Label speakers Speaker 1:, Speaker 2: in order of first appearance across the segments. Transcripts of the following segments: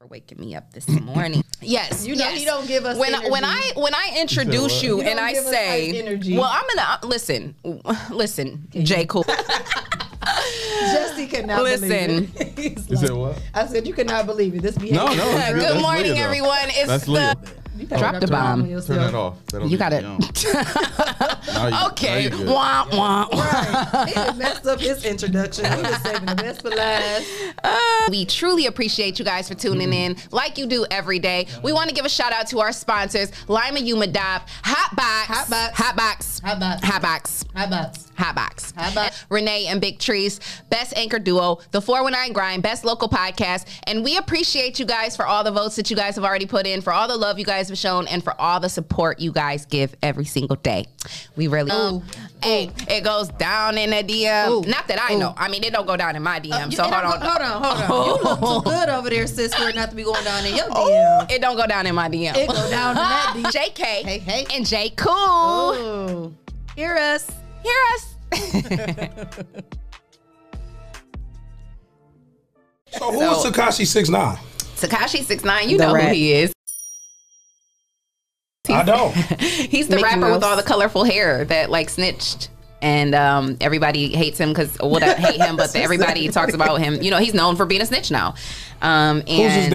Speaker 1: for waking me up this morning. yes,
Speaker 2: You know
Speaker 1: yes.
Speaker 2: he don't give us
Speaker 1: when
Speaker 2: energy.
Speaker 1: when I when I introduce
Speaker 3: what?
Speaker 1: you,
Speaker 2: You
Speaker 1: and
Speaker 2: don't
Speaker 1: I
Speaker 2: give us
Speaker 1: say,
Speaker 2: nice energy.
Speaker 1: well, I'm gonna uh, listen, listen, J Cole.
Speaker 2: Jesse cannot
Speaker 1: Listen.
Speaker 2: believe it. He's
Speaker 3: You
Speaker 2: like-
Speaker 3: said what?
Speaker 2: I said you could not believe it. This behavior.
Speaker 3: No, no. it's- that's
Speaker 1: Good
Speaker 3: Leah,
Speaker 1: morning,
Speaker 3: though.
Speaker 1: everyone. It's
Speaker 3: That's
Speaker 1: the
Speaker 3: Leah.
Speaker 2: You gotta
Speaker 1: Drop
Speaker 2: turn
Speaker 1: the
Speaker 2: that on
Speaker 1: bomb.
Speaker 2: yourself.
Speaker 3: Turn that off. That'll
Speaker 1: you
Speaker 3: leave
Speaker 1: got it.
Speaker 3: alone. Now you- now
Speaker 1: okay.
Speaker 3: you good.
Speaker 1: Wah, wah, wah.
Speaker 2: Right. He done messed up his introduction. He was saving the best for last.
Speaker 1: Uh, We truly appreciate you guys for tuning in, like you do every day. We want to give a shout out to our sponsors, Lima Umadop, Hotbox, Hotbox,
Speaker 2: Hotbox. Hotbox.
Speaker 1: Hotbox,
Speaker 2: How about
Speaker 1: Hotbox,
Speaker 2: Hotbox.
Speaker 1: Renee and Big Trees, Best Anchor Duo, The 419 Grind, Best Local Podcast. And we appreciate you guys for all the votes that you guys have already put in, for all the love you guys have shown, and for all the support you guys give every single day. We really
Speaker 2: Ooh.
Speaker 1: Hey, it goes down in the DM.
Speaker 2: Ooh.
Speaker 1: Not that I
Speaker 2: Ooh.
Speaker 1: know. I mean, it don't go down in my DM.
Speaker 2: You-
Speaker 1: so
Speaker 2: and
Speaker 1: hold
Speaker 2: I'm
Speaker 1: on. Oh.
Speaker 2: go- Hold on, hold on. You look too good over there, sis, for it not to be going down in your DM.
Speaker 1: It don't Oh. go down in my DM.
Speaker 2: It go down in that DM.
Speaker 1: JK
Speaker 2: Hey, hey.
Speaker 1: and J Cool.
Speaker 2: Ooh. Hear us.
Speaker 1: Hear us.
Speaker 4: So who is Takashi Six Nine?
Speaker 1: Takashi 69 you
Speaker 5: The
Speaker 1: know who
Speaker 5: rat.
Speaker 1: he is.
Speaker 4: I don't.
Speaker 1: He's the
Speaker 5: Mickey
Speaker 1: rapper with
Speaker 5: Mouse.
Speaker 1: all the colorful hair that like snitched. And um, everybody hates him because well, not hate him, but the, everybody talks about him. You know, he's known for being a snitch now. Um,
Speaker 4: Who's his
Speaker 1: and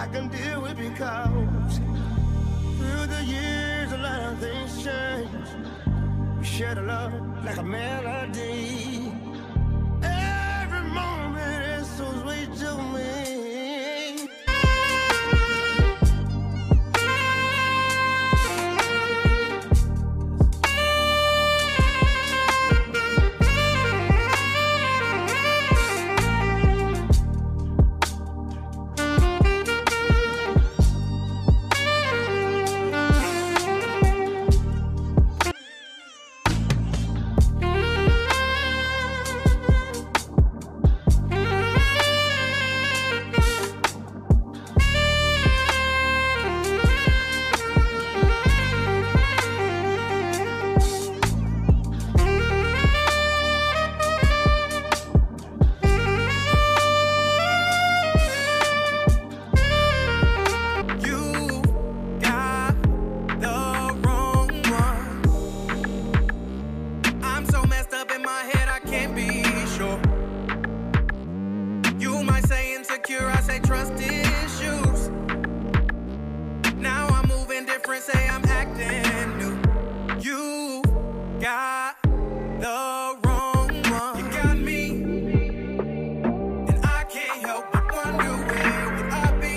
Speaker 6: I can deal with because through the years a lot of things change. We shared a love like a melody. Every moment is so sweet to me. You got the wrong one. I'm so messed up in my head, I can't be sure. You might say insecure, I say trust issues. Now I'm moving different, say I'm acting new. You got the wrong one. You got me, and I can't help but wonder where would I be.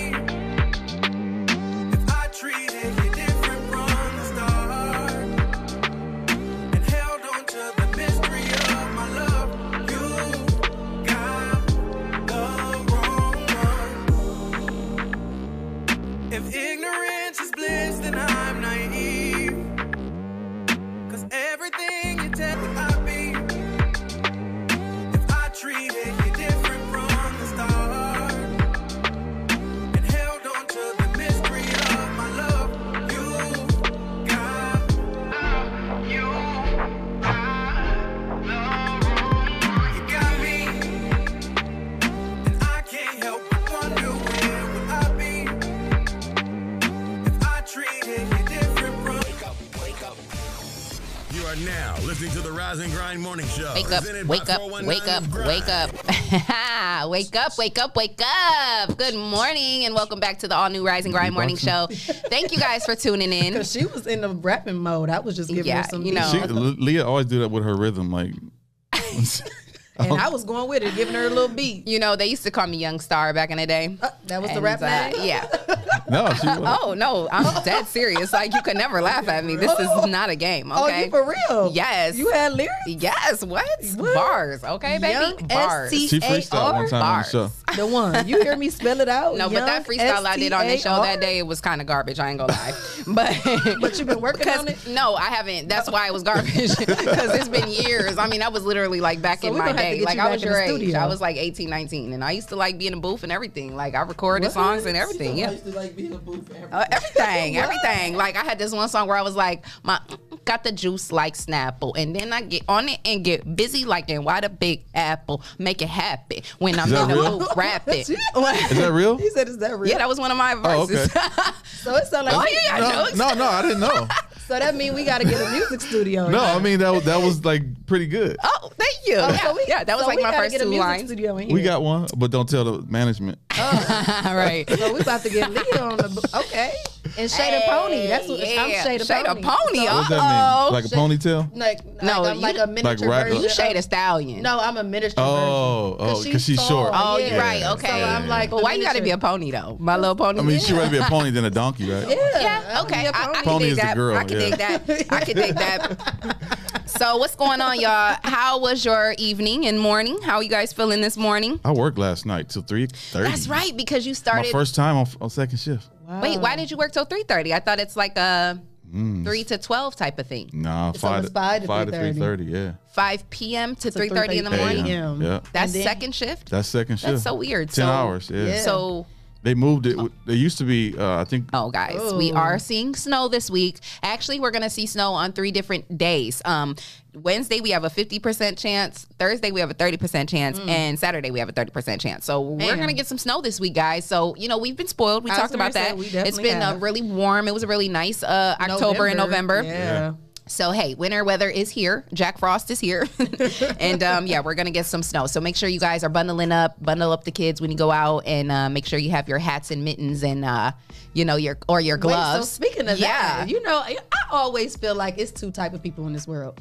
Speaker 6: If I treated you different from the start and held on to the mystery of my love, you got the wrong one. If ignorance is bliss, then I'm naive. 'Cause everything you tell me I be. If I treated you different from the start and held on to the mystery of my love. You got, you got, you got me, and I can't help but wonder where would I be if I treated you different from? Wake up, wake up.
Speaker 7: You are now listening to the Rise and Grind Morning Show.
Speaker 1: wake up,
Speaker 7: presented by
Speaker 1: wake up,
Speaker 7: 419
Speaker 1: wake up,
Speaker 7: Grind.
Speaker 1: wake up, wake up, wake up, wake up. Good morning and welcome back to the all new Rise and Grind Morning Show. Thank you guys for tuning in.
Speaker 2: Because she was in the rapping mode. I was just giving
Speaker 1: Yeah,
Speaker 2: her some
Speaker 1: you know.
Speaker 3: She,
Speaker 1: Oh.
Speaker 3: Le- Leah always do that with her rhythm. Like,
Speaker 2: And I was going with it, giving her a little beat.
Speaker 1: You know, they used to call me Young Star back in the day.
Speaker 2: Uh, that was the
Speaker 1: And,
Speaker 2: rap
Speaker 1: uh,
Speaker 2: name?
Speaker 1: yeah.
Speaker 3: no, she was.
Speaker 1: Oh no, I'm dead serious. Like you could never laugh at me. This is not a game.
Speaker 2: Oh,
Speaker 1: Okay.
Speaker 2: you for real?
Speaker 1: Yes.
Speaker 2: You had lyrics?
Speaker 1: Yes. What?
Speaker 2: What?
Speaker 1: Bars. Okay, baby.
Speaker 2: Young
Speaker 1: Bars.
Speaker 2: ST.
Speaker 3: She freestyled one time on the
Speaker 1: Bars.
Speaker 3: show.
Speaker 2: The one. You hear me spell it out?
Speaker 1: No, but that
Speaker 2: Young,
Speaker 1: freestyle I did on the show
Speaker 2: S-T-A-R.
Speaker 1: that day, it was kind of garbage. I ain't gonna lie, but
Speaker 2: But you've been working
Speaker 1: because-
Speaker 2: on it?
Speaker 1: No, I haven't. That's why it was garbage because it's been years. I mean, I was literally like back
Speaker 2: So
Speaker 1: in
Speaker 2: we
Speaker 1: my
Speaker 2: gonna have to
Speaker 1: day.
Speaker 2: get
Speaker 1: Like
Speaker 2: you
Speaker 1: I
Speaker 2: back
Speaker 1: was
Speaker 2: in
Speaker 1: your
Speaker 2: the
Speaker 1: age.
Speaker 2: studio.
Speaker 1: I was like 18, 19, and I used to like be in the booth and everything. Like I recorded songs and everything. Yeah. Uh, everything, everything. Like I had this one song where I was like, "My got the juice like Snapple," and then I get on it and get busy like, "And why the big apple make it happen when I'm
Speaker 3: Is that
Speaker 1: in the
Speaker 3: real?
Speaker 1: booth rapping?"
Speaker 3: Is that real?
Speaker 2: He said, "Is that real?"
Speaker 1: Yeah, that was one of my
Speaker 3: Oh,
Speaker 1: verses.
Speaker 2: so it sounded
Speaker 1: Oh,
Speaker 2: like.
Speaker 1: yeah, yeah,
Speaker 3: no,
Speaker 1: jokes.
Speaker 3: no, no, I didn't know.
Speaker 2: So that means we got to get a music studio.
Speaker 3: No, I mean that was, that was like pretty good.
Speaker 1: Oh, thank you.
Speaker 2: Oh,
Speaker 1: yeah,
Speaker 2: so we-
Speaker 1: yeah, that was
Speaker 2: so
Speaker 1: like
Speaker 2: we
Speaker 1: my
Speaker 2: gotta
Speaker 1: first
Speaker 2: get a
Speaker 1: two
Speaker 2: music
Speaker 1: lines.
Speaker 2: Studio in here.
Speaker 3: We got one, but don't tell the management.
Speaker 1: All right.
Speaker 2: So we about to get lit on the bo- okay. And shade a pony. That's what I'm shade a
Speaker 1: Shade
Speaker 2: pony.
Speaker 1: a pony.
Speaker 2: So,
Speaker 3: What does that
Speaker 1: Uh-oh.
Speaker 3: mean? Like a ponytail?
Speaker 2: like
Speaker 1: No,
Speaker 2: no, like, I'm
Speaker 1: you-
Speaker 2: like a miniature
Speaker 3: right-
Speaker 2: version.
Speaker 1: you shade
Speaker 2: of-
Speaker 1: a stallion.
Speaker 2: No, I'm a miniature
Speaker 3: Oh,
Speaker 2: version.
Speaker 3: oh, 'cause she's short.
Speaker 1: Oh,
Speaker 2: yeah.
Speaker 1: you're right. Okay.
Speaker 2: So I'm like,
Speaker 1: but why you got to be a
Speaker 2: miniature-
Speaker 1: pony though? My little pony.
Speaker 3: I mean, she'd rather be a pony than a donkey, right?
Speaker 1: Yeah, okay. I, I can
Speaker 3: Pony
Speaker 1: dig
Speaker 3: is the
Speaker 1: that.
Speaker 3: girl,
Speaker 1: I can
Speaker 3: yeah.
Speaker 1: dig that. I can dig that. So what's going on, y'all? How was your evening and morning? How are you guys feeling this morning?
Speaker 3: I worked last night till three thirty.
Speaker 1: That's right, because you
Speaker 3: My
Speaker 1: started.
Speaker 3: first time on, on second shift.
Speaker 1: wait, why did you work till three thirty? I thought it's like a
Speaker 3: Mm.
Speaker 1: three to twelve type of thing.
Speaker 3: Nah, five,
Speaker 2: almost five to
Speaker 3: three
Speaker 2: 3:30.
Speaker 3: thirty. Yeah.
Speaker 1: Five p.m. to three thirty in the
Speaker 2: 3:30
Speaker 1: morning.
Speaker 2: AM.
Speaker 3: Yeah.
Speaker 1: That's
Speaker 2: And then-
Speaker 1: second shift.
Speaker 3: That's second shift.
Speaker 1: That's so weird.
Speaker 3: Ten
Speaker 1: so,
Speaker 3: hours. Yeah.
Speaker 2: Yeah.
Speaker 1: So,
Speaker 3: They moved it. They used to be. Uh, I think.
Speaker 1: oh, guys, we
Speaker 2: Ooh.
Speaker 1: are seeing snow this week. Actually, we're going to see snow on three different days. Um, Wednesday, we have a 50% chance. Thursday, we have a 30% chance. And Saturday, we have a 30% chance. So, we're
Speaker 2: Man.
Speaker 1: going to get some snow this week, guys. So, you know, we've been spoiled. We
Speaker 2: I was
Speaker 1: talked
Speaker 2: gonna
Speaker 1: about
Speaker 2: say,
Speaker 1: that.
Speaker 2: we
Speaker 1: It's
Speaker 2: definitely
Speaker 1: been a
Speaker 2: have.
Speaker 1: really warm, it was a really nice uh, October and November.
Speaker 2: Yeah.
Speaker 1: So hey, winter weather is here. Jack Frost is here, and um, yeah, we're gonna get some snow. So make sure you guys are bundling up, bundle up the kids when you go out, and uh, make sure you have your hats and mittens and uh, you know your or your gloves.
Speaker 2: Wait, so speaking of
Speaker 1: yeah.
Speaker 2: that, you know, I always feel like it's two type of people in this world.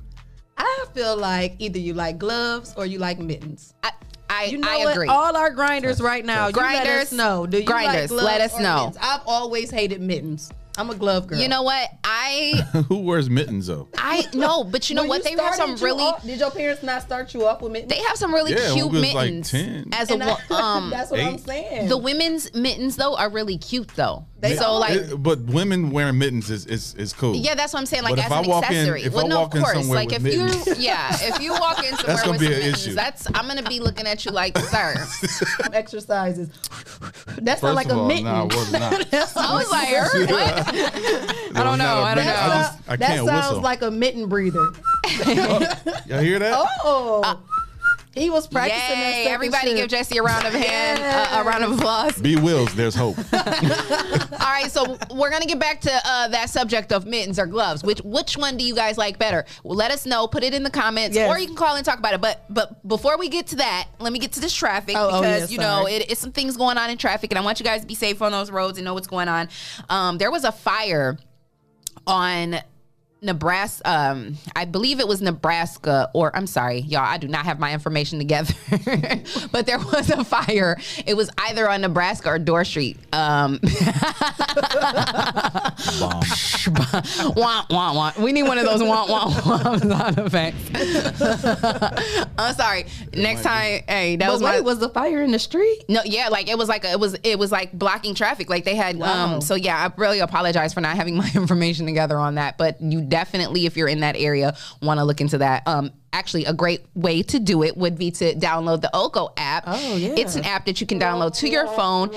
Speaker 2: I feel like either you like gloves or you like mittens.
Speaker 1: I I,
Speaker 2: You know
Speaker 1: I
Speaker 2: what?
Speaker 1: agree.
Speaker 2: All our grinders right now. You let
Speaker 1: Grinders.
Speaker 2: us know. Do you
Speaker 1: Grinders,
Speaker 2: like gloves
Speaker 1: let us
Speaker 2: or
Speaker 1: know.
Speaker 2: mittens? I've always hated mittens. I'm a glove girl.
Speaker 1: you know what I
Speaker 3: Who wears mittens though?
Speaker 1: I know, but you know
Speaker 2: When
Speaker 1: what
Speaker 2: you
Speaker 1: they have some
Speaker 2: started, you
Speaker 1: really
Speaker 2: all- did your parents not start you off with mittens?
Speaker 1: they have some really
Speaker 3: Yeah,
Speaker 1: cute
Speaker 3: we was like
Speaker 1: mittens
Speaker 3: 10.
Speaker 1: as a
Speaker 2: And I-
Speaker 1: wo- um.
Speaker 2: that's what i I'm
Speaker 3: eight.
Speaker 2: saying.
Speaker 1: The women's mittens though are really cute though.
Speaker 2: They
Speaker 1: so
Speaker 2: are.
Speaker 1: like
Speaker 3: It- but women wearing mittens is is, is cool.
Speaker 1: Yeah, that's what I'm saying. Like
Speaker 3: But
Speaker 1: as
Speaker 3: if I
Speaker 1: an
Speaker 3: walk in-
Speaker 1: accessory.
Speaker 3: if
Speaker 1: well,
Speaker 3: I
Speaker 1: no,
Speaker 3: walk
Speaker 1: of
Speaker 3: in
Speaker 1: course.
Speaker 3: somewhere
Speaker 1: like if
Speaker 3: with
Speaker 1: you,
Speaker 3: mittens-
Speaker 1: yeah, if you walk in somewhere
Speaker 3: gonna
Speaker 1: with
Speaker 3: be
Speaker 1: some
Speaker 3: an
Speaker 1: mittens,
Speaker 3: issue.
Speaker 1: that's I'm gonna be looking at you like, sir.
Speaker 2: exercises. That's
Speaker 3: First
Speaker 2: not like
Speaker 3: of
Speaker 2: a
Speaker 3: all,
Speaker 2: mitten.
Speaker 3: nah, it was not.
Speaker 2: That's
Speaker 1: I was like, er, what?
Speaker 3: I
Speaker 1: don't know, I don't
Speaker 2: that
Speaker 1: know.
Speaker 3: I,
Speaker 2: sound-
Speaker 3: just, I
Speaker 2: that
Speaker 3: can't
Speaker 2: sounds
Speaker 3: whistle.
Speaker 2: like a mitten breather.
Speaker 3: Y'all hear that?
Speaker 2: Oh, he was practicing. that
Speaker 1: Uh, Yay!
Speaker 2: second
Speaker 1: Everybody,
Speaker 2: shift.
Speaker 1: give Jesse a round of hand, uh, a round of applause.
Speaker 3: Be wills. There's hope.
Speaker 1: All right, so we're gonna get back to uh, that subject of mittens or gloves. Which which one do you guys like better? Well, let us know. Put it in the comments,
Speaker 2: Yes.
Speaker 1: or you can call and talk about it. But but before we get to that, let me get to this traffic
Speaker 2: Oh, oh,
Speaker 1: because
Speaker 2: yeah,
Speaker 1: you know
Speaker 2: sorry.
Speaker 1: it, it's some things going on in traffic, and I want you guys to be safe on those roads and know what's going on. Um, there was a fire on Nebraska. Um, I believe it was Nebraska, or I'm sorry, y'all. I do not have my information together. but there was a fire. It was either on Nebraska or Door Street. Um,
Speaker 3: Bomb.
Speaker 1: womp womp womp. We need one of those womp womp womp sound effects. I'm sorry. Next time, hey, that
Speaker 2: But
Speaker 1: was
Speaker 2: wait,
Speaker 1: my.
Speaker 2: was the fire in the street?
Speaker 1: no, yeah, like it was like a, it was it was like blocking traffic. Like they had
Speaker 2: Wow.
Speaker 1: um so yeah, I really apologize for not having my information together on that, but you definitely if you're in that area want to look into that. Um actually a great way to do it would be to download the Oco app.
Speaker 2: Oh, yeah.
Speaker 1: It's an app that you can download to your phone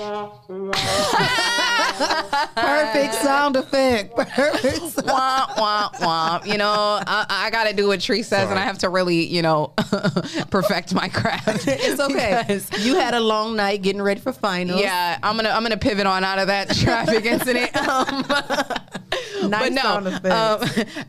Speaker 2: Perfect sound effect. Perfect. sound-
Speaker 1: womp womp womp. You know, I, I gotta do what Tree says, and I have to really, you know, perfect my craft.
Speaker 2: It's okay.
Speaker 1: Because-
Speaker 2: You had a long night getting ready for finals.
Speaker 1: yeah, I'm gonna I'm gonna pivot on out of that traffic incident. Um,
Speaker 2: nice
Speaker 1: but
Speaker 2: sound effect.
Speaker 1: no, um,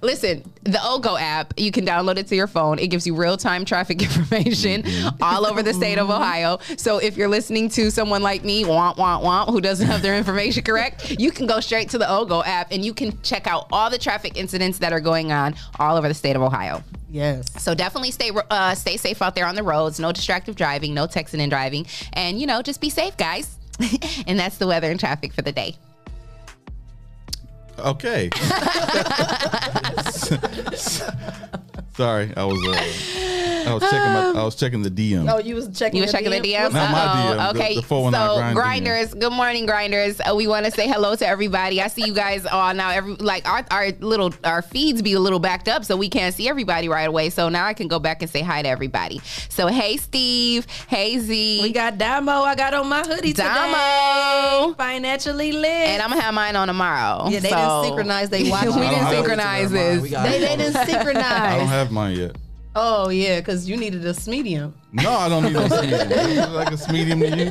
Speaker 1: listen, the Ogo app you can download it to your phone. It gives you real time traffic information all over the state of Ohio. So if you're listening to someone like me, womp womp womp, who doesn't have their information correct, you can go straight to the Ogo app and you can check out all the traffic incidents that are going on all over the state of Ohio.
Speaker 2: yes.
Speaker 1: So definitely stay uh, stay safe out there on the roads. No distractive driving, no texting and driving, and you know just be safe, guys. and that's the weather and traffic for the day.
Speaker 3: Okay.
Speaker 8: Sorry, I was uh, I was checking my, I was checking the
Speaker 1: Um,
Speaker 8: DM.
Speaker 2: Oh, you was checking.
Speaker 1: You were checking the DMs?
Speaker 8: Not my
Speaker 1: Uh-oh.
Speaker 8: DMs, the-
Speaker 1: Okay.
Speaker 8: the 419
Speaker 1: so,
Speaker 8: Grind
Speaker 1: grinders, good morning, grinders. Uh, we want to say hello to everybody. I see you guys all now. Every like our, our little our feeds be a little backed up, so we can't see everybody right away. So now I can go back and say hi to everybody. So hey, Steve. Hey, Z.
Speaker 2: We got Damo. I got on my hoodie today.
Speaker 1: Damo.
Speaker 2: Financially lit.
Speaker 1: And I'm gonna have mine on tomorrow.
Speaker 2: yeah, they
Speaker 1: so.
Speaker 2: didn't synchronize. They watched.
Speaker 1: we
Speaker 2: it.
Speaker 8: I don't
Speaker 1: didn't
Speaker 8: have it
Speaker 1: synchronize
Speaker 5: We
Speaker 1: this.
Speaker 5: got
Speaker 2: They,
Speaker 5: it.
Speaker 2: they didn't
Speaker 8: I don't
Speaker 2: synchronize.
Speaker 8: have mine yet.
Speaker 2: Oh yeah, because you needed a medium.
Speaker 8: No, I don't need no medium. This is like a medium to you.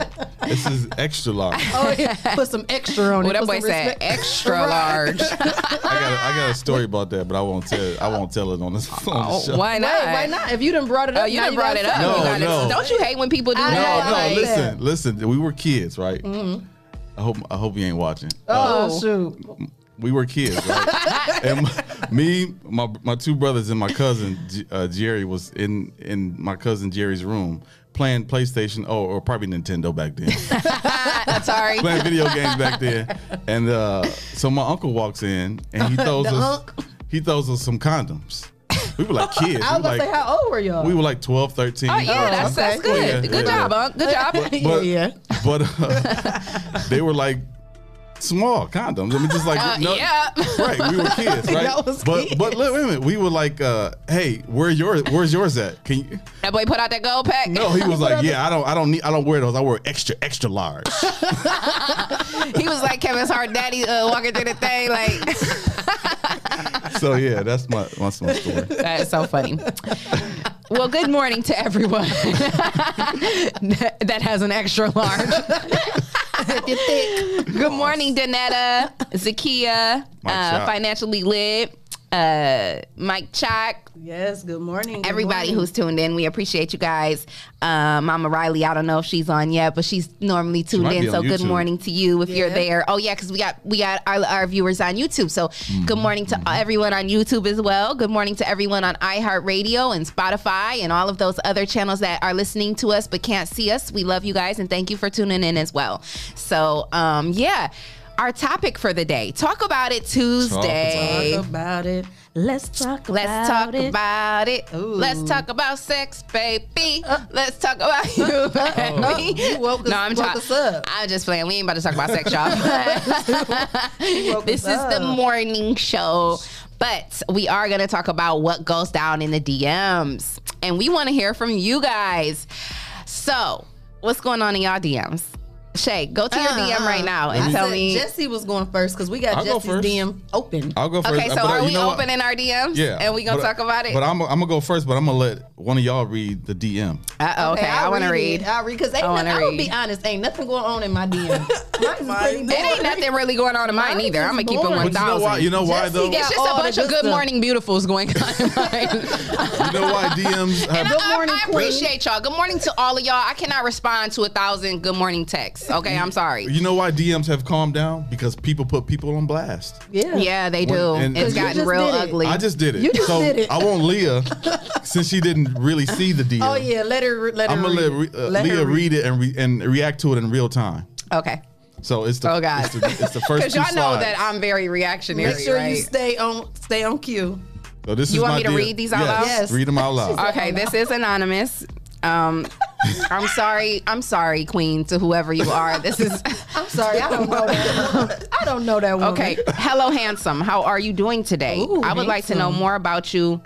Speaker 8: This is extra large. I
Speaker 2: Oh yeah, put some extra on
Speaker 1: What that
Speaker 2: it. Put
Speaker 1: boy
Speaker 2: some
Speaker 1: said,
Speaker 2: respect-
Speaker 1: extra large.
Speaker 8: got a, I got a story about that, but I won't tell. I won't tell it on this. On the show.
Speaker 1: why
Speaker 2: Wait,
Speaker 1: not?
Speaker 2: why not? If you done brought it up,
Speaker 1: Oh, you
Speaker 2: now
Speaker 1: done brought
Speaker 2: gotta
Speaker 1: it up.
Speaker 2: say
Speaker 8: No,
Speaker 1: You gotta-
Speaker 8: no.
Speaker 1: Don't you hate when people do
Speaker 2: I
Speaker 8: No,
Speaker 1: that?
Speaker 8: no.
Speaker 2: like
Speaker 8: listen, listen. We were kids, right? I hope. I hope you ain't watching.
Speaker 2: Mm-hmm. Oh shoot!
Speaker 8: we were kids, right? and my- me, my my two brothers, and my cousin J- uh, Jerry was in in my cousin Jerry's room playing PlayStation, oh, or probably Nintendo back then,
Speaker 2: Mm-hmm.
Speaker 1: Atari.
Speaker 8: playing video games back then. And uh, so my uncle walks in and he throws
Speaker 2: The
Speaker 8: us
Speaker 2: hunk.
Speaker 8: he throws us some condoms. We were like kids. we,
Speaker 2: I was
Speaker 8: were
Speaker 2: about
Speaker 8: like,
Speaker 2: to say, how old were y'all?
Speaker 8: we were like 12, 13.
Speaker 1: Oh yeah, that's,
Speaker 2: okay.
Speaker 1: that's good.
Speaker 8: Yeah,
Speaker 1: good
Speaker 8: yeah.
Speaker 1: job, Unc. Good job.
Speaker 8: But,
Speaker 2: yeah.
Speaker 8: but uh, they were like small condoms. I mean, just like
Speaker 1: Uh,
Speaker 8: no-
Speaker 1: yeah.
Speaker 8: right. We were kids, right?
Speaker 2: That was
Speaker 8: but
Speaker 2: kids.
Speaker 8: but look, wait a minute. We were like, uh, hey, where your where's yours at? Can you?
Speaker 1: That boy put out that gold pack.
Speaker 8: No, he was like, yeah, I don't, I don't need, I don't wear those. I wear extra, extra large.
Speaker 1: he was like Kevin's hard daddy uh, walking through the thing. Like
Speaker 8: so yeah, that's my that's my story.
Speaker 1: that is so funny. Well, good morning to everyone that, that has an extra large.
Speaker 2: if you're thick.
Speaker 1: Good morning, Danetta, Zakia,
Speaker 8: Mike
Speaker 1: uh,
Speaker 8: Chock.
Speaker 1: financially lit, uh, Mike Chalk,
Speaker 2: Yes. Good morning. good
Speaker 1: everybody
Speaker 2: morning.
Speaker 1: who's tuned in. We appreciate you guys. Uh, Mama Riley, I don't know if she's on yet, but she's normally tuned
Speaker 8: might be
Speaker 1: in.
Speaker 8: on
Speaker 1: So good
Speaker 8: YouTube.
Speaker 1: morning to you if you're
Speaker 2: Yeah.
Speaker 1: there. Oh yeah, because we got we got our, our viewers on YouTube. So good morning to
Speaker 8: Mm-hmm.
Speaker 1: everyone on YouTube as well. Good morning to everyone on iHeartRadio and Spotify and all of those other channels that are listening to us but can't see us. We love you guys and thank you for tuning in as well. So um, yeah. Our topic for the day. Talk about it Tuesday.
Speaker 2: talk about it. Let's talk.
Speaker 1: Let's
Speaker 2: about
Speaker 1: talk
Speaker 2: it.
Speaker 1: about it.
Speaker 2: Ooh. Uh.
Speaker 1: Let's talk about sex, baby. Let's talk about you, baby.
Speaker 2: you woke us- woke
Speaker 1: try-
Speaker 2: us up.
Speaker 1: I'm just playing. We ain't about to talk about sex, y'all.
Speaker 2: woke
Speaker 1: this
Speaker 2: us
Speaker 1: is the
Speaker 2: up.
Speaker 1: morning show. But we are going to talk about what goes down in the DMs. And we want to hear from you guys. So, what's going on in y'all DMs? Shay, go to your
Speaker 2: Uh,
Speaker 1: DM right now
Speaker 2: I
Speaker 1: and tell
Speaker 2: said
Speaker 1: me.
Speaker 2: Jesse was going first because we got
Speaker 8: I'll go
Speaker 2: Jesse's
Speaker 8: first.
Speaker 2: DM open.
Speaker 8: I'll go first.
Speaker 1: okay, so
Speaker 8: but, uh,
Speaker 1: are
Speaker 8: you
Speaker 1: we
Speaker 8: know what?
Speaker 1: opening our DMs?
Speaker 8: Yeah,
Speaker 1: And we going to
Speaker 8: but- uh,
Speaker 1: talk about it?
Speaker 8: But I'm, I'm gonna go first. But I'm gonna let one of y'all read the DM.
Speaker 1: Uh-oh, okay, I
Speaker 2: I'll
Speaker 1: want to read.
Speaker 2: it. I'll read because
Speaker 1: I wanna
Speaker 2: I will be
Speaker 1: read.
Speaker 2: honest, ain't nothing going on in my DM. Mine's
Speaker 5: Mine.
Speaker 2: pretty
Speaker 1: It ain't
Speaker 2: boring.
Speaker 1: nothing really going on in mine
Speaker 2: Mine
Speaker 1: either.
Speaker 2: is
Speaker 1: I'm gonna keep it
Speaker 2: boring.
Speaker 8: But you
Speaker 1: one
Speaker 8: know why?
Speaker 1: thousand.
Speaker 8: You know why
Speaker 2: Jesse
Speaker 8: though?
Speaker 2: got-
Speaker 1: It's just a
Speaker 2: all the
Speaker 1: bunch of
Speaker 2: good
Speaker 1: good
Speaker 2: stuff.
Speaker 1: morning beautifuls going on in mine.
Speaker 8: You know why DMs have
Speaker 2: Uh, Good morning,
Speaker 1: I
Speaker 2: queen.
Speaker 1: appreciate y'all. Good morning to all of y'all. I cannot respond to a thousand good morning texts. Okay, I'm sorry.
Speaker 8: You know why DMs have calmed down? Because people put people on blast.
Speaker 2: Yeah.
Speaker 1: Yeah, they do.
Speaker 8: And-
Speaker 1: it's
Speaker 8: You
Speaker 1: gotten
Speaker 2: just
Speaker 1: real
Speaker 2: did it.
Speaker 1: ugly.
Speaker 8: I just did it.
Speaker 2: You just
Speaker 8: so
Speaker 2: did it.
Speaker 8: I want Leah, since she didn't really see the DM.
Speaker 2: Oh yeah, let her. Let her.
Speaker 8: I'm gonna let,
Speaker 2: read
Speaker 8: re-
Speaker 2: it.
Speaker 8: uh,
Speaker 2: Let her
Speaker 8: Leah read it and re- and react to it in real time.
Speaker 1: okay.
Speaker 8: So it's the
Speaker 1: Oh, God.
Speaker 8: it's the, it's the first.
Speaker 1: Because y'all
Speaker 8: two
Speaker 1: know
Speaker 8: slides.
Speaker 1: that I'm very reactionary.
Speaker 2: Make sure
Speaker 1: right?
Speaker 2: you stay on. Stay on cue.
Speaker 8: So this is
Speaker 1: You want
Speaker 8: my
Speaker 1: me to
Speaker 8: DM.
Speaker 1: read these out loud?
Speaker 2: Yes.
Speaker 8: Read them out loud.
Speaker 1: Okay, this is anonymous. Um, I'm sorry. I'm sorry, Queen, to whoever you are. This is
Speaker 2: I'm sorry, I don't know that. woman. I don't know that one.
Speaker 1: Okay. Hello, handsome. How are you doing today?
Speaker 2: Ooh,
Speaker 1: I would like to know
Speaker 2: handsome.
Speaker 1: more about you.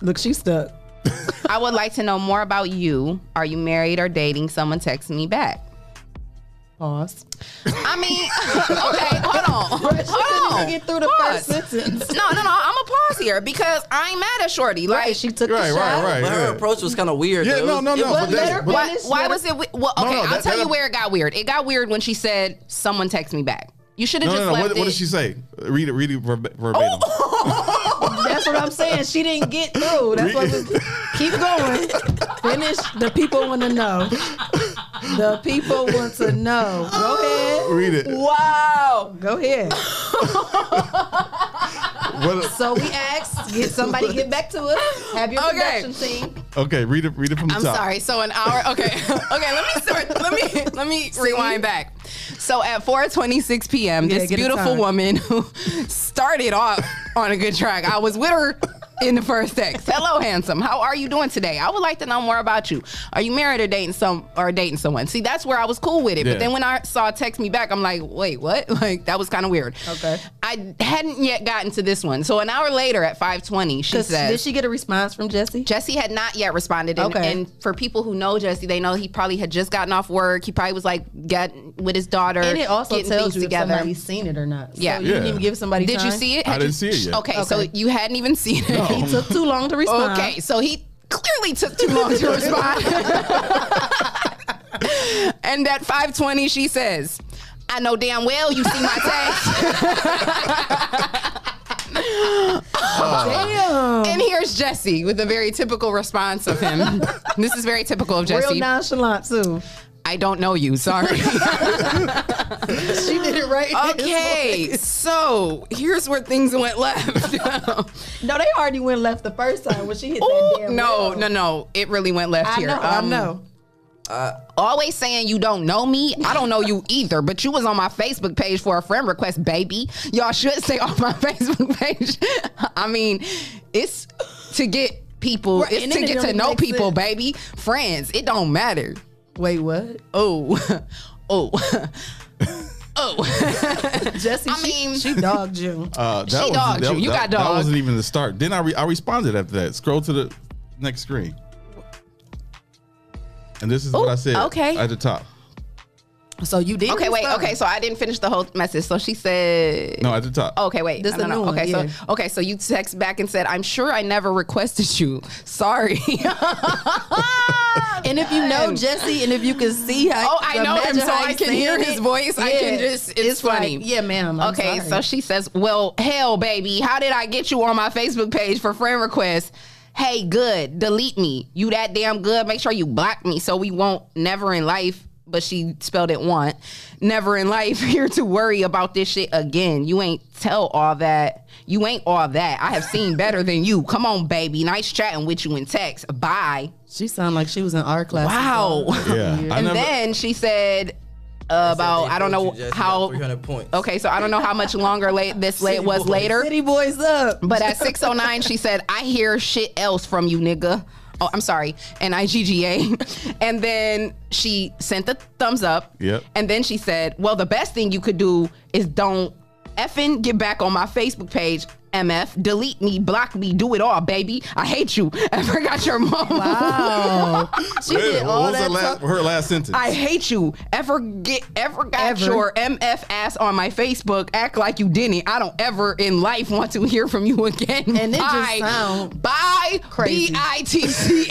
Speaker 2: Look, she's stuck.
Speaker 1: I would like to know more about you. Are you married or dating? Someone text me back.
Speaker 2: Pause.
Speaker 1: I mean, okay, hold on.
Speaker 2: She couldn't
Speaker 1: Hold
Speaker 2: even
Speaker 1: on.
Speaker 2: get through the first
Speaker 1: Oh, Pause.
Speaker 2: sentence.
Speaker 1: No, no, no. I'm a pause here because I ain't mad at Shorty. Like,
Speaker 2: Right, she took
Speaker 8: Right,
Speaker 2: the
Speaker 8: right,
Speaker 2: shot.
Speaker 8: right.
Speaker 5: But her
Speaker 8: Yeah.
Speaker 5: approach was kind of weird. though.
Speaker 8: Yeah,
Speaker 5: It
Speaker 8: no,
Speaker 5: was-
Speaker 8: no,
Speaker 5: it
Speaker 8: no,
Speaker 5: was-
Speaker 8: but that-
Speaker 2: Letter
Speaker 8: but-
Speaker 2: finish.
Speaker 1: why, why was it? we- Well, okay,
Speaker 8: No, no,
Speaker 1: I'll
Speaker 8: that-
Speaker 1: tell you
Speaker 8: that-
Speaker 1: where it got weird. It got weird when she said, "Someone text me back." You should have
Speaker 8: No,
Speaker 1: just
Speaker 8: no, no.
Speaker 1: left
Speaker 8: What,
Speaker 1: it. Oh!
Speaker 8: what did she say? Read it. Read it verba- verbatim.
Speaker 2: That's what I'm saying. She didn't get through. That's what was, keep going. Finish. The people want to know. The people want to know. Go ahead.
Speaker 8: Read it.
Speaker 2: Wow. Go ahead.
Speaker 8: What-
Speaker 2: So we asked, get somebody get back to us. Have your
Speaker 1: Okay.
Speaker 2: production team.
Speaker 8: okay, read it. Read it from the
Speaker 1: I'm
Speaker 8: top.
Speaker 1: sorry. So an hour. Okay. okay. Let me start. Let me let me rewind back. So at 4:26 p.m.,
Speaker 2: Yeah,
Speaker 1: this
Speaker 2: get a
Speaker 1: beautiful
Speaker 2: time.
Speaker 1: woman who started off on a good track. I was with her in the first text. Hello, handsome. How are you doing today? I would like to know more about you. Are you married or dating some or dating someone? See, that's where I was cool with it.
Speaker 3: Yeah.
Speaker 1: But then when I saw text me back, I'm like, wait, what? Like that was kind of weird.
Speaker 2: Okay.
Speaker 1: I hadn't yet gotten to this one. So an hour later at 5:20, she says.
Speaker 2: Did she get a response from Jesse?
Speaker 1: Jesse had not yet responded. And,
Speaker 2: Okay.
Speaker 1: and for people who know Jesse, they know he probably had just gotten off work. He probably was like get with his daughter.
Speaker 2: And it also
Speaker 1: getting
Speaker 2: tells
Speaker 1: things
Speaker 2: you if somebody's seen it or not. So
Speaker 1: Yeah.
Speaker 2: you
Speaker 3: Yeah.
Speaker 2: didn't even give somebody.
Speaker 1: Did you
Speaker 2: time.
Speaker 1: see it?
Speaker 3: I
Speaker 1: Had
Speaker 3: didn't
Speaker 1: you-
Speaker 3: see it yet.
Speaker 1: Okay, so
Speaker 2: Okay.
Speaker 1: you hadn't even seen it.
Speaker 2: He took too long to respond.
Speaker 1: Okay, so he clearly took too long to respond. and at 520, she says, I know damn well you see my text.
Speaker 2: Damn.
Speaker 1: and here's Jesse with a very typical response of him. this is very typical of
Speaker 2: Real
Speaker 1: Jesse.
Speaker 2: nonchalant too.
Speaker 1: I don't know you, sorry.
Speaker 2: She did it right.
Speaker 1: okay, so here's where things went left.
Speaker 2: No, they already went left the first time when she hit that
Speaker 1: Ooh,
Speaker 2: damn.
Speaker 1: no,
Speaker 2: rail.
Speaker 1: no, no. It really went left
Speaker 2: I
Speaker 1: here.
Speaker 2: know. I
Speaker 1: Um, uh,
Speaker 2: know.
Speaker 1: always saying you don't know me. I don't know you either, but you was on my Facebook page for a friend request, baby. Y'all should stay on my Facebook page. I mean, it's to get people,
Speaker 2: Right,
Speaker 1: it's
Speaker 2: and
Speaker 1: to
Speaker 2: then it
Speaker 1: get to
Speaker 2: don't
Speaker 1: know
Speaker 2: make
Speaker 1: people,
Speaker 2: sense.
Speaker 1: baby. Friends, it don't matter.
Speaker 2: Wait, what?
Speaker 1: Oh, oh, oh.
Speaker 2: Jesse,
Speaker 1: I
Speaker 2: she,
Speaker 1: mean-
Speaker 2: she dogged you.
Speaker 3: Uh, that was,
Speaker 1: dogged
Speaker 3: that,
Speaker 1: you. You
Speaker 3: that-
Speaker 1: got
Speaker 3: That
Speaker 1: dogged.
Speaker 3: wasn't even the start. Then I re- I responded after that. Scroll to the next screen. And this is what
Speaker 1: Ooh,
Speaker 3: I said.
Speaker 1: okay.
Speaker 3: At the top.
Speaker 2: So you did.
Speaker 1: okay, wait.
Speaker 2: respond.
Speaker 1: Okay, so I didn't finish the whole message. So she said.
Speaker 3: No, at the top.
Speaker 1: Oh, Okay, wait.
Speaker 2: This
Speaker 1: no,
Speaker 2: the
Speaker 1: no,
Speaker 2: new
Speaker 1: no.
Speaker 2: one,
Speaker 1: Okay,
Speaker 2: yeah.
Speaker 1: so okay, so you text back and said, "I'm sure I never requested you. Sorry."
Speaker 2: And if you know Jesse, and if you can see how,
Speaker 1: Oh, I know him,
Speaker 2: imagine
Speaker 1: so
Speaker 2: how
Speaker 1: I
Speaker 2: he's
Speaker 1: can hear
Speaker 2: saying
Speaker 1: his
Speaker 2: it,
Speaker 1: voice. I can just- it's
Speaker 2: like,
Speaker 1: funny.
Speaker 2: yeah, ma'am. I'm
Speaker 1: okay,
Speaker 2: sorry.
Speaker 1: so she says, Well, hell, baby, how did I get you on my Facebook page for friend requests? Hey, good, delete me. You that damn good. Make sure you block me so we won't never in life, but she spelled it want. Never in life here to worry about this shit again. You ain't tell all that. You ain't all that. I have seen better than you. Come on, baby. Nice chatting with you in text. Bye.
Speaker 2: she sounded like she was in art class.
Speaker 1: Wow.
Speaker 3: Yeah. I
Speaker 1: and
Speaker 3: never,
Speaker 1: then she said uh, about I don't know how
Speaker 5: Three hundred points.
Speaker 1: Okay, so I don't know how much longer late this late was
Speaker 5: boys.
Speaker 1: later,
Speaker 2: City boys up.
Speaker 1: but at 609 she said, "I hear shit else from you, nigga." Oh, I'm sorry. And I GGA. And then she sent the thumbs up.
Speaker 3: Yep.
Speaker 1: And then she said, "Well, the best thing you could do is don't effing get back on my Facebook page." MF, delete me, block me, do it all, baby. I hate you. I forgot your mom.
Speaker 2: Wow.
Speaker 1: Oh,
Speaker 2: she
Speaker 3: Wait,
Speaker 2: did
Speaker 3: what
Speaker 2: all
Speaker 3: was
Speaker 2: that.
Speaker 3: her, last,
Speaker 2: talk-
Speaker 3: her last sentence?
Speaker 1: I hate you. Ever get ever got
Speaker 2: Ever.
Speaker 1: your MF ass on my Facebook? Act like you didn't. I don't ever in life want to hear from you again.
Speaker 2: And it just
Speaker 1: Bye.
Speaker 2: sound
Speaker 1: Bye.
Speaker 2: crazy.
Speaker 1: B I T C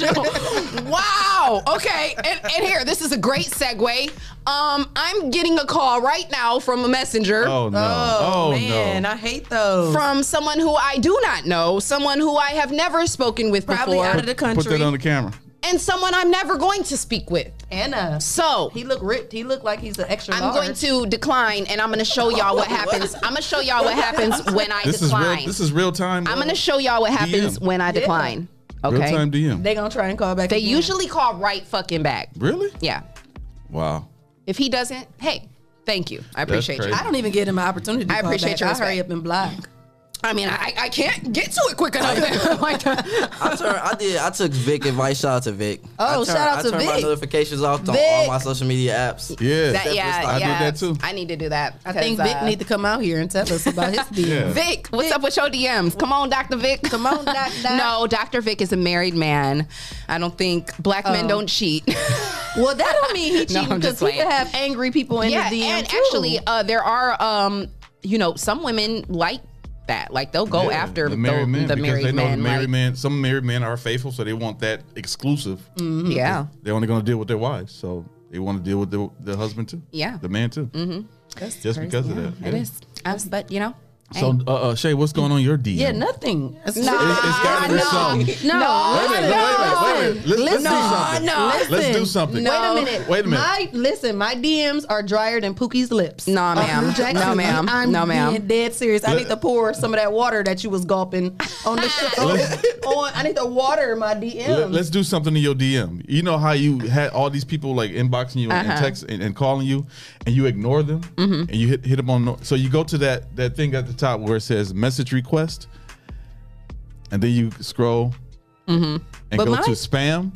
Speaker 1: A. Wow. Okay. And, and here, this is a great segue. Um, I'm getting a call right now from a messenger.
Speaker 3: oh no. Oh,
Speaker 2: man,
Speaker 3: no.
Speaker 2: I hate those.
Speaker 1: From someone who I do not know, someone who I have never spoken with
Speaker 2: Probably
Speaker 1: before,
Speaker 2: out of the country.
Speaker 3: Put that on the camera.
Speaker 1: and someone I'm never going to speak with.
Speaker 2: Anna.
Speaker 1: So
Speaker 2: He looked ripped. He looked like he's an extra.
Speaker 1: I'm
Speaker 2: large.
Speaker 1: going to decline, and I'm going to show y'all what happens. I'm going to show y'all what happens when I
Speaker 3: This is
Speaker 1: decline.
Speaker 3: real. This is real time.
Speaker 1: I'm going to show y'all what happens
Speaker 3: DM.
Speaker 1: when I decline. Okay.
Speaker 3: Real time DM.
Speaker 2: They gonna try and call back.
Speaker 1: They
Speaker 2: again.
Speaker 1: usually call right fucking back.
Speaker 3: really?
Speaker 1: Yeah.
Speaker 3: Wow.
Speaker 1: If he doesn't, hey, thank you. I appreciate you.
Speaker 3: crazy.
Speaker 2: I don't even get him an opportunity. To
Speaker 1: I
Speaker 2: call
Speaker 1: appreciate
Speaker 2: back.
Speaker 1: your
Speaker 2: I hurry
Speaker 1: respect.
Speaker 2: up and block.
Speaker 1: I mean, I, I can't get to it quick enough. like,
Speaker 5: I turned. I did. I took Vic advice. Shout out to Vic. I
Speaker 2: Oh,
Speaker 5: turned,
Speaker 2: shout out
Speaker 5: I
Speaker 2: to
Speaker 5: turned my
Speaker 2: Vic.
Speaker 5: notifications off on all
Speaker 2: Vic.
Speaker 5: my social media apps.
Speaker 3: Yeah.
Speaker 1: that, yeah,
Speaker 3: I did
Speaker 1: yeah.
Speaker 3: that too.
Speaker 1: I need to do that. uh,
Speaker 2: I think Vic need to come out here and tell us about his deal.
Speaker 3: Yeah.
Speaker 1: Vic, what's up with your DMs? Come on, Dr. Vic.
Speaker 2: Come on, Doc, Doc.
Speaker 1: No, Dr. Vic is a married man. I don't think black men
Speaker 2: Oh.
Speaker 1: don't cheat.
Speaker 2: Well, that don't mean he
Speaker 1: No,
Speaker 2: cheating
Speaker 1: I'm
Speaker 2: because
Speaker 1: just
Speaker 2: we
Speaker 1: playing.
Speaker 2: could have angry people in
Speaker 1: yeah,
Speaker 2: his DM
Speaker 1: and
Speaker 2: too.
Speaker 1: actually, uh, there are, um, you know, some women like that. Like they'll go
Speaker 3: Yeah,
Speaker 1: after
Speaker 3: the married man
Speaker 1: the
Speaker 3: because
Speaker 1: married
Speaker 3: they know
Speaker 1: man.
Speaker 3: the married
Speaker 1: like,
Speaker 3: man. Some married men are faithful, so they want that exclusive.
Speaker 1: Mm-hmm. Yeah,
Speaker 3: They're only going to deal with their wives, so they want to deal with the, the husband too.
Speaker 1: Yeah.
Speaker 3: the man too. Mm-hmm. Just because of that,
Speaker 1: it
Speaker 3: yeah.
Speaker 1: is. Um, but you know,
Speaker 3: So, uh, uh, Shay, what's going on your DM?
Speaker 2: yeah, nothing. It's,
Speaker 3: it's gotta be something.
Speaker 2: No,
Speaker 1: No,
Speaker 2: listen,
Speaker 3: Wait a minute, wait a minute, wait a minute. Let's- let's do
Speaker 2: listen,
Speaker 3: something. Let's do something.
Speaker 2: listen.
Speaker 1: No.
Speaker 2: Wait a minute.
Speaker 3: Wait a minute.
Speaker 2: My listen, my DMs are drier than Pookie's lips.
Speaker 1: Nah,
Speaker 2: Of
Speaker 1: ma'am.
Speaker 2: New Jackson.
Speaker 1: No, ma'am.
Speaker 2: I'm
Speaker 1: No, ma'am.
Speaker 2: being dead serious. I
Speaker 3: Let-
Speaker 2: need to pour some of that water that you was gulping on the show. on, I need to water my DMs.
Speaker 3: Let, us do something to your DM. You know how you had all these people like inboxing you
Speaker 1: Uh-huh.
Speaker 3: and text and, and calling you, and you ignore them,
Speaker 1: Mm-hmm.
Speaker 3: and you hit hit them on. no- So you go to that that thing at the top where it says message request, and then you scroll and
Speaker 1: But
Speaker 3: go
Speaker 1: mine-
Speaker 3: to spam,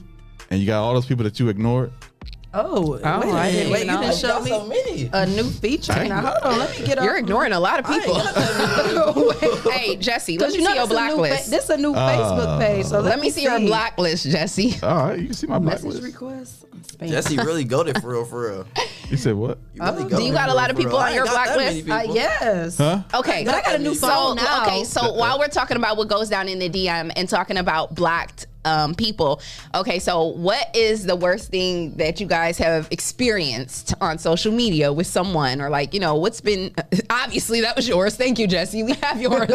Speaker 3: and you got all those people that you ignored.
Speaker 2: Oh,
Speaker 1: Oh, I didn't
Speaker 2: wait, you
Speaker 1: know.
Speaker 2: didn't show
Speaker 5: That's so
Speaker 2: me
Speaker 5: many.
Speaker 2: a new feature. Now hold on, let me get
Speaker 1: You're
Speaker 2: up.
Speaker 1: ignoring a lot of people.
Speaker 2: Because
Speaker 1: hey, Jesse, let me
Speaker 2: you know
Speaker 1: see your
Speaker 2: this a
Speaker 1: block
Speaker 2: new fa-
Speaker 1: list.
Speaker 2: this is a new Facebook page. So let,
Speaker 1: Let me see your block list, Jesse.
Speaker 3: Ah. All right, you can see my
Speaker 2: Message
Speaker 3: blacklist.
Speaker 2: request. Spam.
Speaker 5: Jesse really goaded for real, for real.
Speaker 3: You said what?
Speaker 5: You really
Speaker 1: do you
Speaker 5: goated
Speaker 1: got a
Speaker 5: for
Speaker 1: lot
Speaker 5: real, for
Speaker 1: of people
Speaker 5: real.
Speaker 1: on
Speaker 5: I
Speaker 1: your
Speaker 5: ain't got that
Speaker 1: block
Speaker 5: many
Speaker 1: list?
Speaker 2: Uh,
Speaker 5: people.
Speaker 2: yes.
Speaker 3: Huh?
Speaker 1: Okay,
Speaker 2: But I got a new
Speaker 1: so,
Speaker 2: phone now.
Speaker 1: Okay, so while we're talking about what goes down in the DM and talking about blocked um, people, okay, so what is the worst thing that you guys have experienced on social media with someone, or like you know what's been obviously that was yours. Thank you, Jesse. We have yours.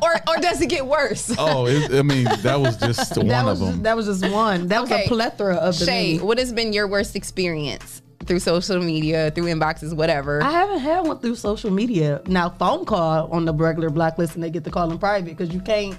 Speaker 1: or or does it get worse?
Speaker 3: Oh, it, I mean, that was just one
Speaker 2: That
Speaker 3: of
Speaker 2: was,
Speaker 3: them.
Speaker 2: just, that was just one. That was
Speaker 1: Okay.
Speaker 2: a plethora of the
Speaker 1: Shay,
Speaker 2: many.
Speaker 1: what has been your worst experience through social media, through inboxes, whatever?
Speaker 2: I haven't had one through social media. Now, phone call on the regular blacklist, and they get to call in private because you can't.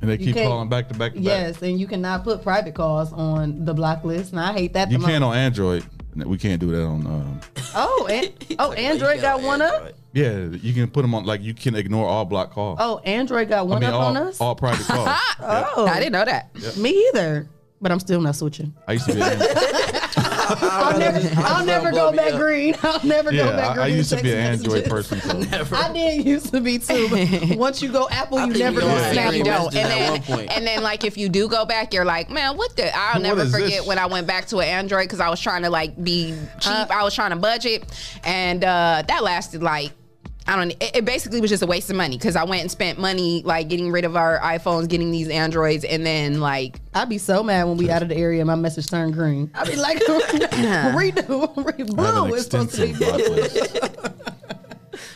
Speaker 3: and they
Speaker 2: you
Speaker 3: keep
Speaker 2: can't-
Speaker 3: calling back to back to back.
Speaker 2: Yes, and you cannot put private calls on the blacklist, and I hate that.
Speaker 3: You
Speaker 2: the most.
Speaker 3: can on Android. We can't do that on. Um,
Speaker 2: Oh, and, oh, Android got one up.
Speaker 3: yeah, you can put them on. Like you can ignore all block calls.
Speaker 2: Oh, Android got one
Speaker 3: I mean,
Speaker 2: up
Speaker 3: all,
Speaker 2: on us.
Speaker 3: all private calls. Yeah,
Speaker 2: oh,
Speaker 1: I didn't know that.
Speaker 2: me either. But I'm still not switching.
Speaker 3: I used to be. An,
Speaker 2: I'll never, I'll
Speaker 5: don't
Speaker 2: never
Speaker 5: blow
Speaker 2: go
Speaker 5: me
Speaker 2: back
Speaker 5: up.
Speaker 2: green. I'll never
Speaker 3: yeah,
Speaker 2: go back
Speaker 3: I,
Speaker 2: green.
Speaker 3: I
Speaker 2: in
Speaker 3: used to be an
Speaker 2: text
Speaker 3: Android
Speaker 2: messages.
Speaker 3: person. So.
Speaker 2: I did used to be too. But once you go Apple, you
Speaker 5: think
Speaker 2: never
Speaker 5: we
Speaker 2: go
Speaker 5: all
Speaker 1: Yeah,
Speaker 5: agree
Speaker 2: Snapchat.
Speaker 1: you don't.
Speaker 5: Just at
Speaker 1: And
Speaker 5: one
Speaker 1: then,
Speaker 5: point.
Speaker 1: and then, like, if you do go back, you're like, man, what the? I'll
Speaker 3: What
Speaker 1: never
Speaker 3: is
Speaker 1: forget
Speaker 3: this?
Speaker 1: when I went back to an Android because I was trying to like be cheap.
Speaker 2: Uh.
Speaker 1: I was trying to budget, and uh, that lasted like. I don't. It, it basically was just a waste of money because I went and spent money like getting rid of our iPhones, getting these Androids, and then like
Speaker 2: I'd be so mad when we out of the area and my message turned green. I'd be like, redo, re-
Speaker 3: I have an
Speaker 2: blue is supposed to be
Speaker 3: extensive blacklist.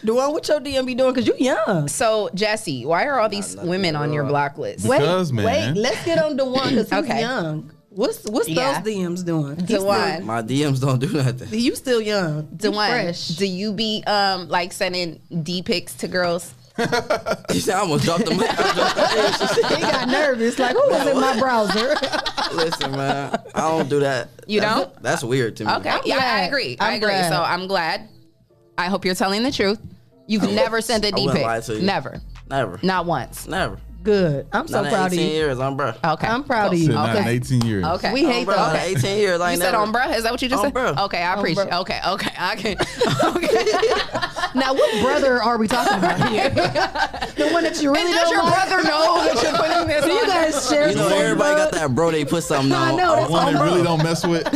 Speaker 2: the one with your DM be doing because you young.
Speaker 1: so. Jesse, why are all these women on your block list?
Speaker 2: Wait,
Speaker 3: Because, man.
Speaker 2: wait, let's get on the one because he's
Speaker 1: Okay.
Speaker 2: young. What's what's
Speaker 1: Yeah.
Speaker 2: those DMs doing? He's
Speaker 1: Dewan,
Speaker 5: My DMs don't do nothing.
Speaker 2: Still, you still young. Be
Speaker 1: Dewan,
Speaker 2: fresh.
Speaker 1: do you be um like sending D pics to girls?
Speaker 5: He said, I almost dropped the mic. I dropped the
Speaker 2: he got nervous. Like, who was in my browser?
Speaker 5: Listen, man, I don't do that.
Speaker 1: You
Speaker 5: That's-
Speaker 1: don't?
Speaker 5: That's weird to me.
Speaker 1: Okay. yeah, I
Speaker 2: glad.
Speaker 1: agree. i
Speaker 2: I'm
Speaker 1: agree.
Speaker 2: glad.
Speaker 1: So I'm glad. I hope you're telling the truth. You've
Speaker 5: wouldn't-
Speaker 1: never sent a
Speaker 5: I
Speaker 1: D
Speaker 5: wouldn't lie to
Speaker 1: pic.
Speaker 5: you.
Speaker 1: Never.
Speaker 5: Never.
Speaker 1: Not once.
Speaker 5: Never.
Speaker 2: Good. I'm
Speaker 5: So
Speaker 2: so
Speaker 5: not
Speaker 2: proud of
Speaker 5: 18
Speaker 2: you.
Speaker 5: years, I'm bruh.
Speaker 1: Okay.
Speaker 2: I'm proud of
Speaker 3: Said
Speaker 2: you.
Speaker 3: not in
Speaker 1: Okay.
Speaker 3: 18 years.
Speaker 1: Okay.
Speaker 2: We hate
Speaker 5: Bruh,
Speaker 2: those.
Speaker 5: not 18 years, I
Speaker 1: You
Speaker 5: ain't
Speaker 1: said
Speaker 5: never.
Speaker 1: on bruh? Is that what you just
Speaker 5: On
Speaker 1: said?
Speaker 5: bruh.
Speaker 1: Okay, I appreciate.
Speaker 2: bruh.
Speaker 1: Okay, okay, I can. Okay.
Speaker 2: Now, what brother are we talking about here? the one that you really
Speaker 1: and does
Speaker 2: don't
Speaker 1: your
Speaker 2: like?
Speaker 1: brother know that you're putting this?
Speaker 2: Do you
Speaker 1: on?
Speaker 2: guys share
Speaker 5: You know,
Speaker 2: some
Speaker 5: everybody
Speaker 2: bro?
Speaker 5: got that bro. They put something
Speaker 2: I
Speaker 5: on.
Speaker 2: know,
Speaker 5: on
Speaker 2: that's
Speaker 5: one
Speaker 3: One
Speaker 5: bro.
Speaker 3: that really don't mess with.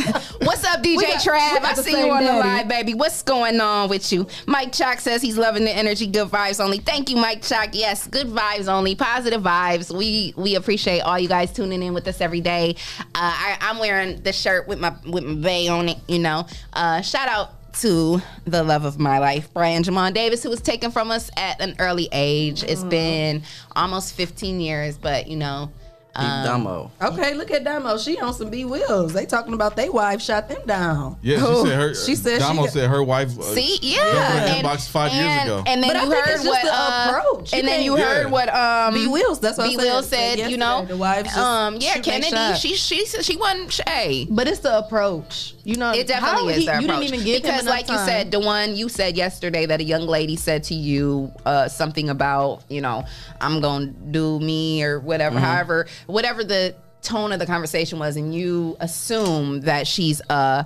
Speaker 1: What's up, DJ
Speaker 2: got- we
Speaker 1: Trav?
Speaker 2: got
Speaker 1: I
Speaker 2: the
Speaker 1: see
Speaker 2: same
Speaker 1: you on the
Speaker 2: daddy.
Speaker 1: live, baby. What's going on with you? Mike Chalk says he's loving the energy, good vibes only. Thank you, Mike Chalk. Yes, good vibes only, positive vibes. We we appreciate all you guys tuning in with us every day. Uh, I, I'm wearing the shirt with my with my bay on it. You know, uh, shout out. To the love of my life, Brian Jamon Davis, who was taken from us at an early age.
Speaker 2: Mm.
Speaker 1: It's been almost 15 years, but you know, Um,
Speaker 5: He dumbo.
Speaker 2: Okay, look at Damo. She on some B wheels. They talking about they wife shot them down.
Speaker 3: Yeah, she
Speaker 2: Oh,
Speaker 3: said her.
Speaker 2: She said
Speaker 3: Damo
Speaker 2: she got-
Speaker 3: said her wife. uh,
Speaker 1: See,
Speaker 3: dumped
Speaker 1: yeah,
Speaker 3: her inbox five years
Speaker 1: and-
Speaker 3: ago.
Speaker 1: And then
Speaker 2: But I
Speaker 1: you
Speaker 2: think
Speaker 1: heard
Speaker 2: it's
Speaker 1: what
Speaker 2: just the
Speaker 1: uh,
Speaker 2: approach. You
Speaker 1: and then
Speaker 2: can't-
Speaker 1: you heard
Speaker 3: Yeah.
Speaker 1: what um
Speaker 2: B Wills, that's what I
Speaker 1: B
Speaker 2: said.
Speaker 1: Will
Speaker 2: Said
Speaker 1: said. you know,
Speaker 2: yesterday, the wives just
Speaker 1: um, yeah,
Speaker 2: shoot they
Speaker 1: Kennedy.
Speaker 2: shot.
Speaker 1: She she she wasn't. Hey,
Speaker 2: But it's the approach. You know,
Speaker 1: it definitely
Speaker 2: how
Speaker 1: is
Speaker 2: he-
Speaker 1: their
Speaker 2: You
Speaker 1: approach.
Speaker 2: didn't even give
Speaker 1: because,
Speaker 2: him enough
Speaker 1: like you
Speaker 2: time.
Speaker 1: said, the one you said yesterday that a young lady said to you uh, something about, you know, I'm gonna do me or whatever.
Speaker 2: Mm-hmm.
Speaker 1: However, whatever the tone of the conversation was, and you assume that she's a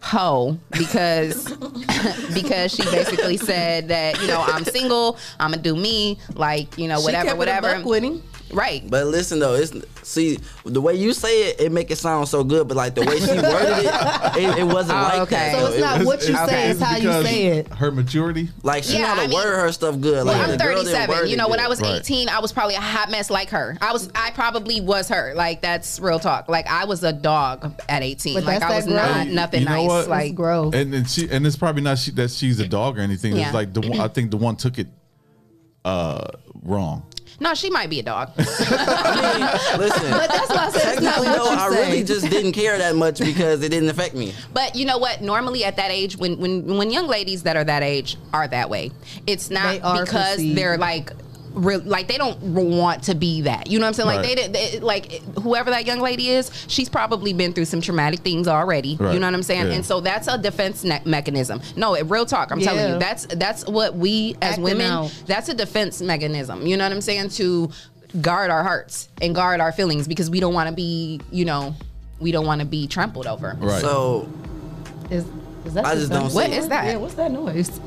Speaker 1: hoe because because she basically said that you know I'm single, I'm gonna do me, like you know
Speaker 2: She
Speaker 1: whatever,
Speaker 2: kept it a
Speaker 1: whatever.
Speaker 2: buck with him.
Speaker 1: Right.
Speaker 5: But listen though, it's see the way you say it, it make it sound so good. But like the way she worded it, it, it wasn't
Speaker 1: Oh,
Speaker 5: like
Speaker 1: okay.
Speaker 5: that.
Speaker 1: So
Speaker 5: though.
Speaker 2: it's
Speaker 5: It
Speaker 2: not
Speaker 5: was-
Speaker 2: what you say, it's how you
Speaker 3: because
Speaker 2: say it.
Speaker 3: Her maturity.
Speaker 5: Like she
Speaker 1: Yeah,
Speaker 5: know how
Speaker 1: I
Speaker 5: to
Speaker 1: mean-
Speaker 5: word her stuff good. Like
Speaker 1: Well,
Speaker 5: the
Speaker 1: I'm
Speaker 5: girl didn't word
Speaker 1: 37. You
Speaker 5: it
Speaker 1: know, when
Speaker 5: good.
Speaker 1: I was
Speaker 3: Right.
Speaker 1: 18, I was probably a hot mess like her. I was, I probably was her. Like that's real talk. Like I was a dog at 18.
Speaker 2: But
Speaker 1: like
Speaker 2: that's
Speaker 1: I was
Speaker 2: that
Speaker 1: not
Speaker 2: growth.
Speaker 1: nothing
Speaker 3: Oh, You know
Speaker 1: nice.
Speaker 3: what?
Speaker 1: Like
Speaker 2: growth.
Speaker 3: And, and she and it's probably not she, that she's a dog or anything.
Speaker 1: Yeah.
Speaker 3: It's like the one, I think the one took it uh wrong.
Speaker 1: no, she might be a dog.
Speaker 5: I mean, listen,
Speaker 2: But that's why I said it's not
Speaker 5: technically
Speaker 2: what
Speaker 5: though,
Speaker 2: you
Speaker 5: I
Speaker 2: say.
Speaker 5: really just didn't care that much because it didn't affect me.
Speaker 1: but you know what? Normally at that age, when when when young ladies that are that age are that way, it's not
Speaker 2: They are
Speaker 1: because
Speaker 2: perceived.
Speaker 1: they're like re- like they don't want to be that. You know what I'm saying? Like
Speaker 3: Right.
Speaker 1: they, did- they like whoever that young lady is, she's probably been through some traumatic things already.
Speaker 3: Right.
Speaker 1: You know what I'm saying?
Speaker 3: Yeah.
Speaker 1: And so that's a defense ne- mechanism. No, it, real talk. I'm telling
Speaker 2: Yeah.
Speaker 1: you, that's that's what we as
Speaker 2: Acting
Speaker 1: women,
Speaker 2: out.
Speaker 1: that's a defense mechanism. You know what I'm saying? To guard our hearts and guard our feelings because we don't want to be, you know, we don't want to be trampled over.
Speaker 3: Right.
Speaker 5: So
Speaker 2: Is, is that
Speaker 5: I
Speaker 2: the
Speaker 5: just don't
Speaker 2: sound?
Speaker 5: see What
Speaker 1: it. is that?
Speaker 2: Yeah, what's that noise?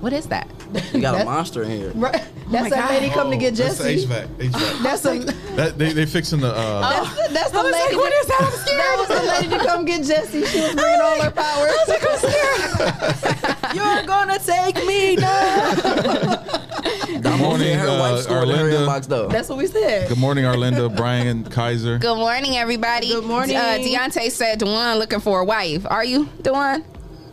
Speaker 1: What is that?
Speaker 5: you got a
Speaker 2: That- Oh
Speaker 5: monster in here.
Speaker 2: Right. That's that lady come to get
Speaker 3: that's the
Speaker 2: Jesse.
Speaker 3: HVAC. HVAC.
Speaker 2: That's a
Speaker 3: that, they they fixing the.
Speaker 1: Oh.
Speaker 3: Uh,
Speaker 2: That's the, that's the lady. what is that? That was the lady to come get Jesse. She was bringing all her power. I was like, I'm scared. You're gonna take me now.
Speaker 5: Good
Speaker 3: morning,
Speaker 5: Her
Speaker 3: uh,
Speaker 5: wife stored in her
Speaker 3: Arlinda.
Speaker 5: inbox though.
Speaker 2: That's what we said.
Speaker 3: Good morning, Arlinda, Brian, Kaiser.
Speaker 1: Good morning, everybody.
Speaker 2: Good morning.
Speaker 1: Uh, Deontay said, Dewan looking for a wife. Are you, Dewan?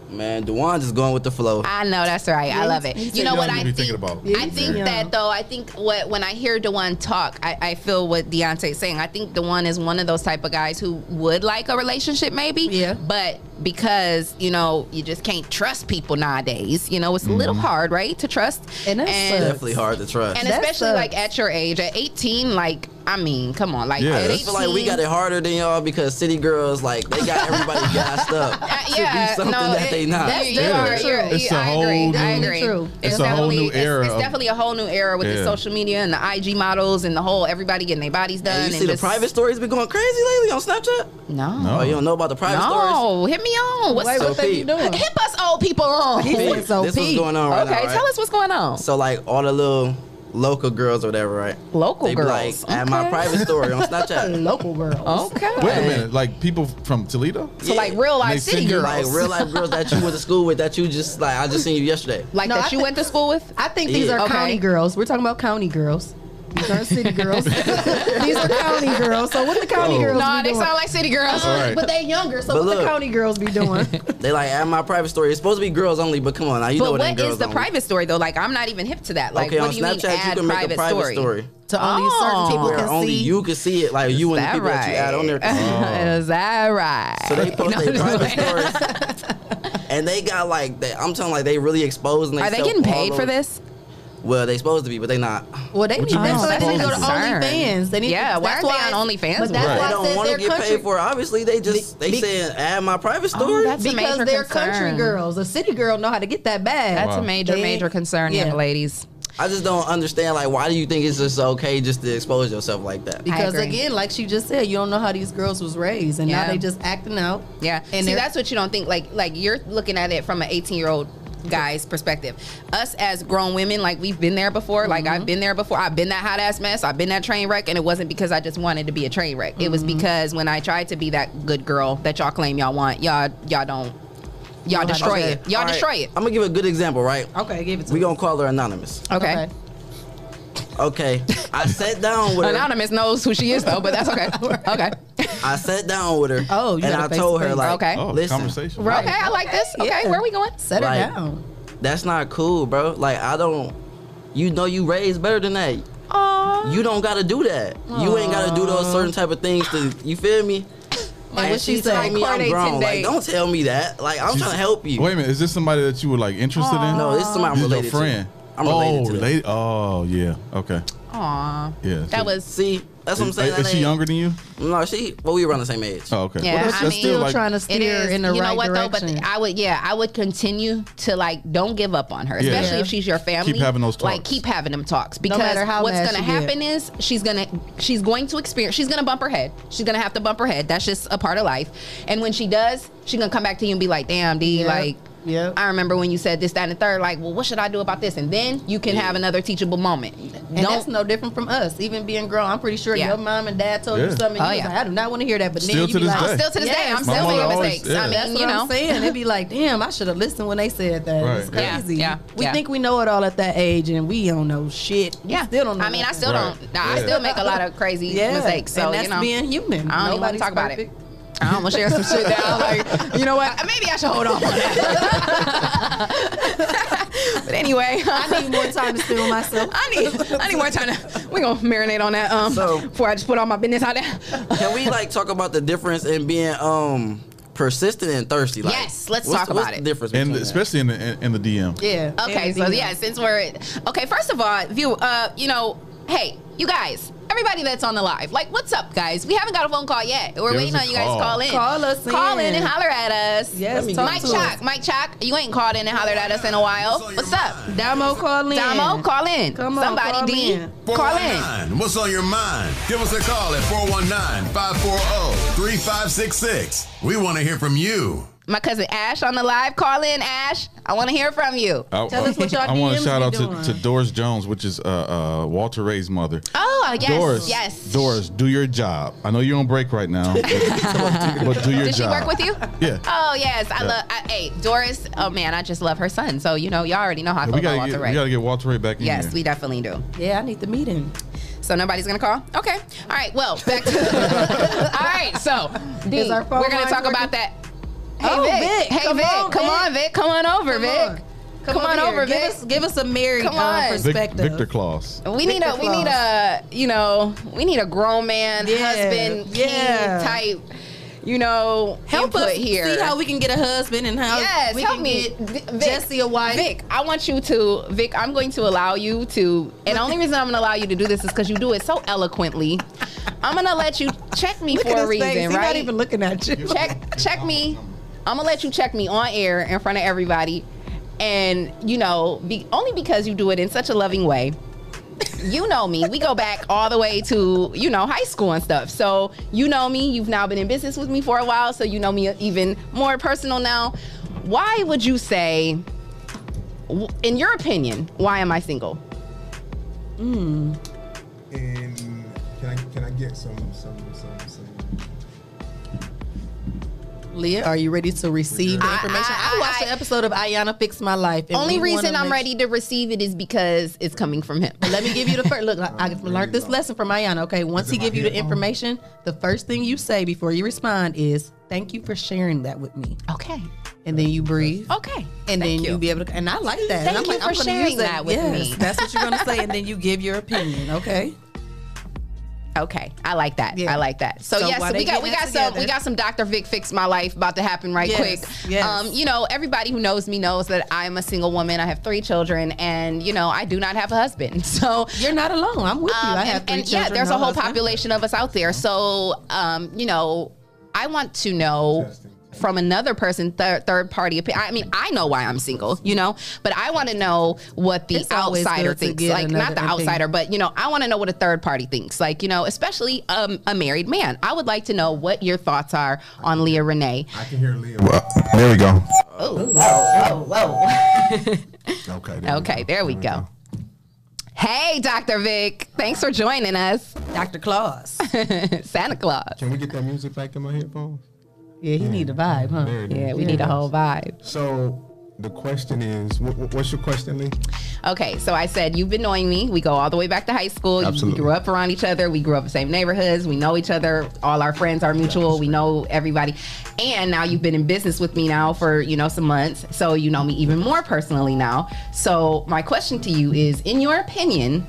Speaker 5: Man, Dewan's just going with the flow.
Speaker 1: I know that's right. I love it.
Speaker 2: he
Speaker 1: You know
Speaker 3: y'all
Speaker 1: what
Speaker 3: need to
Speaker 1: I
Speaker 3: be
Speaker 1: think?
Speaker 3: thinking about it.
Speaker 1: I think
Speaker 2: Yeah.
Speaker 1: that though. I think what when I hear Dewan talk, I, I feel what Deontay's saying. I think Dewan is one of those type of guys who would like a relationship, maybe.
Speaker 2: Yeah.
Speaker 1: But because you know you just can't trust people nowadays. You know it's a little hard, right, to trust.
Speaker 2: Mm-hmm. And that sucks.
Speaker 5: Definitely hard to trust.
Speaker 1: and
Speaker 2: That
Speaker 1: especially
Speaker 2: sucks.
Speaker 1: like at your age, at 18, like I mean, come on, like
Speaker 3: Yeah,
Speaker 1: at
Speaker 3: that's-
Speaker 5: I feel like we got it harder than y'all because city girls like they got everybody gassed up
Speaker 1: Uh, yeah,
Speaker 5: to be something
Speaker 1: no,
Speaker 5: that
Speaker 1: it-
Speaker 5: they not.
Speaker 1: that's- you
Speaker 3: Yeah.
Speaker 1: are- you're-
Speaker 2: It's
Speaker 1: you-
Speaker 3: a
Speaker 1: I
Speaker 3: whole
Speaker 1: agree. I
Speaker 3: new-
Speaker 1: agree.
Speaker 2: True.
Speaker 3: It's a whole
Speaker 1: definitely-
Speaker 3: new
Speaker 1: it's-
Speaker 3: era
Speaker 1: It's,
Speaker 3: of-
Speaker 1: definitely a whole new era with the
Speaker 3: Yeah.
Speaker 1: social media and the IG models and the whole everybody getting their bodies done.
Speaker 5: And
Speaker 1: and
Speaker 5: you see the
Speaker 1: just-
Speaker 5: private stories been going crazy lately on Snapchat?
Speaker 1: No.
Speaker 5: Oh, you don't know about the private stories?
Speaker 1: No, hit me on. What's
Speaker 2: Wait,
Speaker 5: so
Speaker 2: what they
Speaker 5: peep.
Speaker 2: doing?
Speaker 1: hit us old people on?
Speaker 2: He
Speaker 1: okay,
Speaker 2: said so
Speaker 5: this what's
Speaker 2: peep.
Speaker 5: going on right now. right?
Speaker 1: tell us what's going on.
Speaker 5: So like all the little local girls or whatever, right?
Speaker 1: Local
Speaker 5: they be like
Speaker 1: girls.
Speaker 5: at my
Speaker 1: Okay.
Speaker 5: private story on Snapchat.
Speaker 2: Local girls.
Speaker 1: Okay.
Speaker 3: Wait a minute, like people from Toledo.
Speaker 1: So like real
Speaker 3: They
Speaker 1: life city
Speaker 3: send you,
Speaker 1: girls,
Speaker 5: Like
Speaker 1: like,
Speaker 5: real life girls that you went to school with that you just like I just seen you yesterday.
Speaker 2: No,
Speaker 1: that
Speaker 2: I
Speaker 1: you
Speaker 2: thi-
Speaker 1: went to school with.
Speaker 2: I think these
Speaker 5: Yeah.
Speaker 2: are
Speaker 1: Okay.
Speaker 2: county girls. We're talking about county girls. These aren't city girls. these are county girls. So what the county
Speaker 3: Oh.
Speaker 2: girls
Speaker 1: No,
Speaker 2: be
Speaker 1: they
Speaker 2: doing?
Speaker 1: sound like city girls.
Speaker 3: All right.
Speaker 2: But they younger. So
Speaker 5: But
Speaker 2: what the
Speaker 5: look.
Speaker 2: county girls be doing?
Speaker 5: They like at my private story. It's supposed to be girls only, but come on, now you know
Speaker 1: But
Speaker 5: what them
Speaker 1: what
Speaker 5: girls
Speaker 1: is the
Speaker 5: only.
Speaker 1: private story though? Like I'm not even hip to that. Like
Speaker 5: okay,
Speaker 1: what
Speaker 5: on
Speaker 1: do you
Speaker 5: Snapchat
Speaker 1: mean add
Speaker 5: you can
Speaker 1: private,
Speaker 5: make a private story,
Speaker 2: to only
Speaker 1: Oh.
Speaker 2: certain people
Speaker 5: where
Speaker 2: can
Speaker 5: only
Speaker 2: see.
Speaker 5: you can see it. Like you and the
Speaker 1: That
Speaker 5: people
Speaker 1: right?
Speaker 5: that you add on there. Can see it.
Speaker 3: Oh.
Speaker 1: Is that right?
Speaker 5: So they
Speaker 1: You
Speaker 5: post
Speaker 1: know
Speaker 5: their
Speaker 1: what I'm
Speaker 5: private
Speaker 1: saying?
Speaker 5: stories, and they got like they, I'm telling like they really exposing.
Speaker 1: Are they
Speaker 5: themselves
Speaker 1: getting
Speaker 5: all
Speaker 1: paid for
Speaker 5: over-
Speaker 1: this?
Speaker 5: Well, they supposed to be, but they not.
Speaker 2: Well, they need
Speaker 3: you mean?
Speaker 2: that's
Speaker 3: Oh,
Speaker 2: why they need to go to
Speaker 3: that's
Speaker 1: concerned.
Speaker 2: OnlyFans. They need
Speaker 1: Yeah,
Speaker 2: to,
Speaker 1: why
Speaker 2: that's
Speaker 1: aren't they
Speaker 2: why-
Speaker 1: on OnlyFans?
Speaker 2: But that's
Speaker 3: Right.
Speaker 2: why
Speaker 5: They
Speaker 2: I
Speaker 5: don't
Speaker 2: says
Speaker 5: want
Speaker 2: they're
Speaker 5: to get
Speaker 2: country,
Speaker 5: paid for. it. Obviously, they just
Speaker 2: Be-
Speaker 5: they
Speaker 2: be-
Speaker 5: saying add my private story.
Speaker 1: Oh, that's- It's a
Speaker 2: because
Speaker 1: major
Speaker 2: they're
Speaker 1: concern.
Speaker 2: country girls. A city girl know how to get that bag.
Speaker 1: That's
Speaker 3: Wow.
Speaker 1: a major,
Speaker 2: They-
Speaker 1: major concern,
Speaker 2: yeah.
Speaker 1: young ladies.
Speaker 5: I just don't understand. Like, why do you think it's just okay just to expose yourself like that?
Speaker 2: Because
Speaker 1: agree.
Speaker 2: again, like she just said, you don't know how these girls was raised, and
Speaker 1: Yeah.
Speaker 2: now they just acting out.
Speaker 1: Yeah.
Speaker 2: and
Speaker 1: see,
Speaker 2: they're-
Speaker 1: that's what you don't think. Like, like you're looking at it from an 18 year old guy's perspective. Us as grown women, like we've been there before. Like I've been there before. I've been that hot ass mess. I've been that train wreck, and it wasn't because I just wanted to be a train wreck. It was because when I tried to be that good girl that y'all claim y'all want, y'all y'all don't. Y'all destroy
Speaker 5: Okay,
Speaker 1: it. Y'all
Speaker 5: all right.
Speaker 1: destroy it.
Speaker 5: I'm gonna give a good example, right?
Speaker 2: Okay, give it to
Speaker 5: We
Speaker 2: me.
Speaker 5: gonna call her anonymous.
Speaker 1: Okay.
Speaker 5: Okay, I sat down with her.
Speaker 1: Anonymous knows who she is though, but that's okay. Okay.
Speaker 5: I sat down with her.
Speaker 2: Oh, you
Speaker 5: and
Speaker 2: gotta
Speaker 5: I
Speaker 2: face
Speaker 5: told
Speaker 2: to
Speaker 5: her
Speaker 2: face.
Speaker 5: like,
Speaker 1: Okay.
Speaker 3: Oh,
Speaker 5: listen,
Speaker 3: conversation.
Speaker 2: Right.
Speaker 1: Okay, I like this. Okay,
Speaker 2: yeah.
Speaker 1: where we going?
Speaker 2: Set her
Speaker 5: Like-
Speaker 2: down.
Speaker 5: that's not cool, bro. Like, I don't. You know, you raised better than that.
Speaker 1: Aw.
Speaker 5: You don't gotta do that. You ain't gotta do those certain type of things to. You feel me?
Speaker 2: Like what she
Speaker 5: tell
Speaker 2: said.
Speaker 5: me I'm
Speaker 1: Coordinate
Speaker 5: grown. Like,
Speaker 1: today.
Speaker 5: don't tell me that. Like, I'm trying to help you.
Speaker 3: Wait a minute, is this somebody that you were like interested in?
Speaker 5: No, this is somebody I'm
Speaker 3: This is
Speaker 5: related
Speaker 3: your friend.
Speaker 5: to. I'm related
Speaker 3: oh,
Speaker 5: to. them.
Speaker 3: relate- Oh, yeah. Okay.
Speaker 1: Aw.
Speaker 3: Yeah.
Speaker 1: That was
Speaker 5: See, that's what I'm
Speaker 3: Is-
Speaker 5: saying.
Speaker 3: Is,
Speaker 5: That
Speaker 3: she
Speaker 5: ain't-
Speaker 3: younger than you?
Speaker 5: No, she. Well, we around the same age.
Speaker 3: Oh, okay.
Speaker 1: Yeah,
Speaker 3: Well,
Speaker 1: I
Speaker 3: that's, that's
Speaker 1: mean-
Speaker 3: still
Speaker 2: Still
Speaker 3: like
Speaker 2: trying to
Speaker 1: It
Speaker 2: steer
Speaker 1: is.
Speaker 2: in the
Speaker 1: you
Speaker 2: right
Speaker 1: know what
Speaker 2: direction.
Speaker 1: though, but I would yeah, I would continue to like don't give up on her,
Speaker 3: Yeah.
Speaker 1: especially
Speaker 3: Yeah.
Speaker 1: if she's your family.
Speaker 3: having those
Speaker 1: Like
Speaker 3: talks.
Speaker 1: keep having them talks because
Speaker 2: matter how
Speaker 1: what's
Speaker 2: mad
Speaker 1: gonna
Speaker 2: she get.
Speaker 1: happen is she's gonna she's going to experience she's gonna bump her head. She's gonna have to bump her head. That's just a part of life. And when she does, she's gonna come back to you and be like, "Damn, D,
Speaker 2: Yep.
Speaker 1: like."
Speaker 2: Yep.
Speaker 1: I remember when you said this, that, and the third. Like, well, what should I do about this? And then you can have another teachable moment.
Speaker 2: And
Speaker 1: Don't
Speaker 2: that's no different from us. Even being grown, I'm pretty sure
Speaker 1: Yeah.
Speaker 2: your mom and dad told
Speaker 3: Yeah.
Speaker 2: you something.
Speaker 1: Oh,
Speaker 2: And you
Speaker 1: yeah.
Speaker 2: was like, I do not want to hear that. But
Speaker 3: Still
Speaker 2: then you
Speaker 3: to
Speaker 2: be
Speaker 3: this
Speaker 2: like,
Speaker 3: day.
Speaker 1: still to this day,
Speaker 2: Yes.
Speaker 1: I'm
Speaker 3: My
Speaker 1: still
Speaker 3: mother
Speaker 1: making
Speaker 3: always-
Speaker 1: mistakes.
Speaker 3: yeah.
Speaker 1: I mean,
Speaker 2: That's what
Speaker 1: you know,
Speaker 2: I'm saying. It'd be like, damn, I should have listened when they said that. It's
Speaker 3: Right.
Speaker 1: Yeah,
Speaker 2: crazy.
Speaker 1: yeah,
Speaker 2: we
Speaker 1: yeah.
Speaker 2: think we know it all at that age, and we don't know shit. We
Speaker 1: yeah,
Speaker 2: still don't. Know
Speaker 1: I mean, I
Speaker 2: nothing.
Speaker 1: still
Speaker 3: Right.
Speaker 1: don't. Nah, I
Speaker 3: Yeah.
Speaker 1: still make a lot of crazy
Speaker 2: yeah.
Speaker 1: mistakes. So
Speaker 2: and that's
Speaker 1: you know,
Speaker 2: being human.
Speaker 1: I don't even wanna
Speaker 2: Nobody's
Speaker 1: talk about it.
Speaker 2: perfect.
Speaker 1: I almost shared some shit that I was like, you know what? Maybe I should hold on. on that. but anyway,
Speaker 2: I need more time to spend with myself.
Speaker 1: I need I need more time to. We gonna marinate on that um
Speaker 5: So-
Speaker 1: before I just put all my business out there.
Speaker 5: Can we like talk about the difference in being um persistent and thirsty. Like,
Speaker 1: Yes, let's
Speaker 5: what's-
Speaker 1: talk
Speaker 5: what's
Speaker 1: about
Speaker 5: the
Speaker 1: it.
Speaker 5: Difference
Speaker 3: and
Speaker 5: between that?
Speaker 3: especially in the in, in the DM.
Speaker 2: Yeah.
Speaker 1: Okay,
Speaker 2: And
Speaker 1: so
Speaker 2: DM.
Speaker 1: yeah, since we're okay, first of all, view, uh, you know, hey, you guys, everybody that's on the live, like, what's up, guys? We haven't got a phone call yet. We're
Speaker 3: Give
Speaker 1: waiting
Speaker 3: us a
Speaker 1: on you guys
Speaker 3: call.
Speaker 1: to call in,
Speaker 2: Call us
Speaker 1: call in
Speaker 2: in.
Speaker 1: and holler at us.
Speaker 2: Yes, Let me talk
Speaker 1: Mike
Speaker 2: to us.
Speaker 1: Chalk, Mike Chalk, you ain't called in and hollered at us in a while.
Speaker 7: What's on your
Speaker 1: What's up,
Speaker 7: mind?
Speaker 2: Damo call in.
Speaker 1: Damo? Call in.
Speaker 2: Come on,
Speaker 1: Somebody,
Speaker 2: call
Speaker 1: D,
Speaker 2: in.
Speaker 1: call in.
Speaker 7: 419. What's on your mind? Give us a call at 419 540 3566. We want to hear from you.
Speaker 1: My cousin Ash on the live, call in, Ash. I want to hear from you.
Speaker 3: I,
Speaker 2: Tell us what y'all
Speaker 3: I wanna
Speaker 2: DMs
Speaker 3: shout
Speaker 2: be
Speaker 3: out
Speaker 2: doing.
Speaker 3: to, to Doris Jones, which is uh, uh, Walter Ray's mother.
Speaker 1: Oh yes,
Speaker 3: Doris,
Speaker 1: yes.
Speaker 3: Doris, do your job. I know you're on break right now, but, but do your
Speaker 1: Did she
Speaker 3: job.
Speaker 1: work with you?
Speaker 3: Yeah.
Speaker 1: Oh yes, I
Speaker 3: Yeah.
Speaker 1: love. I, hey, Doris. Oh man, I just love her son. So you know, y'all already know how I
Speaker 3: Yeah,
Speaker 1: feel
Speaker 3: we
Speaker 1: about
Speaker 3: gotta
Speaker 1: Walter
Speaker 3: get
Speaker 1: Ray.
Speaker 3: we gotta get Walter Ray back in
Speaker 1: yes,
Speaker 3: here.
Speaker 1: we definitely do.
Speaker 2: Yeah, I need to meet him.
Speaker 1: So nobody's gonna call. Okay. All right. Well, back to. All right. So D,
Speaker 2: Is our phone
Speaker 1: we're gonna
Speaker 2: line
Speaker 1: talk about
Speaker 2: working?
Speaker 1: that. Hey
Speaker 2: Oh,
Speaker 1: Vic.
Speaker 2: Vic,
Speaker 1: Hey
Speaker 2: come
Speaker 1: Vic.
Speaker 2: on,
Speaker 1: come
Speaker 2: Vic.
Speaker 1: on, Vic. Come on over,
Speaker 2: Come
Speaker 1: Vic. Come on
Speaker 2: here.
Speaker 1: over,
Speaker 2: give
Speaker 1: Vic.
Speaker 2: Us, give us a married
Speaker 1: Come
Speaker 2: uh,
Speaker 1: on. Vic-
Speaker 3: Vic-
Speaker 2: perspective.
Speaker 3: Victor Claus.
Speaker 1: We need
Speaker 2: Victor
Speaker 1: a we need a you know we need a grown man
Speaker 2: Yeah,
Speaker 1: husband king
Speaker 2: yeah.
Speaker 1: type you know
Speaker 2: Help
Speaker 1: input
Speaker 2: us
Speaker 1: here.
Speaker 2: see how we can get a husband and how
Speaker 1: yes,
Speaker 2: we
Speaker 1: help
Speaker 2: can
Speaker 1: me,
Speaker 2: get
Speaker 1: V- Vic,
Speaker 2: Jesse a wife.
Speaker 1: Vic, I want you to Vic. I'm going to allow you to, and the only reason I'm going to allow you to do this is because you do it so eloquently. I'm going to let you check me
Speaker 2: Look
Speaker 1: for
Speaker 2: at
Speaker 1: a
Speaker 2: his
Speaker 1: reason,
Speaker 2: face. He's
Speaker 1: right?
Speaker 2: not even looking at you.
Speaker 1: check check me. I'm gonna let you check me on air in front of everybody, and you know, be, only because you do it in such a loving way. You know me. We go back all the way to you know high school and stuff. So you know me. You've now been in business with me for a while, so you know me even more personal now. Why would you say, w- in your opinion, why am I single?
Speaker 2: Hmm.
Speaker 9: And can I can I get some some some some?
Speaker 2: Leah, are you ready to receive the
Speaker 1: I-
Speaker 2: information? I,
Speaker 1: I- I-
Speaker 2: watched
Speaker 1: I-
Speaker 2: an episode of Ayana Fix My Life. and
Speaker 1: Only
Speaker 2: we wanna
Speaker 1: reason I'm
Speaker 2: make-
Speaker 1: ready to receive it is because it's coming from him.
Speaker 2: Let me give you the first look. I, I learned this lesson from Ayana. Okay, once
Speaker 9: Is it
Speaker 2: he
Speaker 9: my
Speaker 2: give you the
Speaker 9: headphone?
Speaker 2: information, the first thing you say before you respond is "Thank you for sharing that with me,"
Speaker 1: Okay.
Speaker 2: and then you breathe.
Speaker 1: Okay. Thank
Speaker 2: And then
Speaker 1: you.
Speaker 2: you. will be able to, and I like that.
Speaker 1: Thank
Speaker 2: and I'm
Speaker 1: you
Speaker 2: like,
Speaker 1: for
Speaker 2: I'm gonna
Speaker 1: sharing
Speaker 2: use
Speaker 1: that with
Speaker 2: Yes,
Speaker 1: me.
Speaker 2: That's what you're gonna say, and then you give your opinion. Okay,
Speaker 1: Okay, I like that.
Speaker 2: Yeah.
Speaker 1: I like that. So,
Speaker 2: So
Speaker 1: yes,
Speaker 2: while
Speaker 1: we
Speaker 2: they
Speaker 1: got
Speaker 2: getting
Speaker 1: we
Speaker 2: that
Speaker 1: got some
Speaker 2: together-
Speaker 1: we got some Dr. Vic fix my life about to happen right
Speaker 2: Yes,
Speaker 1: quick.
Speaker 2: yes.
Speaker 1: Um, you know, everybody who knows me knows that I'm a single woman. I have three children, and you know, I do not have a husband. So
Speaker 2: you're not alone. I'm with you.
Speaker 1: um,
Speaker 2: I
Speaker 1: and-
Speaker 2: have three
Speaker 1: and, yeah,
Speaker 2: children,
Speaker 1: there's a
Speaker 2: no
Speaker 1: whole
Speaker 2: husband.
Speaker 1: population of us out there. So, um, you know, I want to know from another person, third third party opinion. I mean, I know why I'm single, you know, but I want to know what the
Speaker 2: It's always
Speaker 1: outsider
Speaker 2: good to
Speaker 1: thinks.
Speaker 2: get
Speaker 1: Like, not
Speaker 2: another
Speaker 1: the
Speaker 2: opinion.
Speaker 1: outsider, but you know, I want to know what a third party thinks. Like, you know, especially um, a married man. I would like to know what your thoughts are on Leah Renee.
Speaker 9: I can hear Leo.
Speaker 7: There we go.
Speaker 1: Whoa, whoa.
Speaker 9: Okay.
Speaker 1: Okay, there we go. Hey, Dr. Vic. Thanks for joining us.
Speaker 2: Dr. Claus.
Speaker 1: Santa Claus.
Speaker 9: Can we get that music back in my headphones?
Speaker 2: Yeah, he need a vibe, huh?
Speaker 9: There it is.
Speaker 1: Yeah, we need a whole vibe.
Speaker 9: So the question is, wh- wh- what's your question, Lee?
Speaker 1: Okay, so I said you've been knowing me. We go all the way back to high school. You- We
Speaker 9: Absolutely.
Speaker 1: grew up around each other. We grew up in the same neighborhoods. We know each other. All our friends are mutual. We know everybody. And now you've been in business with me now for you know some months, so you know me even more personally now. So my question to you is, in your opinion,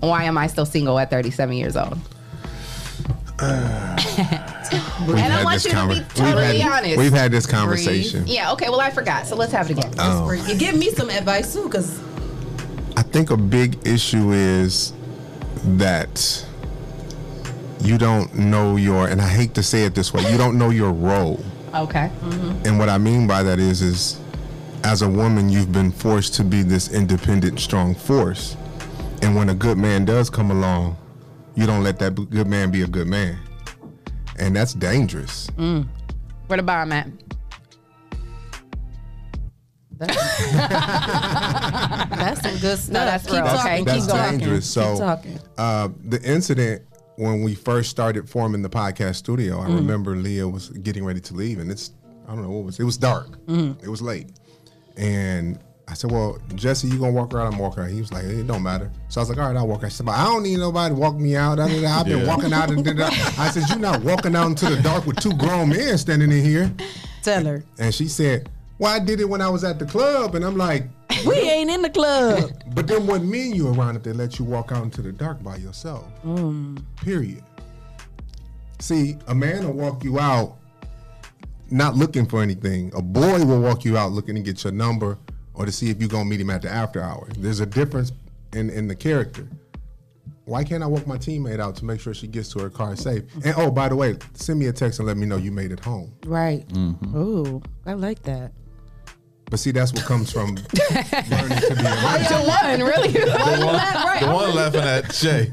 Speaker 1: why am I still single at 37 years old? and I want you to be totally honest.
Speaker 9: We've had this conversation. Oh.
Speaker 1: yeah. Okay. Well, I forgot. So let's have it again.
Speaker 2: For you. Give me some advice too, because
Speaker 9: I think a big issue is that you don't know your, and I hate to say it this way, you don't know your role.
Speaker 1: Okay.
Speaker 9: And what I mean by that is, is as a woman, you've been forced to be this independent, strong force. And when a good man does come along, you don't let that b- good man be a good man. And that's dangerous.
Speaker 2: Mm.
Speaker 1: Where the bomb at?
Speaker 2: that's some good stuff.
Speaker 1: that's
Speaker 2: keep
Speaker 1: real.
Speaker 2: talking.
Speaker 1: Okay.
Speaker 2: Keep
Speaker 9: That's
Speaker 2: talking.
Speaker 9: dangerous. So,
Speaker 2: keep talking.
Speaker 9: uh, the incident when we first started forming the podcast studio,
Speaker 2: Mm.
Speaker 9: I remember Leah was getting ready to leave, and it's I don't know what was it was dark,
Speaker 2: Mm.
Speaker 9: it was late, and I said, "Well, Jesse, you gonna walk her out? I'm walking her." out." He was like, "It don't matter." So I was like, "All right, I'll walk her." out." She said, "But I don't need nobody to walk me out. Da, da, da. I've been
Speaker 3: Yeah.
Speaker 9: walking out." And da, da. da." I said, "You're not walking out into the dark with two grown men standing in here."
Speaker 2: Tell her
Speaker 9: And she said, "Well, I did it when I was at the club," and I'm like.
Speaker 2: we ain't in the club.
Speaker 9: But then what mean you around if they let you walk out into the dark by yourself?
Speaker 2: Mm.
Speaker 9: Period. See, a man will walk you out not looking for anything. A boy will walk you out looking to get your number or to see if you're gonna meet him at the after hours. There's a difference in in the character. Why can't I walk my teammate out to make sure she gets to her car safe? And oh, by the way, send me a text and let me know you made it home.
Speaker 2: Right. Ooh, I like that.
Speaker 9: But see, that's what comes from learning to be a man.
Speaker 1: Y'all laughing, Oh, really?
Speaker 3: The one, the one laughing at Shay.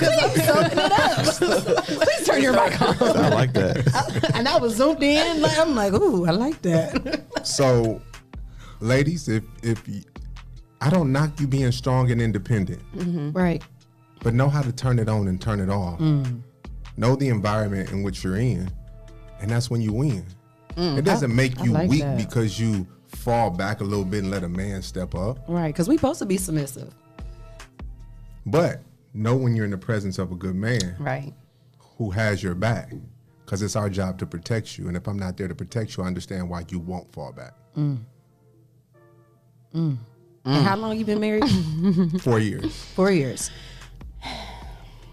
Speaker 1: Please turn your mic on.
Speaker 3: I like that.
Speaker 2: And I was zoomed in. Like, I'm like, ooh, I like that.
Speaker 9: So, ladies, if if y- I don't knock you being strong and independent,
Speaker 1: Mm-hmm.
Speaker 2: right.
Speaker 9: but know how to turn it on and turn it off. Know the environment in which you're in, and that's when you win. It doesn't make
Speaker 2: Mm, I
Speaker 9: you
Speaker 2: like
Speaker 9: weak
Speaker 2: that.
Speaker 9: because you fall back a little bit and let a man step up.
Speaker 2: Right. Because we supposed to be submissive.
Speaker 9: But know when you're in the presence of a good man
Speaker 1: Right.
Speaker 9: who has your back, because it's our job to protect you. And if I'm not there to protect you, I understand why you won't fall back.
Speaker 1: mm,
Speaker 2: And how long you been married?
Speaker 1: Mm.
Speaker 9: Four years.
Speaker 2: Four years.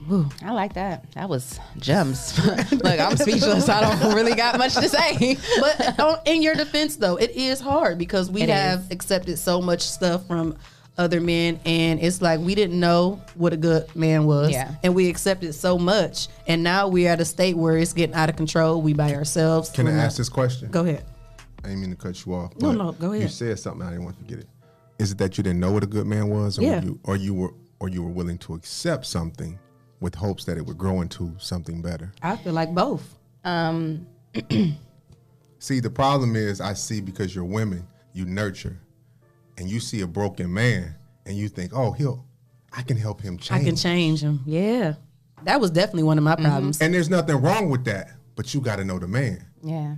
Speaker 1: I like that. That was gems. Look, I'm speechless. I don't really got much to say.
Speaker 2: But on, in your defense, though, it is hard because we
Speaker 1: It
Speaker 2: have accepted so much stuff from other men, and it's like we didn't know what a good man was,
Speaker 1: Yeah.
Speaker 2: and we accepted so much, and now we're at a state where it's getting out of control. We by ourselves.
Speaker 9: Can I
Speaker 2: We're
Speaker 9: ask
Speaker 2: not-
Speaker 9: this question?
Speaker 2: Go ahead.
Speaker 9: I didn't mean to cut you off.
Speaker 2: No,
Speaker 9: but
Speaker 2: no, go
Speaker 9: You
Speaker 2: ahead.
Speaker 9: said something I didn't want to forget it. Is it that you didn't know what a good man was, or
Speaker 2: Yeah.
Speaker 9: you, or you were, or you were willing to accept something with hopes that it would grow into something better?
Speaker 2: I feel like both.
Speaker 1: Um,
Speaker 9: See, the problem is, I see because you're women, you nurture, and you see a broken man, and you think, oh, he'll, I can help him change.
Speaker 2: I can change them. Yeah, that was definitely one of my
Speaker 1: Mm-hmm.
Speaker 2: problems.
Speaker 9: And there's nothing wrong with that, but you got to know the man.
Speaker 1: Yeah.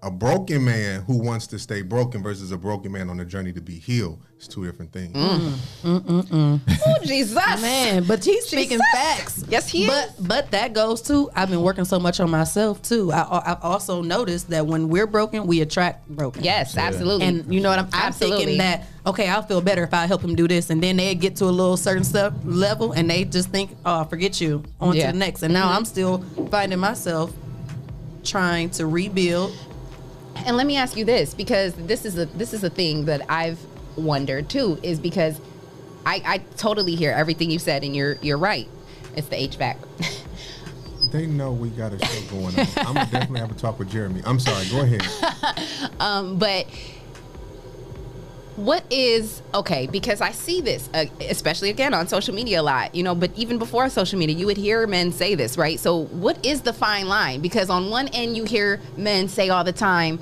Speaker 9: A broken man who wants to stay broken versus a broken man on a journey to be healed is two different things.
Speaker 1: Oh, Jesus.
Speaker 2: Mm. Man, but he's speaking
Speaker 1: Jesus.
Speaker 2: facts.
Speaker 1: Yes, he
Speaker 2: but, But that goes to I've been working so much on myself too. I, I've also noticed that when we're broken, we attract broken.
Speaker 1: Yes, absolutely.
Speaker 2: And you know what I'm, I'm
Speaker 1: Absolutely.
Speaker 2: thinking that okay, I'll feel better if I help him do this, and then they get to a little certain stuff level, and they just think, oh, forget you, on
Speaker 1: Yeah. Mm-hmm.
Speaker 2: to the next. And now I'm still finding myself trying to rebuild.
Speaker 1: And let me ask you this, because this is a this is a thing that I've wondered too, is because I, I totally hear everything you said, and you're you're right. It's the HVAC.
Speaker 9: They know we got a show going on. I'm gonna definitely have a talk with Jeremy. I'm sorry. Go ahead.
Speaker 1: um, but what is okay? Because I see this, uh, especially again on social media a lot. You know, but even before social media, you would hear men say this, right? So what is the fine line? Because on one end, you hear men say all the time.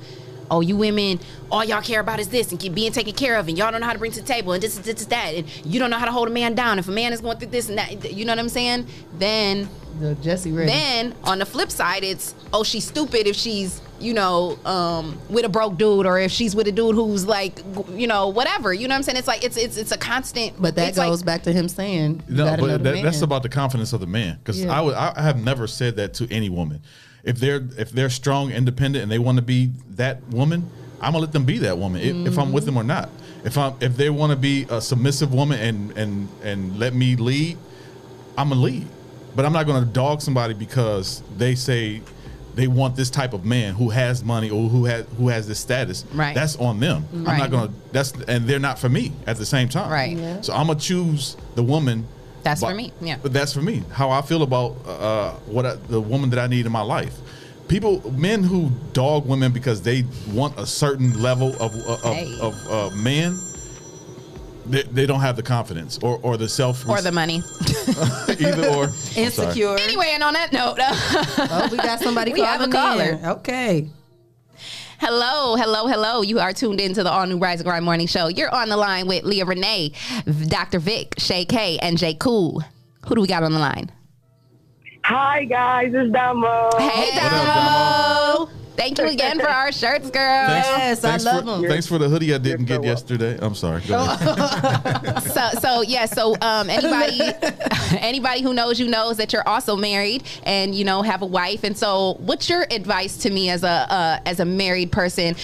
Speaker 1: Oh, you women, all y'all care about is this and keep being taken care of, and y'all don't know how to bring to the table, and this, this, this, that, and you don't know how to hold a man down. If a man is going through this and that, you know what I'm saying? Then
Speaker 2: The Jesse Ray.
Speaker 1: then on the flip side, it's oh she's stupid if she's you know um, with a broke dude or if she's with a dude who's like g- you know whatever. You know what I'm saying? It's like it's it's it's a constant.
Speaker 2: but that
Speaker 1: it's
Speaker 2: goes
Speaker 1: like,
Speaker 2: back to him saying, you
Speaker 8: No,
Speaker 2: gotta know
Speaker 8: but
Speaker 2: the
Speaker 8: that, that's
Speaker 2: man.
Speaker 8: about the confidence of the man. Because
Speaker 2: Yeah.
Speaker 8: I would, I have never said that to any woman. If they're if they're strong, independent, and they want to be that woman, I'm gonna let them be that woman. If, if I'm with them or not. If I'm if they want to be a submissive woman and and and let me lead, I'm gonna lead. But I'm not gonna dog somebody because they say they want this type of man who has money or who has who has this status.
Speaker 1: Right.
Speaker 8: That's on them. I'm
Speaker 1: Right.
Speaker 8: not gonna. That's and they're not for me at the same time.
Speaker 1: Right. Yeah.
Speaker 8: So I'm gonna choose the woman.
Speaker 1: That's for me, yeah.
Speaker 8: But that's for me. How I feel about uh, what I, the woman that I need in my life. People, men who dog women because they want a certain level of of,
Speaker 1: Hey.
Speaker 8: of, uh, man. They, they don't have the confidence or, or the self
Speaker 1: or the money.
Speaker 8: either or
Speaker 2: insecure.
Speaker 1: Anyway, and on that note,
Speaker 2: Oh, we got somebody
Speaker 1: We have a
Speaker 2: calling in.
Speaker 1: caller.
Speaker 2: Okay.
Speaker 1: hello, hello, hello. You are tuned in to the all new Rise and Grind Morning Show. You're on the line with Leah Renee, Dr. Vic, Shay K, and Jay Cool. Who do we got on the line?
Speaker 10: Hi guys, it's Damo.
Speaker 1: Hey,
Speaker 8: What up,
Speaker 1: Damo. Thank you again for our shirts, girl.
Speaker 2: Yes, I love
Speaker 8: for,
Speaker 2: them.
Speaker 8: Thanks for the hoodie I didn't
Speaker 10: You're
Speaker 8: get
Speaker 10: so
Speaker 8: yesterday. I'm sorry. Go
Speaker 1: Oh,
Speaker 8: ahead.
Speaker 1: so so yeah so um anybody anybody who knows you knows that you're also married and you know have a wife and so what's your advice to me as a uh, as a married person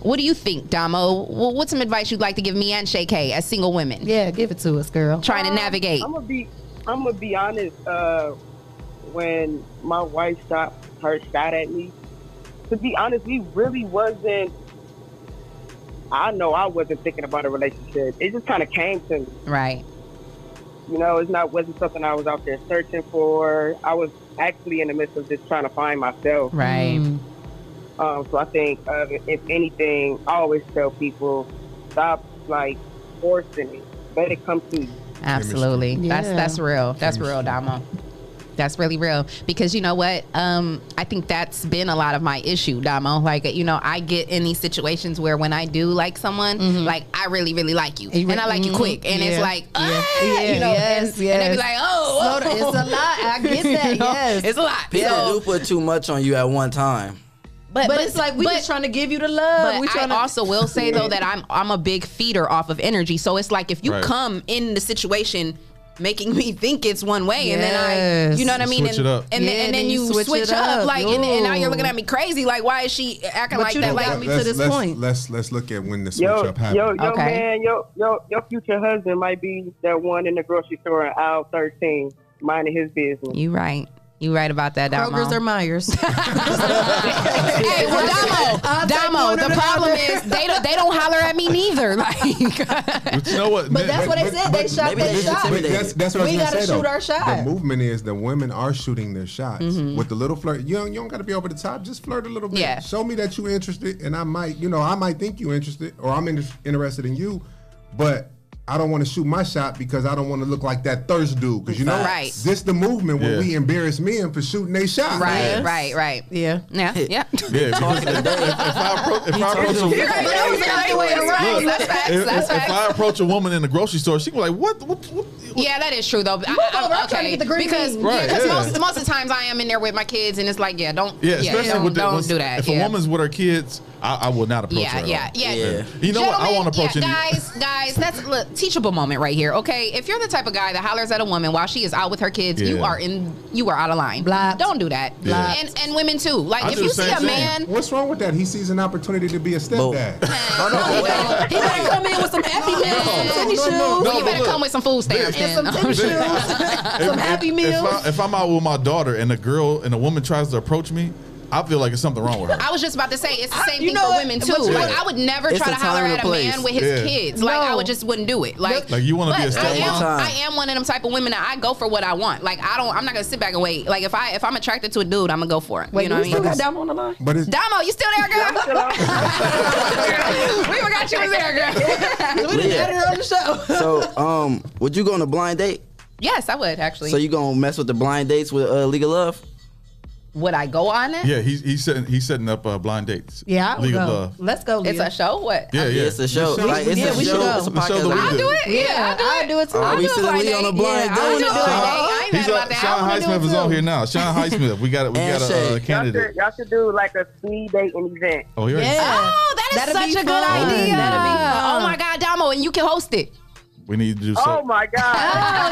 Speaker 1: what do you think damo Wh- what's some advice you'd like to give me and shay k as single women
Speaker 2: Yeah, give it to us, girl.
Speaker 1: trying to navigate
Speaker 10: I'm gonna be, I'm gonna be honest. Uh, when my wife shot her shot at me, to be honest, we really wasn't. I know I wasn't thinking about a relationship. It just kind of came to me.
Speaker 1: Right.
Speaker 10: You know, it's not wasn't something I was out there searching for. I was actually in the midst of just trying to find myself.
Speaker 1: Right.
Speaker 8: Mm.
Speaker 10: Um, so I think, uh, if anything, I always tell people, stop like forcing it. Let it come to you.
Speaker 1: Absolutely. That's
Speaker 10: Yeah.
Speaker 1: that's real. That's real, Damo. That's really real because you know what? Um, I think that's been a lot of my issue, Damo. Like, you know, I get in these situations where when I do like someone, like I really, really like you, and I like you
Speaker 2: mhm,
Speaker 1: quick, and it's
Speaker 2: Mm-hmm. yeah.
Speaker 1: like,
Speaker 2: Yeah.
Speaker 1: ah,
Speaker 2: Yeah,
Speaker 1: you know, and, and
Speaker 2: yes,
Speaker 1: they be
Speaker 2: yes.
Speaker 1: like, oh,
Speaker 2: Slow- it's a lot. I get that, yes.
Speaker 1: it's a lot.
Speaker 5: People
Speaker 1: So-
Speaker 5: do put too much on you at one time.
Speaker 1: but,
Speaker 2: But it's like, we just trying to give you the love.
Speaker 1: But
Speaker 2: We
Speaker 1: I
Speaker 2: tryna-
Speaker 1: also will say though that I'm I'm a big feeder off of energy. So it's like if you
Speaker 8: Right.
Speaker 1: come in the situation making me think it's one way and then I
Speaker 2: Yes.
Speaker 1: you know what I
Speaker 8: You
Speaker 1: mean
Speaker 8: switch it
Speaker 1: and,
Speaker 8: up.
Speaker 1: and
Speaker 2: Yeah,
Speaker 1: then, and then you switch,
Speaker 2: it
Speaker 1: up,
Speaker 2: up.
Speaker 1: like and, and now
Speaker 2: Yo.
Speaker 1: you're looking at me crazy like why is she acting
Speaker 2: But
Speaker 1: like
Speaker 2: you
Speaker 1: that
Speaker 2: done
Speaker 1: like
Speaker 2: got me to this
Speaker 9: let's,
Speaker 2: point.
Speaker 9: Let's let's look at when the switch
Speaker 10: Yo,
Speaker 9: up happened.
Speaker 10: yo, yo,
Speaker 1: Okay.
Speaker 10: man, yo, yo, your future husband might be that one in the grocery store in aisle thirteen, minding his business.
Speaker 1: you right you right about that Damo.
Speaker 2: Kroger's or Myers.
Speaker 1: hey well Damo
Speaker 2: I'll take
Speaker 1: Damo
Speaker 2: one or
Speaker 1: the
Speaker 2: the
Speaker 1: problem
Speaker 2: other.
Speaker 1: is they don't they don't holler at me neither like
Speaker 8: But you know what?
Speaker 2: But that's what they said. They shot
Speaker 5: maybe
Speaker 2: their
Speaker 5: they
Speaker 2: shot.
Speaker 9: But
Speaker 5: intimidated.
Speaker 9: that's, that's what I was
Speaker 2: We
Speaker 9: gonna
Speaker 2: gotta
Speaker 9: say, though.
Speaker 2: shoot our Mm-hmm. shot.
Speaker 9: The movement is the women are shooting their shots with the little flirt. You don't, you don't got to be over the top. Just flirt a little bit.
Speaker 1: Yeah.
Speaker 9: Show me that you're interested, and I might, you know, I might think you're interested, or I'm inter- interested in you, but I don't want to shoot my shot because I don't want to look like that thirst dude. Because you know,
Speaker 1: Right.
Speaker 9: this the movement where
Speaker 8: Yeah.
Speaker 9: we embarrass men for shooting their shot.
Speaker 1: right
Speaker 2: Yes.
Speaker 1: right right
Speaker 2: Yeah.
Speaker 1: yeah yeah
Speaker 8: Yeah, because if, if, if I approach, if I approach a,
Speaker 1: You're right. That was the other way around.
Speaker 8: Look,
Speaker 1: That's facts.
Speaker 8: if,
Speaker 1: That's
Speaker 8: if
Speaker 1: facts.
Speaker 8: I approach a woman in the grocery store, she can be like, "What? What? what, what?
Speaker 1: Yeah, that is true though. I- I,
Speaker 2: over,
Speaker 1: okay.
Speaker 2: I'm trying to get the green
Speaker 1: because
Speaker 2: bean.
Speaker 1: yeah,
Speaker 8: Right,
Speaker 1: 'cause
Speaker 8: yeah.
Speaker 1: most most of the times I am in there with my kids, and it's like, yeah, don't,
Speaker 8: Yeah,
Speaker 1: yeah,
Speaker 8: especially
Speaker 1: don't,
Speaker 8: with the,
Speaker 1: don't
Speaker 8: once-
Speaker 1: do that.
Speaker 8: If
Speaker 1: yeah.
Speaker 8: a woman's with her kids, I, I will not approach her.
Speaker 1: yeah,
Speaker 8: at
Speaker 1: yeah,
Speaker 8: all.
Speaker 1: yeah,
Speaker 5: Yeah.
Speaker 8: You know what? I won't
Speaker 1: Gentlemen,
Speaker 8: approach
Speaker 1: yeah,
Speaker 8: any.
Speaker 1: guys. Guys, that's look teachable moment right here. Okay, if you're the type of guy that hollers at a woman while she is out with her kids, you
Speaker 8: Yeah.
Speaker 1: are in, you are out of line.
Speaker 2: Blocked.
Speaker 1: Don't do that.
Speaker 8: Yeah.
Speaker 1: And and women too. Like
Speaker 8: I
Speaker 1: if
Speaker 8: do
Speaker 1: you
Speaker 8: the
Speaker 1: see
Speaker 8: same
Speaker 1: a
Speaker 8: thing.
Speaker 1: man,
Speaker 9: What's wrong with that? He sees an opportunity to be a stepdad.
Speaker 2: He better come in with some happy meals, some
Speaker 1: no,
Speaker 2: tennis
Speaker 9: no, no.
Speaker 2: shoes.
Speaker 1: well, you
Speaker 8: but
Speaker 1: better
Speaker 8: look.
Speaker 1: come with some food stamps.
Speaker 2: And
Speaker 1: Then.
Speaker 2: some tennis shoes, some Happy
Speaker 8: If, I,
Speaker 2: Meals.
Speaker 8: if I'm out with my daughter and a girl and a woman tries to approach me, I feel like it's something wrong with her.
Speaker 1: I was just about to say it's the
Speaker 2: I-
Speaker 1: same
Speaker 2: you
Speaker 1: thing
Speaker 2: know
Speaker 1: for
Speaker 2: what?
Speaker 1: women
Speaker 2: But
Speaker 1: too.
Speaker 2: you-
Speaker 1: Like I would never
Speaker 5: It's
Speaker 1: try
Speaker 5: a
Speaker 1: to holler
Speaker 5: time
Speaker 1: at
Speaker 5: and
Speaker 1: a
Speaker 5: a place.
Speaker 1: man with his
Speaker 8: Yeah.
Speaker 1: kids. Like I
Speaker 2: No.
Speaker 1: would just wouldn't do it. Like
Speaker 8: Like, you wanna be a
Speaker 1: but I
Speaker 8: stepmom.
Speaker 1: am,
Speaker 5: Time.
Speaker 1: I am one of them type of women that I go for what I want. Like I don't. I'm not gonna sit back and wait. Like if I if I'm attracted to a dude, I'm gonna go for it.
Speaker 2: Wait,
Speaker 1: you know
Speaker 2: we
Speaker 1: what I
Speaker 2: still
Speaker 1: mean?
Speaker 2: got Damo on the line?
Speaker 9: But it's,
Speaker 1: Damo, you still there, girl? we forgot you was there, girl.
Speaker 2: We didn't
Speaker 5: Yeah.
Speaker 2: had her on the show.
Speaker 5: So, um, would you go on a blind date?
Speaker 1: yes, I would actually.
Speaker 5: So you gonna mess with the blind dates with uh, League of Love?
Speaker 1: would I go on it?
Speaker 8: Yeah, he's he's setting he's setting up uh, blind dates.
Speaker 2: Yeah, I would
Speaker 8: League of
Speaker 2: go.
Speaker 8: Love.
Speaker 2: Let's go.
Speaker 1: It's a show. What?
Speaker 8: Yeah, yeah.
Speaker 5: It's a show.
Speaker 9: show-
Speaker 5: Like, it's
Speaker 2: yeah,
Speaker 5: a
Speaker 2: we should
Speaker 5: show.
Speaker 2: go.
Speaker 5: It's a
Speaker 8: The show that
Speaker 5: podcast.
Speaker 8: we
Speaker 5: I
Speaker 1: I'll do it. Yeah, I'll do it.
Speaker 2: too.
Speaker 5: I'll
Speaker 1: I'll
Speaker 5: be
Speaker 1: do a
Speaker 5: sitting
Speaker 1: blind
Speaker 5: Lee
Speaker 1: date.
Speaker 5: on a blind Uh,
Speaker 1: yeah, I'll
Speaker 5: date.
Speaker 1: do a blind date. I ain't
Speaker 8: He's
Speaker 1: mad
Speaker 8: on-
Speaker 1: about that. I
Speaker 8: Sean
Speaker 1: wanna do it
Speaker 8: Highsmith is on
Speaker 1: too.
Speaker 8: here now. Sean Highsmith, we got a, we
Speaker 5: And
Speaker 8: got a uh,
Speaker 5: Shay.
Speaker 10: Y'all should,
Speaker 8: candidate.
Speaker 10: y'all should do like a speed dating event.
Speaker 8: Oh, here
Speaker 2: Yeah.
Speaker 1: Oh, that is
Speaker 2: That'd
Speaker 1: such
Speaker 2: be
Speaker 1: a good
Speaker 2: fun.
Speaker 1: idea.
Speaker 2: That'd be fun.
Speaker 1: Oh my God, Damo, and you can host it.
Speaker 8: we need to do
Speaker 10: Oh
Speaker 8: something.
Speaker 10: my god!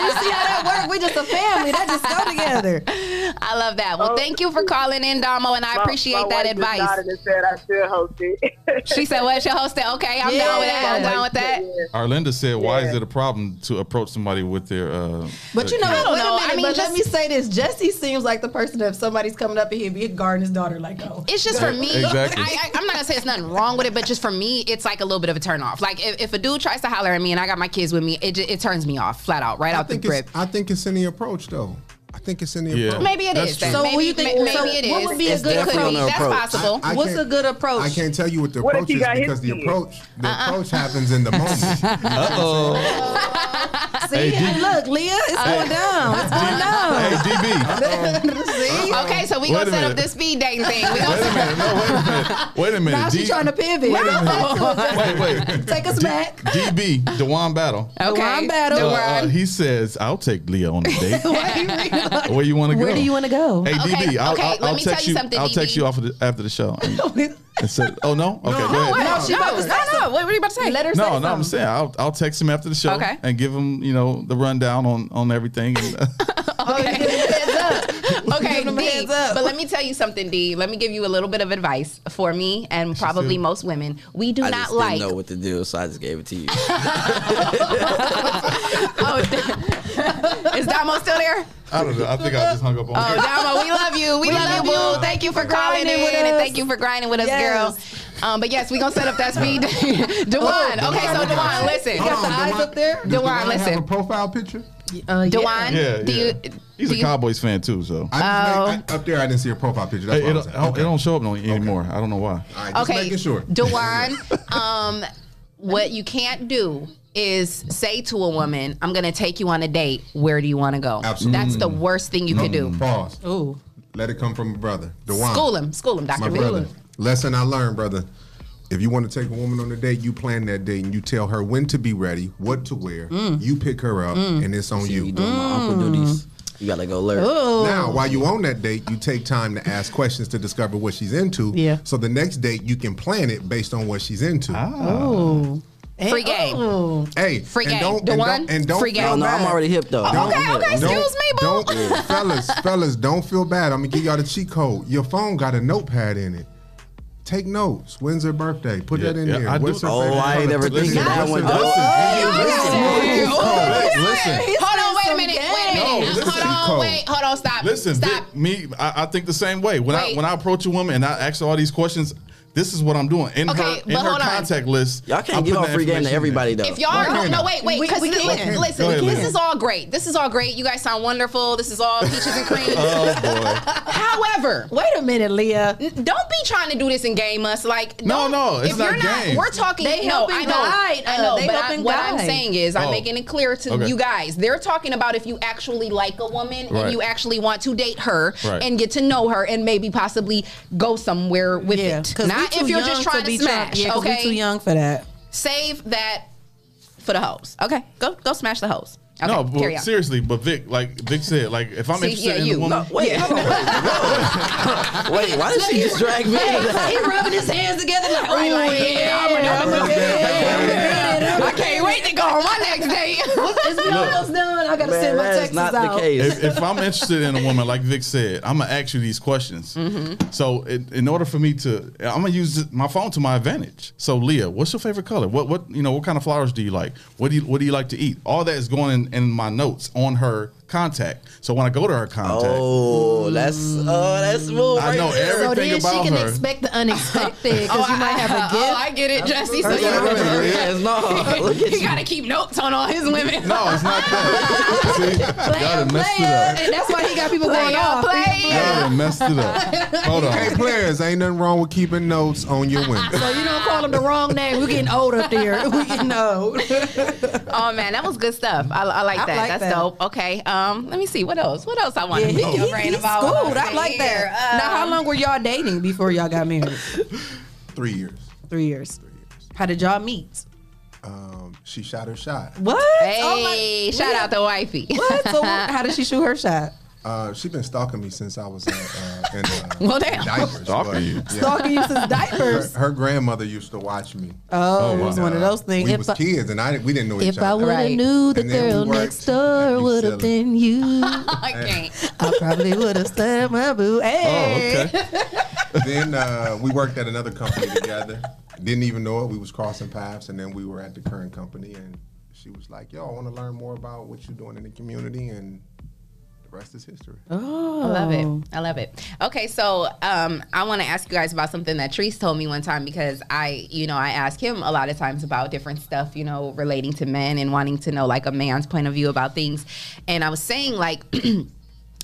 Speaker 2: Oh, you see how that work? We just a family. That just go together.
Speaker 1: I love that. Well,
Speaker 10: Oh.
Speaker 1: thank you for calling in, Damo, and I
Speaker 10: My-
Speaker 1: appreciate
Speaker 10: my
Speaker 1: that
Speaker 10: wife just nodded
Speaker 1: advice.
Speaker 10: And said I should host it.
Speaker 1: She said, "Well, she host it. Okay, I'm down with that. I'm
Speaker 2: Yeah.
Speaker 1: down with that."
Speaker 10: Yeah.
Speaker 8: Arlinda said, "Why is
Speaker 10: Oh, Yeah.
Speaker 8: it a problem to approach somebody with their?" Uh,
Speaker 2: But you know,
Speaker 8: their
Speaker 1: don't
Speaker 8: kid?
Speaker 2: wait
Speaker 1: know.
Speaker 2: a minute.
Speaker 1: I mean,
Speaker 2: but
Speaker 1: just-
Speaker 2: let me say this: Jesse seems like the person that if somebody's coming up and he'd be guarding his daughter, like, oh,
Speaker 1: It's just for me.
Speaker 8: Exactly.
Speaker 1: I, I, I'm not gonna say it's nothing wrong with it, but just for me, it's like a little bit of a turn off. Like if, if a dude tries to holler at me and I got my kids with me, it, ju- it turns me off flat out, right
Speaker 9: I
Speaker 1: out the
Speaker 9: think
Speaker 1: grip.
Speaker 9: it's, I think it's in the approach though. I think it's in the
Speaker 8: Yeah.
Speaker 9: approach.
Speaker 1: Maybe it
Speaker 8: That's
Speaker 1: is. then.
Speaker 8: true.
Speaker 2: So
Speaker 1: maybe,
Speaker 2: what do you think-
Speaker 1: ma-
Speaker 2: so
Speaker 1: maybe it is.
Speaker 2: what would be a
Speaker 5: It's good definitely approach? on the
Speaker 1: That's
Speaker 5: approach.
Speaker 1: possible.
Speaker 9: I
Speaker 2: What's
Speaker 9: can't-
Speaker 2: a good
Speaker 9: I
Speaker 2: approach?
Speaker 9: can't tell you what the
Speaker 10: What if
Speaker 9: approach
Speaker 10: he
Speaker 9: is
Speaker 10: got his
Speaker 9: because the
Speaker 10: kids?
Speaker 9: approach the
Speaker 1: Uh-uh.
Speaker 9: approach happens in the moment.
Speaker 2: see,
Speaker 8: Hey,
Speaker 2: and
Speaker 8: D-
Speaker 2: look, Leah,
Speaker 1: Uh,
Speaker 2: it's going down. It's going down.
Speaker 8: Hey, DB.
Speaker 2: see,
Speaker 1: okay, so we
Speaker 8: Wait
Speaker 1: gonna
Speaker 8: a
Speaker 1: set up
Speaker 8: minute.
Speaker 1: this speed dating thing. We
Speaker 8: Wait
Speaker 1: gonna
Speaker 8: a minute. No, wait a minute. Wait a minute.
Speaker 2: now she's trying to pivot.
Speaker 8: wait, wait.
Speaker 2: Take us back.
Speaker 8: DB, Dewan Battle.
Speaker 1: okay.
Speaker 2: Dewan Battle.
Speaker 8: Uh, uh,
Speaker 1: Dewan.
Speaker 8: he says, "I'll take Leah on a date." Where you want to go?
Speaker 2: Where do you want to go?
Speaker 8: Hey,
Speaker 1: Okay,
Speaker 8: DB, I'll,
Speaker 1: okay,
Speaker 8: I'll,
Speaker 1: let
Speaker 8: I'll
Speaker 1: me
Speaker 8: text
Speaker 1: tell you
Speaker 8: you.
Speaker 1: something,
Speaker 8: I'll
Speaker 1: DB.
Speaker 8: text you after the after the show. And say, oh no, okay, go ahead.
Speaker 1: Wait,
Speaker 2: No, she
Speaker 1: no,
Speaker 2: about to say
Speaker 1: no, no.
Speaker 2: something.
Speaker 1: What were you about to say?
Speaker 2: Let her say
Speaker 8: No, no, I'm
Speaker 2: something.
Speaker 8: saying I'll, I'll text him after the show
Speaker 1: Okay.
Speaker 8: and give him, you know, the rundown on on everything. And, uh,
Speaker 1: okay,
Speaker 2: them a
Speaker 1: D,
Speaker 2: heads up.
Speaker 1: but let me tell you something, D. Let me give you a little bit of advice for me and probably most women. We do
Speaker 5: I
Speaker 1: not
Speaker 5: just
Speaker 1: like.
Speaker 5: didn't know what to do, so I just gave it to you.
Speaker 1: Oh, is Damo still there?
Speaker 3: I don't know. I think I just hung up on.
Speaker 1: Oh,
Speaker 3: her.
Speaker 1: Damo, we love you. We,
Speaker 2: We
Speaker 1: love,
Speaker 2: love
Speaker 1: you, boo.
Speaker 2: you.
Speaker 1: Thank you for
Speaker 2: For
Speaker 1: calling
Speaker 2: grinding
Speaker 1: in
Speaker 2: with
Speaker 1: and
Speaker 2: us.
Speaker 1: thank you for grinding with us,
Speaker 2: Yes.
Speaker 1: girls. Um, but yes, we're gonna set up that speed. Dewan, okay, so Dewan, listen.
Speaker 2: You got the eyes up there?
Speaker 1: Dewan,
Speaker 9: have a
Speaker 1: listen.
Speaker 9: profile picture?
Speaker 2: Uh,
Speaker 1: Dewan,
Speaker 8: Yeah,
Speaker 1: do
Speaker 8: yeah.
Speaker 1: you?
Speaker 8: He's
Speaker 1: do
Speaker 8: a
Speaker 1: you,
Speaker 8: Cowboys fan too, so
Speaker 9: I
Speaker 1: Oh.
Speaker 9: just, I, up there, I didn't see a profile picture. That's
Speaker 8: it,
Speaker 9: what I
Speaker 8: it,
Speaker 9: was
Speaker 8: don't-
Speaker 9: at.
Speaker 8: it don't show up no, anymore. I don't know why.
Speaker 9: All right, just
Speaker 1: okay,
Speaker 9: making sure.
Speaker 1: Dewan, um, what you can't do is say to a woman, "I'm gonna take you on a date. Where do you want to go?"
Speaker 9: Absolutely.
Speaker 1: That's the worst thing you could do.
Speaker 9: Pause.
Speaker 2: Ooh.
Speaker 9: Let it come from a brother. Dewan.
Speaker 1: School him, school him,
Speaker 9: My
Speaker 1: Doctor.
Speaker 9: brother. Lesson I learned, brother. If you want to take a woman on a date, you plan that date and you tell her when to be ready, what to wear. You pick her up, and it's on
Speaker 5: You
Speaker 9: you.
Speaker 5: doing my uncle duties. You gotta go learn.
Speaker 9: Now, while you on that date, you take time to ask questions to discover what she's into.
Speaker 2: Yeah.
Speaker 9: So the next date, you can plan it based on what she's into.
Speaker 2: Ooh. And-
Speaker 1: Free game.
Speaker 2: Ooh.
Speaker 9: Hey,
Speaker 1: Free
Speaker 9: and
Speaker 1: game.
Speaker 9: don't,
Speaker 1: The
Speaker 9: and
Speaker 1: one?
Speaker 9: don't, and don't
Speaker 1: Free game.
Speaker 5: No,
Speaker 9: feel
Speaker 5: no,
Speaker 9: bad.
Speaker 5: I'm already hip though. I'm
Speaker 1: okay,
Speaker 5: hip.
Speaker 1: okay,
Speaker 9: Don't-
Speaker 1: excuse me, boo.
Speaker 9: Don't, fellas, fellas, don't feel bad. I'm gonna give y'all the cheat code. Your phone got a notepad in it. Take notes. When's her birthday? Put
Speaker 8: Yeah,
Speaker 9: that in
Speaker 8: yeah,
Speaker 9: there.
Speaker 8: I do-
Speaker 9: What's her
Speaker 5: Oh,
Speaker 9: favorite
Speaker 5: I ain't
Speaker 9: color?
Speaker 5: never
Speaker 9: Put that
Speaker 5: think
Speaker 9: in
Speaker 5: of
Speaker 9: there.
Speaker 5: that one.
Speaker 9: Listen,
Speaker 5: Listen,
Speaker 9: listen, listen, listen.
Speaker 1: Hold on, wait a
Speaker 2: some
Speaker 1: minute.
Speaker 2: game.
Speaker 1: Wait a
Speaker 8: No,
Speaker 1: minute.
Speaker 8: listen,
Speaker 1: hold on,
Speaker 9: Cole.
Speaker 1: wait. Hold on, stop.
Speaker 8: Listen,
Speaker 1: stop.
Speaker 8: thi- me, I, I think the same way. When
Speaker 1: Wait.
Speaker 8: I when I approach a woman and I ask her all these questions, this is what I'm doing in
Speaker 1: Okay,
Speaker 8: her in
Speaker 1: but
Speaker 8: her
Speaker 1: hold on.
Speaker 8: contact list.
Speaker 5: Y'all can't
Speaker 8: I'm
Speaker 5: give
Speaker 8: putting
Speaker 5: all
Speaker 8: that
Speaker 5: free game to
Speaker 8: information in
Speaker 5: everybody
Speaker 8: there.
Speaker 5: though.
Speaker 1: If y'all don't, no, wait, wait,
Speaker 2: We-
Speaker 1: because
Speaker 2: we
Speaker 1: listen,
Speaker 2: can.
Speaker 1: listen,
Speaker 8: Go ahead,
Speaker 1: this
Speaker 8: Leah.
Speaker 1: is all great. This is all great. You guys sound wonderful. This is all peaches and cream.
Speaker 8: Oh boy.
Speaker 1: However,
Speaker 2: Wait a minute, Leah.
Speaker 1: n- don't be trying to do this and game us. Like,
Speaker 8: No,
Speaker 1: don't-
Speaker 8: no, it's
Speaker 1: if
Speaker 8: not
Speaker 1: you're not,
Speaker 8: game.
Speaker 1: we're talking.
Speaker 2: They
Speaker 1: no,
Speaker 2: helping
Speaker 1: I know,
Speaker 2: guide,
Speaker 1: I
Speaker 2: uh,
Speaker 1: know.
Speaker 2: they
Speaker 1: but I-
Speaker 2: helping
Speaker 1: what I'm
Speaker 2: guide.
Speaker 1: saying is, I'm
Speaker 8: Oh.
Speaker 1: making it clear to
Speaker 8: Okay.
Speaker 1: you guys. They're talking about if you actually like a woman and
Speaker 8: Right.
Speaker 1: you actually want to date her
Speaker 8: Right.
Speaker 1: and get to know her and maybe possibly go somewhere with
Speaker 2: Yeah,
Speaker 1: it.
Speaker 2: 'cause we
Speaker 1: Not
Speaker 2: too
Speaker 1: if you're
Speaker 2: young
Speaker 1: just trying to,
Speaker 2: be
Speaker 1: smash.
Speaker 2: yeah, 'cause we
Speaker 1: okay,
Speaker 2: too young for that.
Speaker 1: save that for the hoes. Okay, go go smash the hoes. Okay,
Speaker 8: no,
Speaker 1: carry
Speaker 8: but
Speaker 1: on.
Speaker 8: seriously, but Vic, like Vic said, like if I'm
Speaker 1: See,
Speaker 8: interested
Speaker 1: yeah,
Speaker 8: in
Speaker 1: you.
Speaker 8: a woman,
Speaker 1: No,
Speaker 5: Wait, hold on, wait, wait, why did she just drag me into that?
Speaker 2: he rubbing his hands together like, right, like yeah, I'm gonna
Speaker 1: I can't wait to go on my next date.
Speaker 2: Is we almost done? I gotta
Speaker 5: Man,
Speaker 2: send my
Speaker 5: that
Speaker 2: texts
Speaker 5: is not
Speaker 2: out.
Speaker 5: the case.
Speaker 8: if, if I'm interested in a woman, like Vic said, I'm gonna ask you these questions.
Speaker 5: Mm-hmm.
Speaker 8: So, in, in order for me to, I'm gonna use my phone to my advantage. So, Leah, what's your favorite color? What what you know? What kind of flowers do you like? What do you what do you like to eat? All that is going in, in my notes on her contact. So when I go to her contact,
Speaker 5: Oh, that's oh, that's smooth.
Speaker 8: I know
Speaker 5: right there.
Speaker 2: So
Speaker 8: everything
Speaker 2: then she
Speaker 8: about
Speaker 2: can
Speaker 8: her.
Speaker 2: expect the unexpected because you might have a gift.
Speaker 1: Oh, I get it, Jesse. So
Speaker 5: Look
Speaker 1: you,
Speaker 5: at her, yes, no, look at
Speaker 1: he
Speaker 5: you.
Speaker 1: gotta keep notes on all his women.
Speaker 8: no, it's not that. See, y'all done messed it up.
Speaker 2: and that's why he got people
Speaker 1: Play
Speaker 2: going
Speaker 1: up,
Speaker 2: off.
Speaker 1: play
Speaker 8: Y'all done messed it up. Hold
Speaker 9: Hey,
Speaker 8: on.
Speaker 9: players, ain't nothing wrong with keeping notes on your women.
Speaker 2: So you don't call him the wrong name. We're getting old up there. We're getting old.
Speaker 1: Oh man, that was good stuff. I, I like
Speaker 2: I
Speaker 1: that.
Speaker 2: like
Speaker 1: That's
Speaker 2: that.
Speaker 1: dope. Okay, um, let me see what else. What else I want
Speaker 2: Yeah,
Speaker 1: to
Speaker 2: he,
Speaker 1: pick your
Speaker 2: he,
Speaker 1: brain
Speaker 2: he's
Speaker 1: about? while
Speaker 2: schooled.
Speaker 1: I'm
Speaker 2: I like
Speaker 1: here?
Speaker 2: that. now, how
Speaker 1: Um,
Speaker 2: long were y'all dating before y'all got married?
Speaker 9: Three years.
Speaker 2: Three years. How did y'all meet?
Speaker 9: Um, she shot her shot.
Speaker 2: What?
Speaker 1: Hey,
Speaker 2: Oh my-
Speaker 1: shout
Speaker 2: what?
Speaker 1: out to wifey.
Speaker 2: What? So what- how did she shoot her shot?
Speaker 9: Uh, she been stalking me since I was uh, uh, in uh,
Speaker 1: Well, damn.
Speaker 9: diapers.
Speaker 8: Stalking
Speaker 9: but-
Speaker 8: you.
Speaker 9: yeah.
Speaker 2: Stalking you since
Speaker 9: Her,
Speaker 2: diapers.
Speaker 9: her grandmother used to watch me.
Speaker 2: Oh, it was
Speaker 9: And,
Speaker 2: one of
Speaker 9: uh,
Speaker 2: those things.
Speaker 9: We
Speaker 2: If
Speaker 9: was
Speaker 2: I-
Speaker 9: kids, and I didn't, we didn't know each
Speaker 2: If I
Speaker 9: other.
Speaker 2: would have
Speaker 1: Right.
Speaker 2: knew the
Speaker 9: And then we
Speaker 2: girl
Speaker 9: worked.
Speaker 2: next door
Speaker 9: You
Speaker 2: would have
Speaker 9: silly.
Speaker 2: been you, I
Speaker 1: I can't.
Speaker 2: probably would have said my
Speaker 8: Oh,
Speaker 2: boo. Hey,
Speaker 8: okay.
Speaker 9: then uh, we worked at another company together. Didn't even know it. We was crossing paths, and then we were at the current company, and she was like, "Yo, I want to learn more about what you're doing in the community," and the rest is history.
Speaker 2: Oh.
Speaker 1: I love it. I love it. Okay, so um, I want to ask you guys about something that Treese told me one time because I, you know, I ask him a lot of times about different stuff, you know, relating to men and wanting to know like a man's point of view about things. And I was saying like.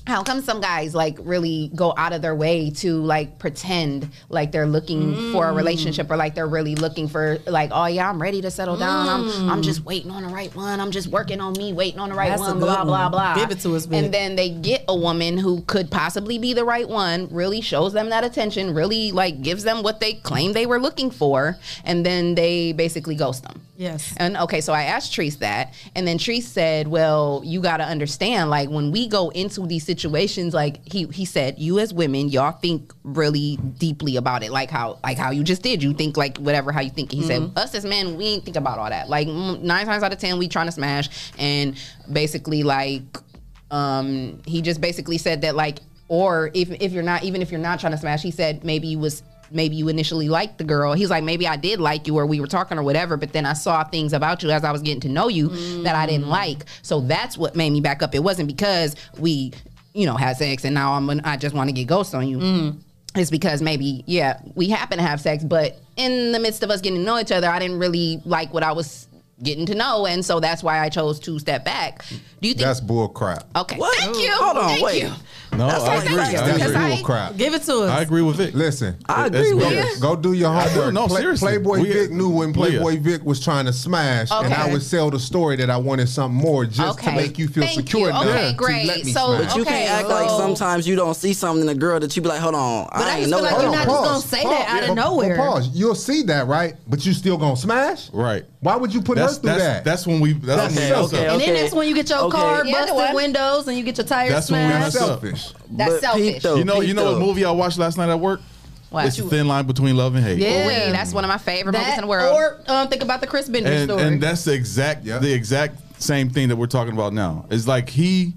Speaker 1: How come some guys like really go out of their way to like pretend like they're looking for a relationship or like they're really looking for like oh yeah I'm ready to settle down I'm I'm just waiting on the right one I'm just working on me waiting on the right
Speaker 2: Mm. That's a
Speaker 1: one
Speaker 2: good
Speaker 1: blah blah
Speaker 2: one.
Speaker 1: blah
Speaker 2: Give it to us,
Speaker 1: and
Speaker 2: Vic.
Speaker 1: then then they get a woman who could possibly be the right one, really shows them that attention, really like gives them what they claim they were looking for, and then they basically ghost them.
Speaker 2: Yes.
Speaker 1: And okay, so I asked Treese that, and then Treese said, "Well, you got to understand, like when we go into these situations, like he he said, you as women, y'all think really deeply about it, like how like how you just did. You think like whatever how you think. He
Speaker 2: Mm-hmm.
Speaker 1: said, us as men, we ain't think about all that. Like mm, nine times out of ten, we trying to smash, and basically like." um, he just basically said that like or if if you're not even if you're not trying to smash he said maybe you was maybe you initially liked the girl. He's like, maybe I did like you or we were talking or whatever, but then I saw things about you as I was getting to know you that I didn't like. So that's what made me back up. It wasn't because we, you know, had sex and now I'm gonna- I just want to get ghosts on you. It's because maybe, yeah, we happen to have sex, but in the midst of us getting to know each other, I didn't really like what I was getting to know. And so that's why I chose to step back. Do you think
Speaker 9: That's bull crap.
Speaker 1: Okay. Thank you.
Speaker 5: Hold on,
Speaker 1: Thank
Speaker 5: wait.
Speaker 1: you.
Speaker 3: No,
Speaker 1: That's
Speaker 3: I
Speaker 1: what I
Speaker 3: agree.
Speaker 1: think.
Speaker 3: I
Speaker 1: Because
Speaker 3: agree.
Speaker 1: I-
Speaker 3: Bull crap.
Speaker 2: Give it to us.
Speaker 3: I agree with Vic.
Speaker 9: Listen,
Speaker 5: I
Speaker 3: It's
Speaker 5: agree with
Speaker 3: bull-
Speaker 5: you.
Speaker 9: go do your homework.
Speaker 8: no, seriously.
Speaker 9: Playboy
Speaker 8: We-
Speaker 9: Vic knew when Playboy
Speaker 8: Yeah.
Speaker 9: Vic was trying to smash,
Speaker 1: Okay.
Speaker 9: and I would sell the story that I wanted something more just
Speaker 1: Okay.
Speaker 9: to make you feel
Speaker 1: Thank
Speaker 9: secure
Speaker 1: you.
Speaker 9: enough
Speaker 1: Okay,
Speaker 9: to
Speaker 1: great.
Speaker 9: let me
Speaker 1: So-
Speaker 9: smash.
Speaker 5: But you
Speaker 1: Okay,
Speaker 5: can't act like
Speaker 1: so-
Speaker 5: sometimes you don't see something in a girl that you be like, hold on,
Speaker 2: But I
Speaker 5: I ain't
Speaker 2: just
Speaker 5: know
Speaker 2: feel
Speaker 5: that.
Speaker 2: like you're
Speaker 9: Hold
Speaker 2: not
Speaker 9: on,
Speaker 2: just gonna
Speaker 9: pause,
Speaker 2: say
Speaker 9: pause,
Speaker 2: that out of
Speaker 9: yeah, but-
Speaker 2: nowhere.
Speaker 9: but Pause. You'll see that, right? But you still gonna smash,
Speaker 8: Right.
Speaker 9: Why would you put
Speaker 8: That's
Speaker 9: us through
Speaker 8: that's
Speaker 9: that?
Speaker 8: that's when we. That's
Speaker 5: Okay,
Speaker 8: when we
Speaker 5: okay,
Speaker 2: And
Speaker 5: okay.
Speaker 2: then that's when you get your
Speaker 5: Okay.
Speaker 2: car
Speaker 1: Yeah, the
Speaker 2: busted
Speaker 1: one.
Speaker 2: windows and you get your tires
Speaker 8: That's when we
Speaker 2: smashed.
Speaker 8: mess
Speaker 9: that's
Speaker 8: up.
Speaker 9: selfish.
Speaker 1: That's
Speaker 5: But
Speaker 1: selfish.
Speaker 5: peep though,
Speaker 8: You know, you
Speaker 5: peep
Speaker 8: know
Speaker 5: though.
Speaker 8: what movie I watched last night at work?
Speaker 1: What?
Speaker 8: It's a thin line between love and hate.
Speaker 2: Yeah.
Speaker 1: Ooh, that's one of my favorite movies
Speaker 2: That,
Speaker 1: in the world.
Speaker 2: Or um, think about the Chris Bender
Speaker 8: and,
Speaker 2: story.
Speaker 8: and that's the exact
Speaker 9: Yeah.
Speaker 8: the exact same thing that we're talking about now. It's like he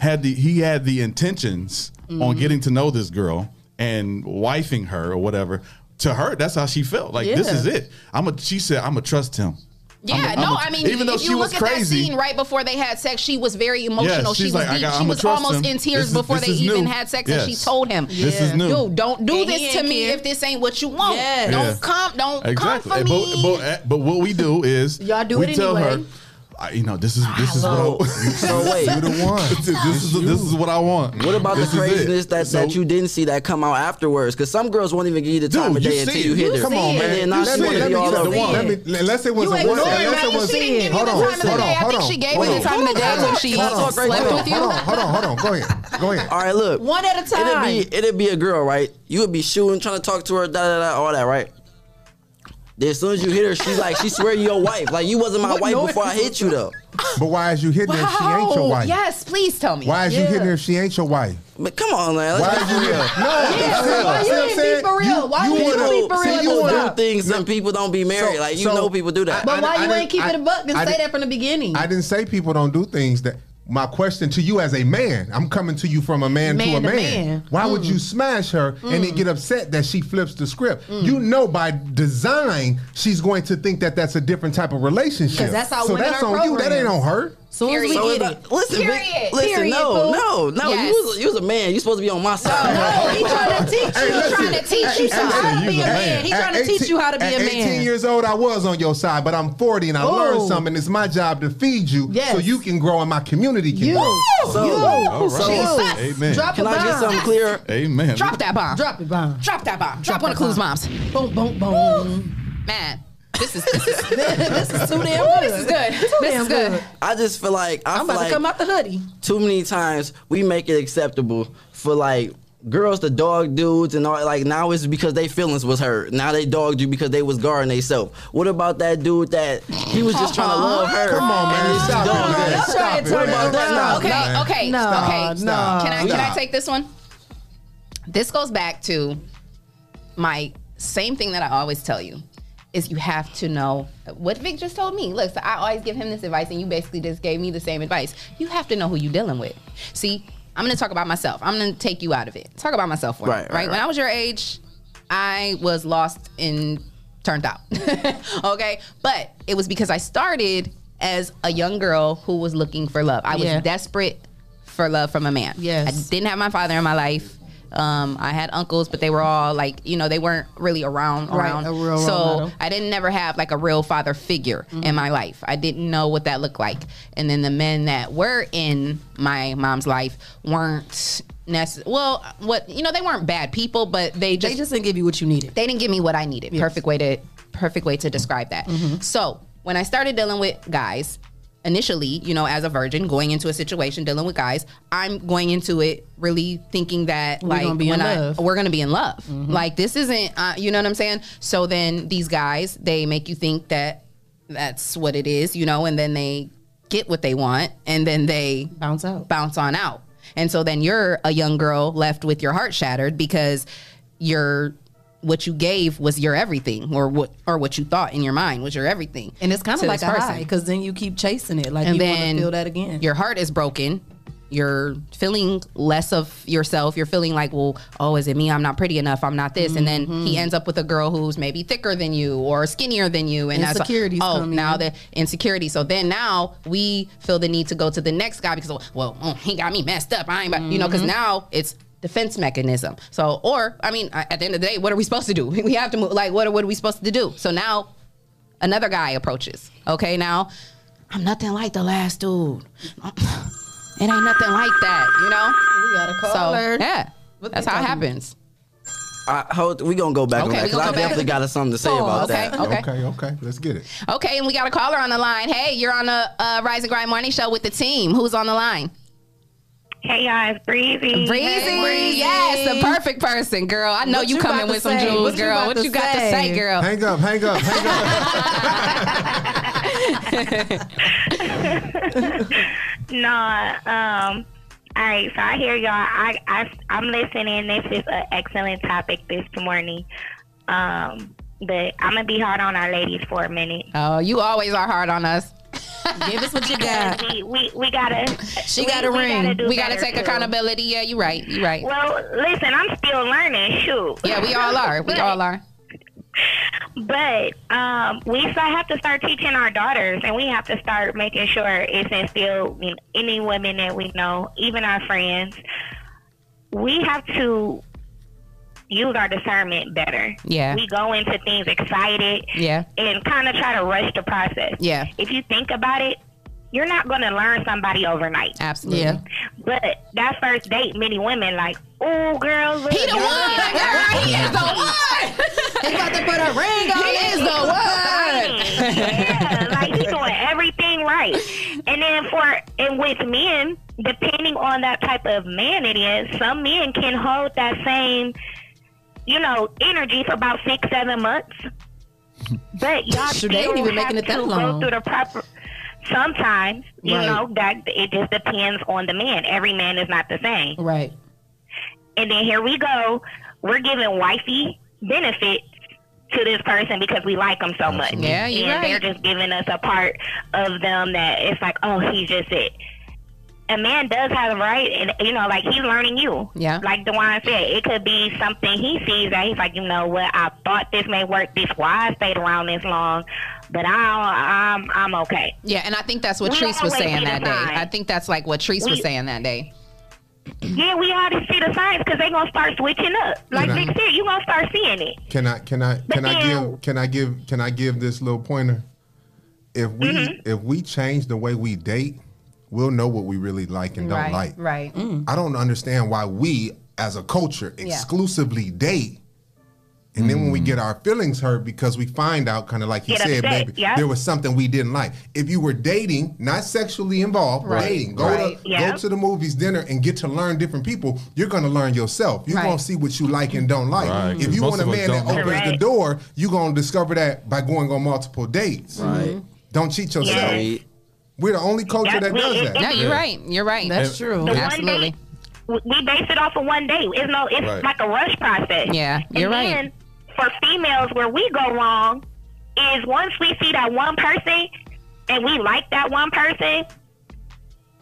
Speaker 8: had the he had the intentions
Speaker 2: Mm-hmm.
Speaker 8: on getting to know this girl and wifing her or whatever. To her, that's how she felt. Like this
Speaker 2: Yeah.
Speaker 8: is it. I'm a. She said, "I'm gonna trust him."
Speaker 1: yeah,
Speaker 8: I'm a- I'm
Speaker 1: no,
Speaker 8: a-
Speaker 1: I mean,
Speaker 8: even though
Speaker 1: if
Speaker 8: she
Speaker 1: you
Speaker 8: was
Speaker 1: look at that
Speaker 8: crazy-
Speaker 1: scene right before they had sex, she was very emotional.
Speaker 8: Yes,
Speaker 1: she was
Speaker 8: she's like, I
Speaker 1: deep.
Speaker 8: got-
Speaker 1: she
Speaker 8: I'ma
Speaker 1: was
Speaker 8: trust
Speaker 1: almost
Speaker 8: him.
Speaker 1: in tears
Speaker 8: This is-
Speaker 1: before
Speaker 8: this
Speaker 1: they
Speaker 8: is
Speaker 1: even
Speaker 8: new.
Speaker 1: had sex,
Speaker 8: Yes.
Speaker 1: and she told him,
Speaker 8: This is new.
Speaker 1: Dude, don't do
Speaker 2: And he
Speaker 1: this to
Speaker 2: ain't
Speaker 1: me
Speaker 2: care.
Speaker 1: if this ain't what you want.
Speaker 2: Yes.
Speaker 1: Don't
Speaker 8: Yeah.
Speaker 1: come, don't
Speaker 8: Exactly.
Speaker 1: come for
Speaker 8: But, eh,
Speaker 1: me."
Speaker 8: but but what we do is
Speaker 2: Y'all do
Speaker 8: we
Speaker 2: it
Speaker 8: tell
Speaker 2: anyway.
Speaker 8: her, I, you know, this is this is
Speaker 5: So,
Speaker 8: what I,
Speaker 5: so wait,
Speaker 9: You're the
Speaker 8: this,
Speaker 9: one.
Speaker 8: is this is what I want.
Speaker 5: What about
Speaker 8: This
Speaker 5: the
Speaker 8: is it.
Speaker 5: craziness that, that
Speaker 8: So-
Speaker 5: you didn't see that come out afterwards? Because some girls won't even give you the time
Speaker 8: Dude,
Speaker 5: of
Speaker 8: you
Speaker 5: day
Speaker 8: see
Speaker 5: until
Speaker 8: it.
Speaker 5: you hit
Speaker 2: You
Speaker 5: her.
Speaker 2: see it.
Speaker 5: And then
Speaker 2: You
Speaker 5: now
Speaker 2: see
Speaker 5: she
Speaker 2: it.
Speaker 5: want to
Speaker 2: Let
Speaker 5: be
Speaker 2: me
Speaker 5: all
Speaker 2: get
Speaker 5: over
Speaker 2: the
Speaker 5: you.
Speaker 2: one.
Speaker 9: Let me, unless it was
Speaker 2: You
Speaker 9: a
Speaker 2: ignoring
Speaker 9: one.
Speaker 2: that
Speaker 9: Unless it
Speaker 2: because
Speaker 9: was,
Speaker 2: she didn't give you
Speaker 9: hold
Speaker 2: the
Speaker 9: on,
Speaker 2: time of
Speaker 9: hold
Speaker 2: day.
Speaker 9: on,
Speaker 1: I
Speaker 9: hold
Speaker 1: think
Speaker 9: on.
Speaker 1: she gave
Speaker 9: Hold
Speaker 1: you
Speaker 9: on.
Speaker 1: the time of the day. I think she
Speaker 5: Hold on,
Speaker 1: slept
Speaker 5: hold on,
Speaker 1: with you.
Speaker 9: Hold on, hold on, hold on, hold on. Go ahead. Go
Speaker 5: All
Speaker 9: ahead.
Speaker 5: right, look.
Speaker 2: One at a time.
Speaker 5: It'd be it'd be a girl, right? You would be shooting, trying to talk to her, da da da, all that, right? Then as soon as you hit her, she's like, she swear you your wife. Like you wasn't my wife
Speaker 2: noise
Speaker 5: before I
Speaker 2: was
Speaker 5: hit you though,
Speaker 9: But why is you hitting her if she ain't your
Speaker 1: Wow.
Speaker 9: wife?
Speaker 1: Oh, Yes, please tell me.
Speaker 9: Why is you
Speaker 2: Yeah.
Speaker 9: hitting her if she ain't your wife?
Speaker 5: But come on, man.
Speaker 9: Why
Speaker 5: Let's
Speaker 9: is you hitting her? No,
Speaker 2: Yeah,
Speaker 9: see-
Speaker 2: why you
Speaker 9: see what I'm
Speaker 2: didn't be
Speaker 9: saying?
Speaker 2: for real? Why you didn't
Speaker 9: would've-
Speaker 2: be for
Speaker 9: see,
Speaker 2: real
Speaker 9: you
Speaker 2: at the
Speaker 9: would've-
Speaker 2: time?
Speaker 5: do things and people don't be married.
Speaker 9: So-
Speaker 5: like you
Speaker 9: so-
Speaker 5: know, people do that.
Speaker 9: I-
Speaker 2: but why
Speaker 9: I
Speaker 2: you
Speaker 9: didn't-
Speaker 2: ain't keep
Speaker 9: I-
Speaker 2: it a buck and
Speaker 9: I
Speaker 2: say
Speaker 9: didn't-
Speaker 2: that from the beginning?
Speaker 9: I didn't say people don't do things that. My question to you as a man, I'm coming to you from a man, to a
Speaker 2: Man to
Speaker 9: man.
Speaker 2: man. Mm.
Speaker 9: Why would you smash her and then get upset that she flips the script?
Speaker 2: Mm.
Speaker 9: You know by design she's going to think that that's a different type of relationship.
Speaker 2: 'Cause that's how
Speaker 9: so
Speaker 2: women
Speaker 9: that's
Speaker 2: are
Speaker 9: on you. That ain't
Speaker 2: programmed.
Speaker 9: on her.
Speaker 2: soon as we
Speaker 1: Period.
Speaker 5: So
Speaker 2: get
Speaker 5: it's
Speaker 2: it.
Speaker 5: like, listen, Vic-
Speaker 1: Period.
Speaker 5: listen,
Speaker 2: Period,
Speaker 5: no,
Speaker 2: fool.
Speaker 5: no, no,
Speaker 1: Yes.
Speaker 5: You was, you was a man. You supposed to be on my side.
Speaker 2: No, he trying to teach you.
Speaker 9: listen.
Speaker 2: trying to teach you
Speaker 9: Hey,
Speaker 2: something. how to
Speaker 8: listen,
Speaker 2: be
Speaker 8: you
Speaker 2: a
Speaker 8: the
Speaker 2: man.
Speaker 8: man.
Speaker 2: He
Speaker 9: At
Speaker 2: trying to teach you how to be
Speaker 9: at
Speaker 2: a
Speaker 9: 18
Speaker 2: man.
Speaker 9: years old, I was on your side, but I'm 40 and I
Speaker 2: Ooh.
Speaker 9: learned something. and It's my job to feed you
Speaker 2: Yes.
Speaker 9: so you can grow and my community can
Speaker 2: You,
Speaker 9: grow.
Speaker 5: So-
Speaker 2: you,
Speaker 8: All right.
Speaker 2: Jesus.
Speaker 8: Amen.
Speaker 2: Drop a
Speaker 5: Can I get
Speaker 2: bomb.
Speaker 5: something clear?
Speaker 8: Amen.
Speaker 1: Drop that bomb.
Speaker 2: Drop it, bomb.
Speaker 1: Drop that bomb. Drop
Speaker 2: Drop
Speaker 1: one of
Speaker 2: that
Speaker 1: Clue's
Speaker 2: bomb.
Speaker 1: moms.
Speaker 2: Boom, boom, boom.
Speaker 1: Man, this is this is
Speaker 2: this is too damn good.
Speaker 1: this is good.
Speaker 2: Too
Speaker 1: This
Speaker 2: damn
Speaker 1: is good.
Speaker 5: I just feel like I
Speaker 2: I'm
Speaker 5: feel
Speaker 2: about
Speaker 5: like
Speaker 2: to come out the hoodie.
Speaker 5: too many times we make it acceptable for like girls to dog dudes and all that. like now it's because they feelings was hurt. Now they dogged you because they was guarding themselves. What about that dude that he was just trying to love her?
Speaker 9: Come on,
Speaker 5: and
Speaker 9: man.
Speaker 5: it's
Speaker 9: Stop it,
Speaker 5: dog
Speaker 9: man.
Speaker 5: her?
Speaker 2: Don't
Speaker 9: Stop
Speaker 2: try
Speaker 9: it,
Speaker 2: to
Speaker 9: man.
Speaker 2: turn it down.
Speaker 9: Stop it,
Speaker 1: Okay,
Speaker 9: man.
Speaker 1: okay,
Speaker 2: No,
Speaker 1: okay.
Speaker 2: no.
Speaker 1: Can I can I
Speaker 9: Nah.
Speaker 1: take this one? This goes back to my same thing that I always tell you is you have to know what Vic just told me. Look, so I always give him this advice, and you basically just gave me the same advice. You have to know who you're dealing with. See, I'm gonna talk about myself. I'm gonna take you out of it. Talk about myself for me,
Speaker 5: Right, right,
Speaker 1: right? When
Speaker 5: right.
Speaker 1: I was your age, I was lost and turned out. okay, but it was because I started as a young girl who was looking for love. I was
Speaker 2: Yeah.
Speaker 1: desperate for love from a man.
Speaker 2: Yes.
Speaker 1: I didn't have my father in my life. Um, I had uncles, but they were all like, you know, they weren't really around.
Speaker 2: Right,
Speaker 1: around.
Speaker 2: a real role
Speaker 1: so
Speaker 2: model.
Speaker 1: I didn't never have like a real father figure
Speaker 2: Mm-hmm.
Speaker 1: in my life. I didn't know what that looked like. And then the men that were in my mom's life weren't necess- well, what you know, they weren't bad people, but they
Speaker 2: They
Speaker 1: just
Speaker 2: just didn't give you what you needed.
Speaker 1: they didn't give me what I needed. Perfect way to perfect way to describe that.
Speaker 2: Mm-hmm.
Speaker 1: So when I started dealing with guys, initially, you know, as a virgin, going into a situation dealing with guys, I'm going into it really thinking that like
Speaker 2: gonna be
Speaker 1: when
Speaker 2: in
Speaker 1: I
Speaker 2: love. Mm-hmm.
Speaker 1: we're gonna be in love. Like this isn't, uh, you know what I'm saying? So then these guys, they make you think that that's what it is, you know, and then they get what they want, and then they
Speaker 2: Bounce out.
Speaker 1: bounce on out. And so then you're a young girl left with your heart shattered because your what you gave was your everything or what or what you thought in your mind was your everything.
Speaker 2: And it's kind of
Speaker 1: to
Speaker 2: like
Speaker 1: this
Speaker 2: a high because then you keep chasing it. Like
Speaker 1: And
Speaker 2: you want
Speaker 1: then
Speaker 2: to feel that again.
Speaker 1: Your heart is broken. you're feeling less of yourself. You're feeling like, well, oh, is it me? I'm not pretty enough. I'm not this. And then
Speaker 2: Mm-hmm.
Speaker 1: he ends up with a girl who's maybe thicker than you or skinnier than you. And that's like,
Speaker 2: Insecurities
Speaker 1: oh,
Speaker 2: come
Speaker 1: now
Speaker 2: in.
Speaker 1: the insecurity. So then now we feel the need to go to the next guy because well, mm, he got me messed up. I ain't, about you know,
Speaker 2: Mm-hmm.
Speaker 1: because now it's defense mechanism. So or I mean, a- at the end of the day, what are we supposed to do? We have to move. Like what? are- What are we supposed to do? So now another guy approaches. Okay, now I'm nothing like the last dude. It ain't nothing like that, you know.
Speaker 2: We got a
Speaker 1: So
Speaker 2: caller.
Speaker 1: yeah,
Speaker 2: What
Speaker 1: that's
Speaker 2: they
Speaker 1: how it
Speaker 2: talking
Speaker 1: happens.
Speaker 5: I, hold, we gonna go back
Speaker 1: Okay,
Speaker 5: on
Speaker 1: we
Speaker 5: that because
Speaker 1: gonna
Speaker 5: I
Speaker 1: go back.
Speaker 5: definitely got something to say
Speaker 1: Oh,
Speaker 5: about
Speaker 1: okay,
Speaker 5: that.
Speaker 1: okay,
Speaker 9: Okay, okay, let's get it.
Speaker 1: okay. And we got a caller on the line. Hey, you're on the uh, Rise and Grind Morning Show with the team. Who's on the line?
Speaker 11: Hey guys, breezy.
Speaker 1: Breezy,
Speaker 2: Breezy.
Speaker 1: yes, the perfect person, girl. I know
Speaker 2: What
Speaker 1: you,
Speaker 2: you
Speaker 1: coming
Speaker 2: about to
Speaker 1: with some
Speaker 2: say?
Speaker 1: jewels,
Speaker 2: What you
Speaker 1: girl.
Speaker 2: about
Speaker 1: what
Speaker 2: to
Speaker 1: you got to
Speaker 2: say?
Speaker 1: say, girl?
Speaker 9: Hang up, hang up, hang up.
Speaker 11: No, um, all right. So I hear y'all. I, I I'm listening. This is an excellent topic this morning. Um, but I'm gonna be hard on our ladies for a minute.
Speaker 1: Oh, you always are hard on us.
Speaker 2: Give us what you got.
Speaker 11: We, we we gotta.
Speaker 2: She
Speaker 11: we-
Speaker 2: got a
Speaker 11: we
Speaker 2: ring.
Speaker 11: Gotta do
Speaker 1: We got to
Speaker 11: better,
Speaker 1: take
Speaker 11: too.
Speaker 1: accountability. Yeah, you right. You right.
Speaker 11: Well, listen, I'm still learning. Shoot.
Speaker 1: Yeah, we all are. We
Speaker 11: But-
Speaker 1: all are.
Speaker 11: But um, we so have to start teaching our daughters, and we have to start making sure it's instilled in any women that we know, even our friends. We have to use our discernment better.
Speaker 1: Yeah.
Speaker 11: We go into things excited
Speaker 1: Yeah,
Speaker 11: and kind of try to rush the process.
Speaker 1: yeah,
Speaker 11: If you think about it, you're not going to learn somebody overnight.
Speaker 1: absolutely.
Speaker 2: Yeah.
Speaker 11: But that first date, many women like, oh, girl, look,
Speaker 1: He the one.
Speaker 11: girl,
Speaker 1: Girl, he is the one.
Speaker 2: He about to put a ring on
Speaker 1: He
Speaker 2: it.
Speaker 1: is the one.
Speaker 11: yeah, like he's doing everything right. And then for and with men, depending on that type of man it is, some men can hold that same, you know, energy for about six, seven months. But y'all
Speaker 2: Shoot,
Speaker 11: still
Speaker 2: they ain't
Speaker 11: have
Speaker 2: even making it that
Speaker 11: to
Speaker 2: long.
Speaker 11: go through the proper. Sometimes you
Speaker 2: Right.
Speaker 11: know that it just depends on the man. Every man is not the same.
Speaker 2: Right.
Speaker 11: And then here we go. We're giving wifey benefits to this person because we like them so much.
Speaker 1: Yeah, you're
Speaker 11: and
Speaker 1: right.
Speaker 11: they're just giving us a part of them that it's like, oh, he's just it. A man does have a right, and you know, like he's learning you.
Speaker 1: Yeah.
Speaker 11: Like Dewan said, it could be something he sees that he's like, you know what? I thought this may work. This why I stayed around this long, but I, I'm, I'm okay.
Speaker 1: Yeah, and I think that's what
Speaker 11: We
Speaker 1: Treese was
Speaker 11: always
Speaker 1: saying
Speaker 11: see
Speaker 1: that
Speaker 11: the
Speaker 1: day.
Speaker 11: signs.
Speaker 1: I think that's like what Treese was
Speaker 11: We-
Speaker 1: saying that day.
Speaker 11: Yeah, we already see the signs because they gonna start switching up. Like
Speaker 9: Right.
Speaker 11: Vic said, you gonna start seeing it.
Speaker 9: Can I can I can I
Speaker 11: Damn.
Speaker 9: give can I give can I give this little pointer? If we
Speaker 2: Mm-hmm.
Speaker 9: if we change the way we date, we'll know what we really like and don't
Speaker 1: right,
Speaker 9: like.
Speaker 1: right.
Speaker 9: Mm.
Speaker 2: Mm.
Speaker 9: I don't understand why we as a culture exclusively date. And then when
Speaker 8: Mm.
Speaker 9: we get our feelings hurt because we find out, kind of like you
Speaker 11: Get
Speaker 9: said,
Speaker 11: upset,
Speaker 9: baby,
Speaker 11: yeah.
Speaker 9: there was something we didn't like. If you were dating, not sexually involved,
Speaker 1: Right,
Speaker 9: dating, go
Speaker 1: right.
Speaker 9: to
Speaker 11: Yeah.
Speaker 9: go to the movies, dinner, and get to learn different people. You're gonna learn yourself. You're
Speaker 1: Right.
Speaker 9: gonna see what you like and don't like.
Speaker 8: Right, 'cause
Speaker 9: If you
Speaker 8: most
Speaker 9: want a
Speaker 8: of us
Speaker 9: man that
Speaker 8: don't know.
Speaker 9: opens the
Speaker 11: Correct.
Speaker 9: door, you're gonna discover that by going on multiple dates.
Speaker 5: Right.
Speaker 9: Don't cheat yourself.
Speaker 5: Right.
Speaker 9: We're the only culture
Speaker 11: That's
Speaker 9: that
Speaker 11: what
Speaker 9: does
Speaker 11: it-
Speaker 9: that.
Speaker 1: No, you're right. You're right.
Speaker 2: That's
Speaker 8: Yeah.
Speaker 2: true.
Speaker 11: The
Speaker 1: Absolutely.
Speaker 11: one day, we we base it off of one day. It's no, it's
Speaker 8: Right.
Speaker 11: like a rush process.
Speaker 1: Yeah, you're
Speaker 11: and
Speaker 1: right.
Speaker 11: Then for females, where we go wrong is once we see that one person and we like that one person,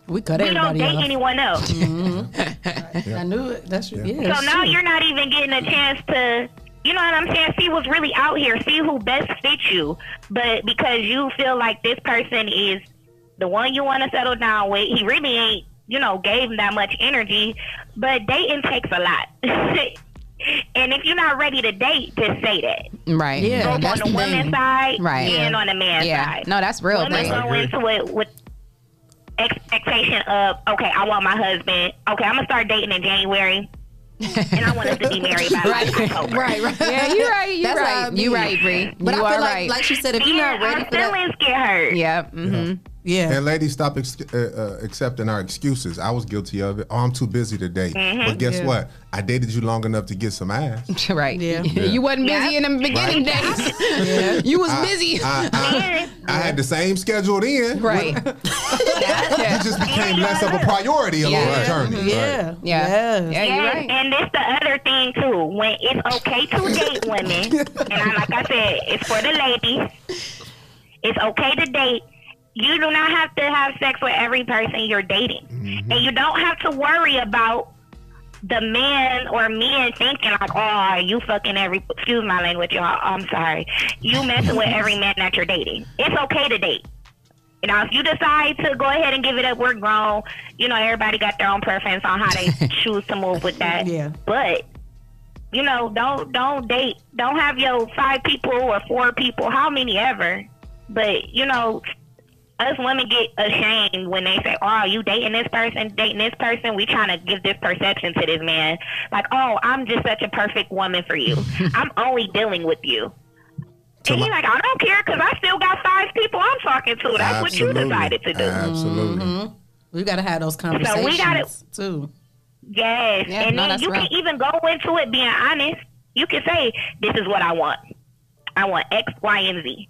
Speaker 2: We cut
Speaker 11: we don't
Speaker 2: everybody
Speaker 11: date
Speaker 2: off.
Speaker 11: anyone else.
Speaker 1: Mm-hmm.
Speaker 2: I knew it. That's
Speaker 11: so
Speaker 2: yeah. yeah
Speaker 11: now you're not even getting a chance to. You know what I'm saying? See what's really out here. See who best fits you. But because you feel like this person is the one you want to settle down with, he really ain't, you know, gave him that much energy. But dating takes a lot. and if you're not ready to date, just say that.
Speaker 1: Right.
Speaker 2: Yeah.
Speaker 11: Both
Speaker 2: that's
Speaker 11: on
Speaker 2: the
Speaker 11: the woman's
Speaker 2: thing.
Speaker 11: side
Speaker 1: Right.
Speaker 11: and on the man's
Speaker 1: Yeah.
Speaker 11: side.
Speaker 1: No, that's real.
Speaker 11: Women
Speaker 1: Thing.
Speaker 8: I
Speaker 11: go
Speaker 8: agree.
Speaker 11: into it with expectation of, okay, I want my husband. Okay, I'm going to start dating in January. and I want us to be married by like October.
Speaker 2: right, right.
Speaker 1: Yeah, you're right. You're
Speaker 2: That's how
Speaker 1: right.
Speaker 2: it
Speaker 1: You
Speaker 2: be.
Speaker 1: right, Bree.
Speaker 2: But
Speaker 1: you
Speaker 2: I
Speaker 1: are
Speaker 2: feel like,
Speaker 1: right.
Speaker 2: like she said, if you're
Speaker 11: Yeah,
Speaker 2: not ready
Speaker 11: our
Speaker 2: for that,
Speaker 11: feelings get hurt.
Speaker 1: yeah. hmm
Speaker 2: yeah,
Speaker 9: And ladies, stop ex- uh, uh, accepting our excuses. I was guilty of it. Oh, I'm too busy today.
Speaker 1: Mm-hmm.
Speaker 9: But guess
Speaker 2: Yeah.
Speaker 9: what? I dated you long enough to get some ass.
Speaker 1: Right.
Speaker 2: Yeah.
Speaker 1: You wasn't busy in the beginning days. You was busy.
Speaker 9: I, I, I had the same schedule then.
Speaker 1: right.
Speaker 9: You
Speaker 1: yeah.
Speaker 9: just became less of a priority along
Speaker 1: Yeah.
Speaker 9: the journey.
Speaker 2: yeah,
Speaker 1: Yeah.
Speaker 2: yeah.
Speaker 1: Yeah, you're
Speaker 11: Yes,
Speaker 1: right.
Speaker 11: and it's the other thing too. When it's okay to date women, and I, like I said, it's for the ladies. It's okay to date, you do not have to have sex with every person you're dating. And you don't have to worry about the men or men thinking like, oh, you fucking every, excuse my language, y'all. I'm sorry. You messing with every man that you're dating. It's okay to date. You know, if you decide to go ahead and give it up, we're grown. You know, everybody got their own preference on how they choose to move with that. Yeah. But you know, don't don't date, don't have your five people or four people, how many ever. But you know, us women get ashamed when they say, "Oh, you dating this person, dating this person." We trying to give this perception to this man, like, "Oh, I'm just such a perfect woman for you. I'm only dealing with you."
Speaker 6: To
Speaker 11: and
Speaker 6: my-
Speaker 11: he's like, "I don't care because I still got five people I'm talking to. That's what you decided to do."
Speaker 9: Absolutely.
Speaker 2: Mm-hmm. We gotta have those
Speaker 11: So
Speaker 2: conversations
Speaker 11: we gotta-
Speaker 2: too.
Speaker 11: Yes,
Speaker 2: Yeah,
Speaker 11: and
Speaker 2: no,
Speaker 11: then
Speaker 2: that's
Speaker 11: you
Speaker 2: real.
Speaker 11: can even go into it being honest. You can say, "This is what I want. I want X, Y, and Z.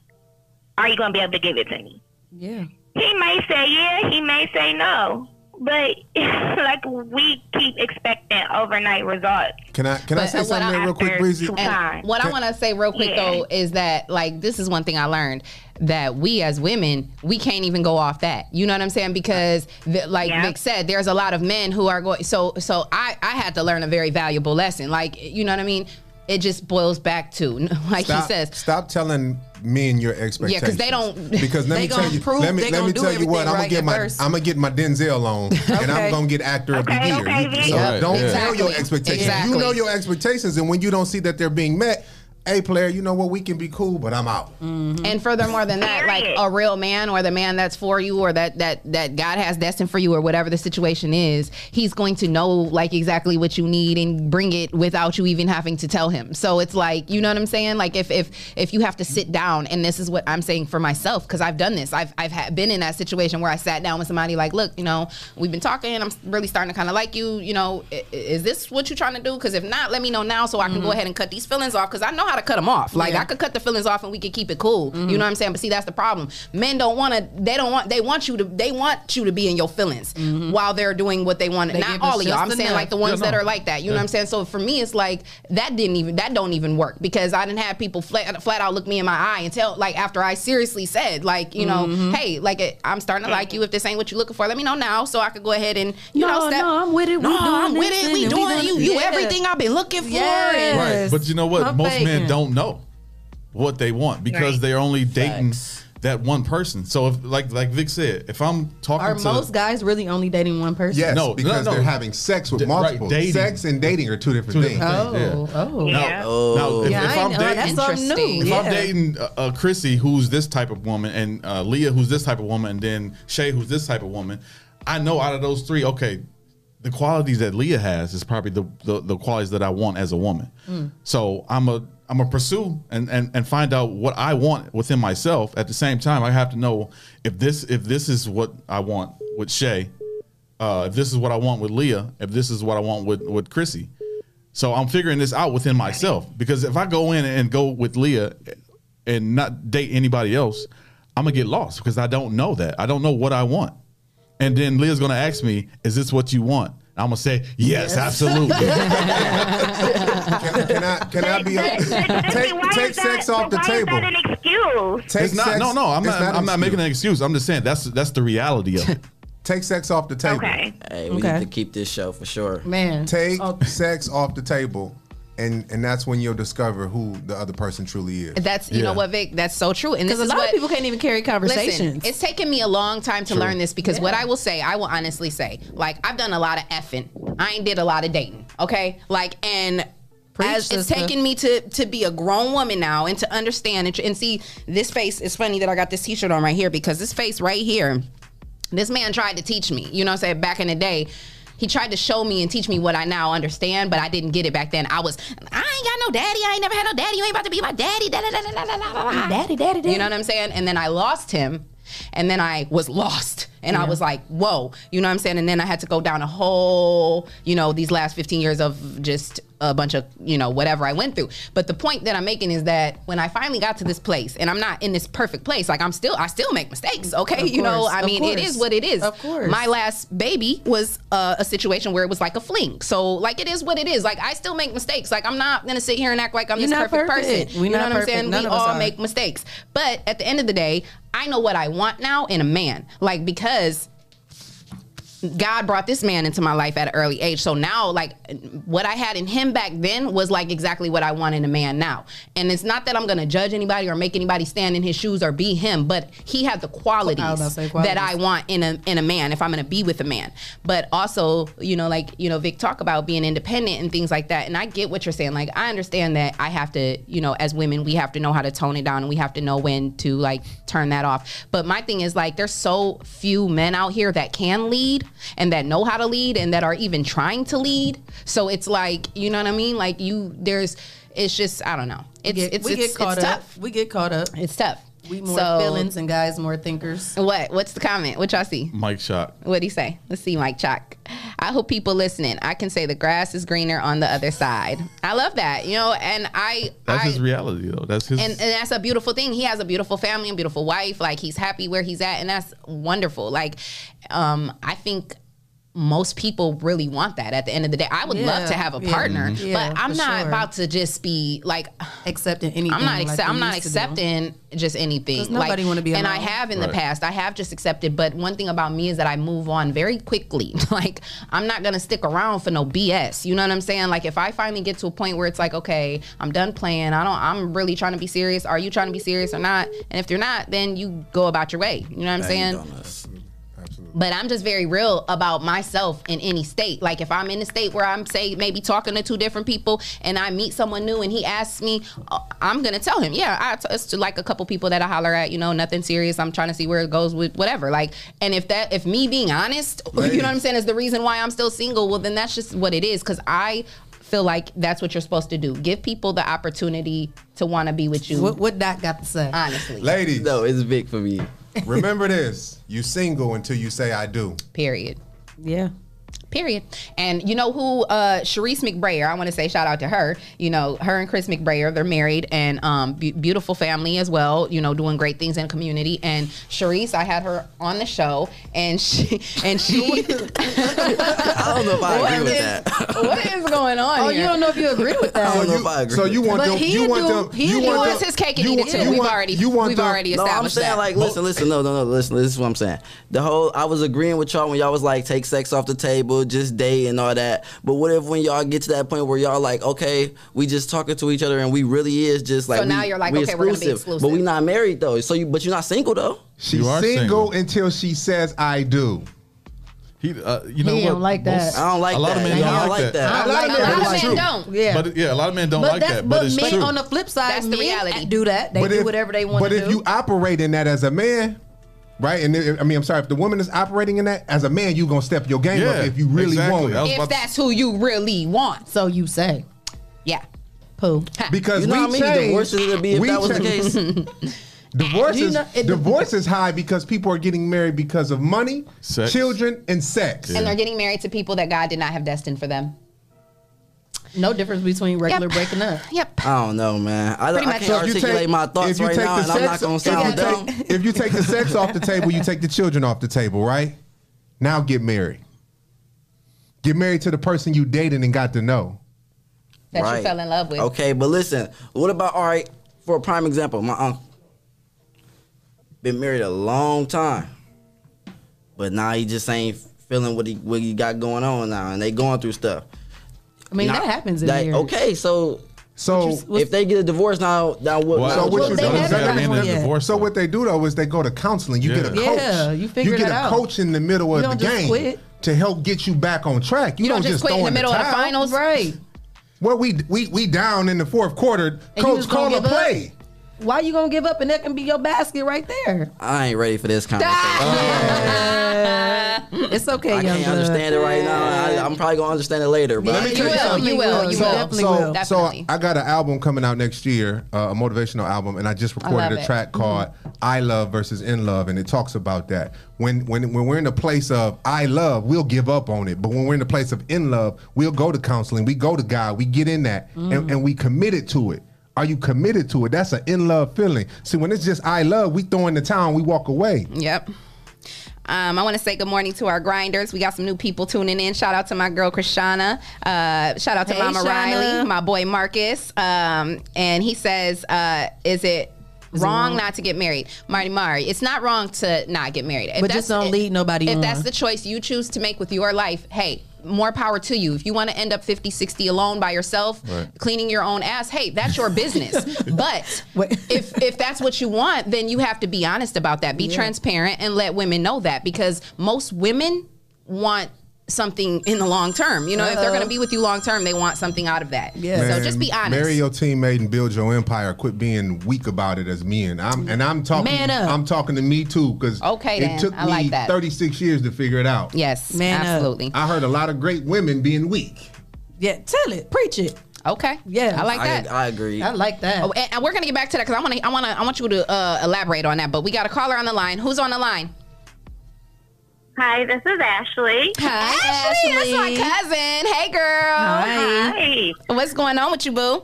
Speaker 11: Are you gonna be able to give it to me?"
Speaker 2: Yeah.
Speaker 11: He may say yeah, he may say no, but like we keep expecting overnight results.
Speaker 9: Can I can I
Speaker 1: But
Speaker 9: say
Speaker 1: what
Speaker 9: something
Speaker 1: I-
Speaker 9: real quick,
Speaker 1: after
Speaker 9: Breezy?
Speaker 1: two times. What I want to say real quick
Speaker 11: Yeah.
Speaker 1: though is that like this is one thing I learned that we as women we can't even go off that. You know what I'm saying? Because the, like
Speaker 11: Yeah.
Speaker 1: Vic said, there's a lot of men who are going. So so I I had to learn a very valuable lesson. Like you know what I mean? It just boils back to like
Speaker 9: stop,
Speaker 1: he says.
Speaker 9: Stop telling men your expectations.
Speaker 1: Yeah, 'cause they don't-
Speaker 9: Because let
Speaker 1: They
Speaker 9: me
Speaker 1: gonna
Speaker 9: tell you.
Speaker 1: prove-
Speaker 9: let me
Speaker 1: they
Speaker 9: let me
Speaker 1: gonna do
Speaker 9: tell you what.
Speaker 1: everything
Speaker 9: I'm gonna
Speaker 1: right
Speaker 9: get
Speaker 1: at
Speaker 9: my
Speaker 1: first.
Speaker 9: I'm gonna get my Denzel on, and I'm
Speaker 1: Okay.
Speaker 9: gonna get actor of the
Speaker 1: Okay,
Speaker 9: year.
Speaker 1: okay,
Speaker 9: You-
Speaker 1: Vic.
Speaker 9: so
Speaker 1: Yeah.
Speaker 9: Don't
Speaker 1: Exactly.
Speaker 9: tell your expectations.
Speaker 1: Exactly.
Speaker 9: You know your expectations, and when you don't see that they're being met, hey player, you know what? We can be cool, but I'm out.
Speaker 1: Mm. And furthermore than that, like a real man or the man that's for you or that that that God has destined for you or whatever the situation is, he's going to know like exactly what you need and bring it without you even having to tell him. So it's like, you know what I'm saying? Like if if if you have to sit down and this is what I'm saying for myself cuz I've done this. I've I've ha- been in that situation where I sat down with somebody like, "Look, you know, we've been talking. I'm really starting to kind of like you, you know, i- i- is this what you're trying to do? Cuz if not, let me know now so I can go ahead and cut these feelings off cuz I know how to cut them off. Like
Speaker 2: Yeah. Mm-hmm.
Speaker 1: I could cut the feelings off and we could keep it cool. You know what I'm saying? But see, that's the problem. Men don't want to. They don't want. They want you to. They want you to be in your feelings while they're doing what they want.
Speaker 2: Mm-hmm. They
Speaker 1: Not
Speaker 2: give us
Speaker 1: all of y'all.
Speaker 2: just
Speaker 1: I'm saying
Speaker 2: enough.
Speaker 1: like the ones
Speaker 2: Yeah, no.
Speaker 1: that are like that. You know what
Speaker 2: Yeah.
Speaker 1: I'm saying? So for me, it's like that didn't even. That don't even work because I didn't have people flat, flat out look me in my eye and tell like after I seriously said like you know
Speaker 2: Mhm.
Speaker 1: hey like eh, I'm starting to like you. If this ain't what you're looking for, let me know now so I could go ahead and you
Speaker 2: No,
Speaker 1: know step.
Speaker 2: no, I'm with it. We
Speaker 1: No,
Speaker 2: doing
Speaker 1: I'm with
Speaker 2: this
Speaker 1: it. We
Speaker 2: and we
Speaker 1: doing
Speaker 2: doing-
Speaker 1: you. You
Speaker 2: Yeah.
Speaker 1: everything I've been looking for. and-
Speaker 8: Right. But you know what?
Speaker 1: I'm
Speaker 8: Most
Speaker 1: faking.
Speaker 8: men don't know what they want because
Speaker 1: Right.
Speaker 8: they're only dating that one person. So if like like Vic said, if I'm talking
Speaker 2: Are
Speaker 8: to
Speaker 2: most guys really only dating one person?
Speaker 9: Yes,
Speaker 8: No, no,
Speaker 9: because
Speaker 8: no.
Speaker 9: they're having sex with
Speaker 8: D- right,
Speaker 9: multiple.
Speaker 8: dating.
Speaker 9: sex and dating are two different
Speaker 8: Two
Speaker 9: things.
Speaker 8: different
Speaker 2: Oh,
Speaker 8: things, yeah.
Speaker 2: oh.
Speaker 8: Now-
Speaker 2: Yeah.
Speaker 8: now, if,
Speaker 2: Yeah,
Speaker 8: if
Speaker 2: I
Speaker 8: I'm
Speaker 2: know.
Speaker 8: dating,
Speaker 2: That's something new.
Speaker 8: If I'm
Speaker 2: Yeah.
Speaker 8: dating uh, uh, Chrissy, who's this type of woman, and uh, Leah, who's this type of woman, and then Shay, who's this type of woman, I know out of those three, okay, the qualities that Leah has is probably the the, the qualities that I want as a woman.
Speaker 1: Hmm.
Speaker 6: Mm.
Speaker 8: So I'm a I'm a pursue and, and and find out what I want within myself. At the same time, I have to know if this if this is what I want with Shay, uh, if this is what I want with Leah, if this is what I want with with Chrissy. So I'm figuring this out within myself because if I go in and go with Leah and not date anybody else, I'm gonna get lost because I don't know that. I don't know what I want. And then Leah's gonna ask me, "Is this what you want?" I'm gonna say, "Yes, absolutely."
Speaker 9: Can I can I be take, take sex off the table?
Speaker 11: excuse?
Speaker 9: Take
Speaker 8: it's not.
Speaker 9: sex-
Speaker 8: no, no. I'm
Speaker 9: it's
Speaker 8: not.
Speaker 9: not an
Speaker 8: I'm not making an excuse. I'm just saying that's that's the reality of it.
Speaker 9: Take sex off the table.
Speaker 11: Okay.
Speaker 5: Hey, we
Speaker 9: Okay.
Speaker 5: need to keep this show for sure.
Speaker 2: Man. Oh.
Speaker 9: Take sex off the table. And, and that's when you'll discover who the other person truly is.
Speaker 1: That's you know what Vic. That's so true. And this
Speaker 2: Because a
Speaker 1: is
Speaker 2: lot
Speaker 1: what
Speaker 2: of people can't even carry conversations.
Speaker 1: Listen, it's taken me a long time to
Speaker 2: True.
Speaker 1: learn this because what
Speaker 2: Yeah.
Speaker 1: I will say, I will honestly say, like I've done a lot of effing. I ain't did a lot of dating. Okay, like and. as it's
Speaker 2: sister.
Speaker 1: taken me to to be a grown woman now and to understand and, tr- and see this face it's funny that I got this t-shirt on right here because this face right here this man tried to teach me you know what I'm saying back in the day he tried to show me and teach me what I now understand but I didn't get it back then I was I ain't got no daddy I ain't never had no daddy you ain't about to be my daddy da, da, da, da, da, da, da, da."
Speaker 2: Daddy, daddy, daddy.
Speaker 1: You know what I'm saying? And then I lost him, and then I was lost. And I
Speaker 2: Yeah.
Speaker 1: was like, whoa, you know what I'm saying? And then I had to go down a whole, you know, these last 15 years of just a bunch of, you know, whatever I went through. But the point that I'm making is that when I finally got to this place, and I'm not in this perfect place, like I'm still, I still make mistakes, okay?
Speaker 2: Of
Speaker 1: you know,
Speaker 2: course,
Speaker 1: I
Speaker 2: of
Speaker 1: mean, it is
Speaker 2: course.
Speaker 1: what it is.
Speaker 2: Of course.
Speaker 1: My last baby was uh, a situation where it was like a fling. So, like, it is what it is. Like, I still make mistakes. Like, I'm not gonna sit here and act like I'm
Speaker 2: You're
Speaker 1: this
Speaker 2: not
Speaker 1: perfect,
Speaker 2: perfect.
Speaker 1: person.
Speaker 2: We're
Speaker 1: you know
Speaker 2: not
Speaker 1: what I'm
Speaker 2: perfect.
Speaker 1: saying?
Speaker 2: None
Speaker 1: we
Speaker 2: of us
Speaker 1: all
Speaker 2: are.
Speaker 1: make mistakes. But at the end of the day, I know what I want now in a man. Like, because God brought this man into my life at an early age. So now, like, what I had in him back then was like exactly what I want in a man now. And it's not that I'm gonna judge anybody or make anybody stand in his shoes or be him, but he had the qualities,
Speaker 2: I was about to say
Speaker 1: that
Speaker 2: qualities.
Speaker 1: I want in a in a man if I'm gonna be with a man. But also, you know, like you know, Vic talk about being independent and things like that. And I get what you're saying. Like, I understand that I have to, you know, as women, we have to know how to tone it down and we have to know when to like turn that off. But my thing is like, there's so few men out here that can lead and that know how to lead and that are even trying to lead. So it's like, you know what I mean? Like you, there's, it's just, I don't know. It's
Speaker 2: get-
Speaker 1: it's
Speaker 2: we
Speaker 1: it's,
Speaker 2: get caught
Speaker 1: it's
Speaker 2: up.
Speaker 1: tough.
Speaker 2: We get caught up.
Speaker 1: It's tough.
Speaker 2: We more
Speaker 1: So-
Speaker 2: feelings and guys more thinkers.
Speaker 1: What? What's the comment? What y'all see?
Speaker 8: Mike shot.
Speaker 1: What'd he say? Let's see, Mike Chalk. I hope people listening. I can say the grass is greener on the other side. I love that, you know, and I,
Speaker 8: That's
Speaker 1: I
Speaker 8: his reality though. That's his.
Speaker 1: and, and that's a beautiful thing. He has a beautiful family and beautiful wife. Like he's happy where he's at, and that's wonderful. Like, um, I think most people really want that. At the end of the day, I would love
Speaker 2: Yeah,
Speaker 1: to have a
Speaker 2: yeah.
Speaker 1: partner,
Speaker 2: Mhm. Yeah,
Speaker 1: but I'm
Speaker 2: for
Speaker 1: not
Speaker 2: sure.
Speaker 1: about to just be like.
Speaker 2: Accepting anything.
Speaker 1: I'm not.
Speaker 2: like
Speaker 1: accept-
Speaker 2: we
Speaker 1: I'm not
Speaker 2: used to do.
Speaker 1: accepting just anything.
Speaker 2: 'Cause nobody wanna be
Speaker 1: And I
Speaker 2: alone.
Speaker 1: have in the
Speaker 8: Right.
Speaker 1: past. I have just accepted. But one thing about me is that I move on very quickly. like I'm not gonna stick around for no BS. You know what I'm saying? Like if I finally get to a point where it's like, okay, I'm done playing. I don't. I'm really trying to be serious. Are you trying to be serious or not? And if you're not, then you go about your way. You know what I'm saying?
Speaker 2: Mm-hmm.
Speaker 1: But I'm just very real about myself in any state. Like if I'm in a state where I'm say maybe talking to two different people and I meet someone new and he asks me, uh, I'm gonna tell him, yeah, I t- it's to like a couple people that I holler at, you know, nothing serious. I'm trying to see where it goes with whatever. Like, and if that, if me being honest, you know what I'm saying, is the reason why I'm still single, well then that's just what it is. Cause I feel like that's what you're supposed to do. Give people the opportunity to want to be with you.
Speaker 2: What what Doc got to say?
Speaker 1: honestly,
Speaker 9: Ladies,
Speaker 5: No, it's big for me.
Speaker 9: remember this. You single until you say I do.
Speaker 1: period.
Speaker 2: yeah.
Speaker 1: Period. And you know who? Uh, Sharice McBrayer. I want to say shout out to her. You know, her and Chris McBrayer. They're married and um, be- beautiful family as well. You know, doing great things in the community. And Sharice, I had her on the show, and she and she.
Speaker 5: I don't know if I
Speaker 1: What
Speaker 5: agree with
Speaker 1: is-
Speaker 5: that.
Speaker 1: what is going on?
Speaker 2: Oh,
Speaker 1: here?
Speaker 2: you don't know if you agree with that.
Speaker 5: don't know
Speaker 9: Oh, you,
Speaker 5: if I agree
Speaker 9: so
Speaker 5: with
Speaker 9: you
Speaker 5: that.
Speaker 9: want
Speaker 2: But
Speaker 9: them?
Speaker 2: he
Speaker 9: You want
Speaker 2: do-
Speaker 9: them?
Speaker 2: he
Speaker 9: you
Speaker 2: do-
Speaker 1: He
Speaker 9: want
Speaker 1: wants
Speaker 9: them-
Speaker 1: his cake and
Speaker 9: you
Speaker 1: eat it
Speaker 9: want-
Speaker 1: too.
Speaker 9: you
Speaker 1: We've
Speaker 9: want-
Speaker 1: already
Speaker 9: you want
Speaker 1: we've
Speaker 9: them-
Speaker 1: already
Speaker 5: No, I'm
Speaker 1: established
Speaker 5: saying
Speaker 1: that.
Speaker 5: like, listen, listen, no, no, no, listen, listen. is What I'm saying, the whole I was agreeing with y'all when y'all was like, take sex off the table, just date and all that. But what if when y'all get to that point where y'all like, okay, we just talking to each other and we really is just like,
Speaker 1: So now
Speaker 5: we-
Speaker 1: you're like,
Speaker 5: we
Speaker 1: okay, we're gonna be
Speaker 5: but we
Speaker 1: exclusive.
Speaker 5: not married though. So you, but you're not single though.
Speaker 9: She's
Speaker 8: You are
Speaker 9: single,
Speaker 8: single.
Speaker 9: until she says I do.
Speaker 8: he, uh, you know
Speaker 2: He
Speaker 8: what?
Speaker 2: don't like that.
Speaker 5: I don't like
Speaker 8: a lot
Speaker 5: that.
Speaker 8: of men
Speaker 5: I
Speaker 8: don't
Speaker 5: don't
Speaker 8: like
Speaker 5: like
Speaker 8: that.
Speaker 5: that.
Speaker 1: A lot
Speaker 2: like
Speaker 1: of
Speaker 2: that.
Speaker 1: men,
Speaker 2: That's true.
Speaker 1: don't.
Speaker 2: Yeah.
Speaker 8: But yeah, a lot of men don't
Speaker 2: but
Speaker 8: like
Speaker 2: that's
Speaker 8: that.
Speaker 2: but,
Speaker 8: But it's
Speaker 2: men
Speaker 8: true.
Speaker 2: on the flip side,
Speaker 1: That's the
Speaker 2: men
Speaker 1: reality.
Speaker 2: do that. They do whatever they want
Speaker 9: But
Speaker 2: to do.
Speaker 9: if you operate in that as a man, right? And if- I mean, I'm sorry, if the woman is operating in that as a man, you gonna step your game
Speaker 8: Yeah,
Speaker 9: up if you really
Speaker 8: exactly. I
Speaker 9: want
Speaker 8: was
Speaker 9: it.
Speaker 1: If
Speaker 8: about to-
Speaker 1: that's who you really want,
Speaker 2: so you say,
Speaker 1: yeah.
Speaker 2: poo.
Speaker 5: You
Speaker 9: Because
Speaker 5: know
Speaker 9: we
Speaker 5: what I mean?
Speaker 9: change.
Speaker 5: Divorce is gonna be if
Speaker 9: we
Speaker 5: that was the
Speaker 9: change-
Speaker 5: case.
Speaker 9: Divorce
Speaker 2: You
Speaker 9: is,
Speaker 2: know, it-
Speaker 9: divorce is high because people are getting married because of money,
Speaker 8: Sex.
Speaker 9: children, and sex.
Speaker 1: And they're getting married to people that God did not have destined for them.
Speaker 2: No difference between regular
Speaker 1: Yep.
Speaker 2: breaking up.
Speaker 1: Yep.
Speaker 5: I don't know, man. I, don't,
Speaker 1: Pretty
Speaker 5: I
Speaker 1: much.
Speaker 5: can't
Speaker 1: So
Speaker 9: if you
Speaker 5: articulate
Speaker 9: take-
Speaker 5: my thoughts
Speaker 9: if you
Speaker 5: right
Speaker 9: take
Speaker 5: now,
Speaker 9: the
Speaker 5: and I'm not
Speaker 9: sex-
Speaker 5: gonna
Speaker 9: if you
Speaker 5: sound dumb.
Speaker 9: take- If you take the sex off the table, you take the children off the table, right? Now get married. Get married to the person you dated and got to know.
Speaker 1: That you fell in love with.
Speaker 5: Okay, but listen, what about all right? For a prime example, my uncle been married a long time, but now he just ain't feeling what he what he got going on now, and they going through stuff.
Speaker 2: I mean,
Speaker 5: Now,
Speaker 2: that happens in
Speaker 5: that-
Speaker 2: marriage.
Speaker 5: Okay, so
Speaker 9: So,
Speaker 2: What's-
Speaker 5: if they get a divorce now, now what?
Speaker 8: Well,
Speaker 5: now
Speaker 9: so what
Speaker 5: what-
Speaker 9: you
Speaker 8: they
Speaker 9: do-
Speaker 8: haven't
Speaker 9: so-
Speaker 8: gotten into
Speaker 2: Yeah.
Speaker 8: divorce.
Speaker 9: so what they do though is they go to counseling. You get a
Speaker 8: Yeah.
Speaker 9: coach.
Speaker 2: Yeah, you figure
Speaker 9: get
Speaker 2: it
Speaker 9: a
Speaker 2: out.
Speaker 9: coach in the middle of
Speaker 2: You
Speaker 9: the
Speaker 2: don't just
Speaker 9: game
Speaker 2: quit.
Speaker 9: to help get you back on track. You,
Speaker 1: You don't just quit
Speaker 9: throw
Speaker 1: in the middle of the
Speaker 9: towel.
Speaker 1: finals.
Speaker 2: right?
Speaker 9: Well, we we we down in the fourth quarter.
Speaker 2: you
Speaker 9: coach,
Speaker 2: just gonna
Speaker 9: call a
Speaker 2: give up?
Speaker 9: play.
Speaker 2: Why you gonna give up and that can be your basket right there?
Speaker 5: I ain't ready for this conversation.
Speaker 2: It's okay,
Speaker 5: I
Speaker 2: young
Speaker 5: can't understand it right now. I, I'm probably gonna understand it later. But
Speaker 1: Yeah,
Speaker 5: I-
Speaker 1: you will, you will, you
Speaker 9: so,
Speaker 1: will.
Speaker 9: so,
Speaker 1: Definitely will.
Speaker 9: so
Speaker 1: Definitely.
Speaker 9: I got an album coming out next year, uh, a motivational album, and I just recorded
Speaker 1: love
Speaker 9: a
Speaker 1: it. Mm-hmm.
Speaker 9: track called "I Love versus In Love," and it talks about that. When when when we're in the place of I love, we'll give up on it, but when we're in the place of in love, we'll go to counseling, we go to God, we get in that,
Speaker 1: Mm-hmm.
Speaker 9: and, and we committed to it. Are you committed to it? That's an in love feeling. See, when it's just I love, we throw in the towel, and we walk away.
Speaker 1: Yep. Um, I want to say good morning to our grinders. We got some new people tuning in. Shout out to my girl Krishana. Uh, shout out to
Speaker 2: Hey,
Speaker 1: Mama
Speaker 2: Shauna.
Speaker 1: Riley, my boy Marcus. Um, and he says, uh, "Is it wrong
Speaker 2: wrong?
Speaker 1: not to get married, Marty Mari? It's not wrong to not get married, If
Speaker 2: But
Speaker 1: that's-
Speaker 2: just don't lead nobody
Speaker 1: If
Speaker 2: on.
Speaker 1: that's the choice you choose to make with your life, hey." More power to you. If you want to end up 50, 60 alone by yourself,
Speaker 8: Right.
Speaker 1: cleaning your own ass, hey, that's your business. but if if that's what you want, then you have to be honest about that. Be
Speaker 2: Yeah.
Speaker 1: transparent and let women know that because most women want something in the long term. You know, if they're
Speaker 2: Uh-oh.
Speaker 1: going to be with you long term, they want something out of that.
Speaker 2: Yeah.
Speaker 1: So just be honest.
Speaker 9: Marry your teammate and build your empire. Quit being weak about it as men. I'm and I'm talking.
Speaker 2: Man up.
Speaker 9: I'm talking to me too because
Speaker 1: Okay,
Speaker 9: it
Speaker 1: then.
Speaker 9: took
Speaker 1: I
Speaker 9: me
Speaker 1: like that.
Speaker 9: 36 years to figure it out.
Speaker 1: yes,
Speaker 2: Man up.
Speaker 1: absolutely.
Speaker 9: I heard a lot of great women being weak.
Speaker 2: Yeah, tell it, preach it.
Speaker 1: Okay.
Speaker 2: Yeah.
Speaker 1: I like
Speaker 5: I,
Speaker 1: that.
Speaker 5: I agree.
Speaker 2: I like that.
Speaker 1: Oh, and and we're gonna get back to that because I want to, I want to, I want you to uh, elaborate on that. But we got a caller on the line. Who's on the line?
Speaker 11: Hi, this is Ashley.
Speaker 1: Hi, That's
Speaker 2: Ashley.
Speaker 1: my cousin. Hey, girl.
Speaker 11: Hi.
Speaker 1: What's going on with you, boo?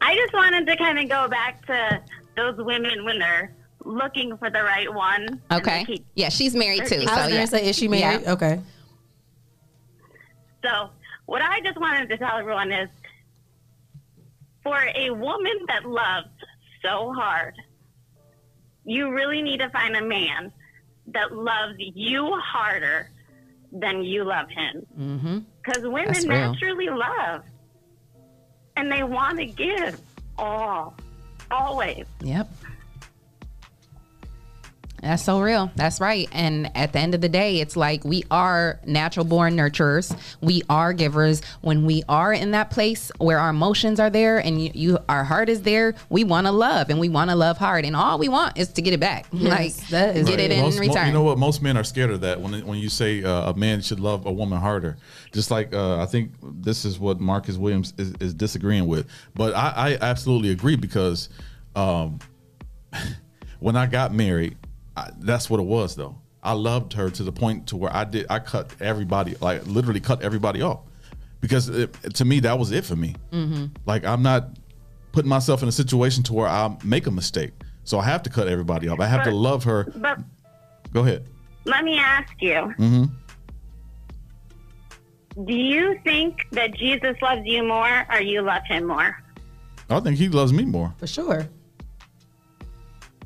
Speaker 11: I just wanted to kind of go back to those women when they're looking for the right one. and they
Speaker 1: Okay.
Speaker 11: keep-
Speaker 1: Yeah, she's married too.
Speaker 11: I
Speaker 1: so
Speaker 2: I was
Speaker 1: yeah.
Speaker 2: gonna say, is she married?
Speaker 1: Yeah.
Speaker 2: Okay.
Speaker 11: So, what I just wanted to tell everyone is for a woman that loves so hard, you really need to find a man that loves you harder than you love him.
Speaker 2: Mm-hmm.
Speaker 1: Mhm.
Speaker 11: Because women
Speaker 1: That's real.
Speaker 11: naturally love and they want to give all, always.
Speaker 1: Yep. That's so real. That's right. And at the end of the day, it's like we are natural born nurturers. We are givers. When we are in that place where our emotions are there and you, you our heart is there, we want to love and we want to love hard. And all we want is to get it back. like
Speaker 2: that is
Speaker 1: get it in
Speaker 8: Most- mo-
Speaker 1: return.
Speaker 8: You know what? Most men are scared of that. When when you say uh, a man should love a woman harder, just like uh, I think this is what Marcus Williams is, is disagreeing with. But I, I absolutely agree because um, when I got married, I, that's what it was though. I loved her to the point to where I did I cut everybody like literally cut everybody off because it, to me that was it for me.
Speaker 1: Mm-hmm.
Speaker 8: Like I'm not putting myself in a situation to where I make a mistake. So I have to cut everybody off. I have to
Speaker 11: But-
Speaker 8: love her
Speaker 11: But
Speaker 8: Go ahead. Mm-hmm.
Speaker 11: let me ask you do you think that Jesus loves you more or you love him more?
Speaker 8: I think he loves me more.
Speaker 2: For sure.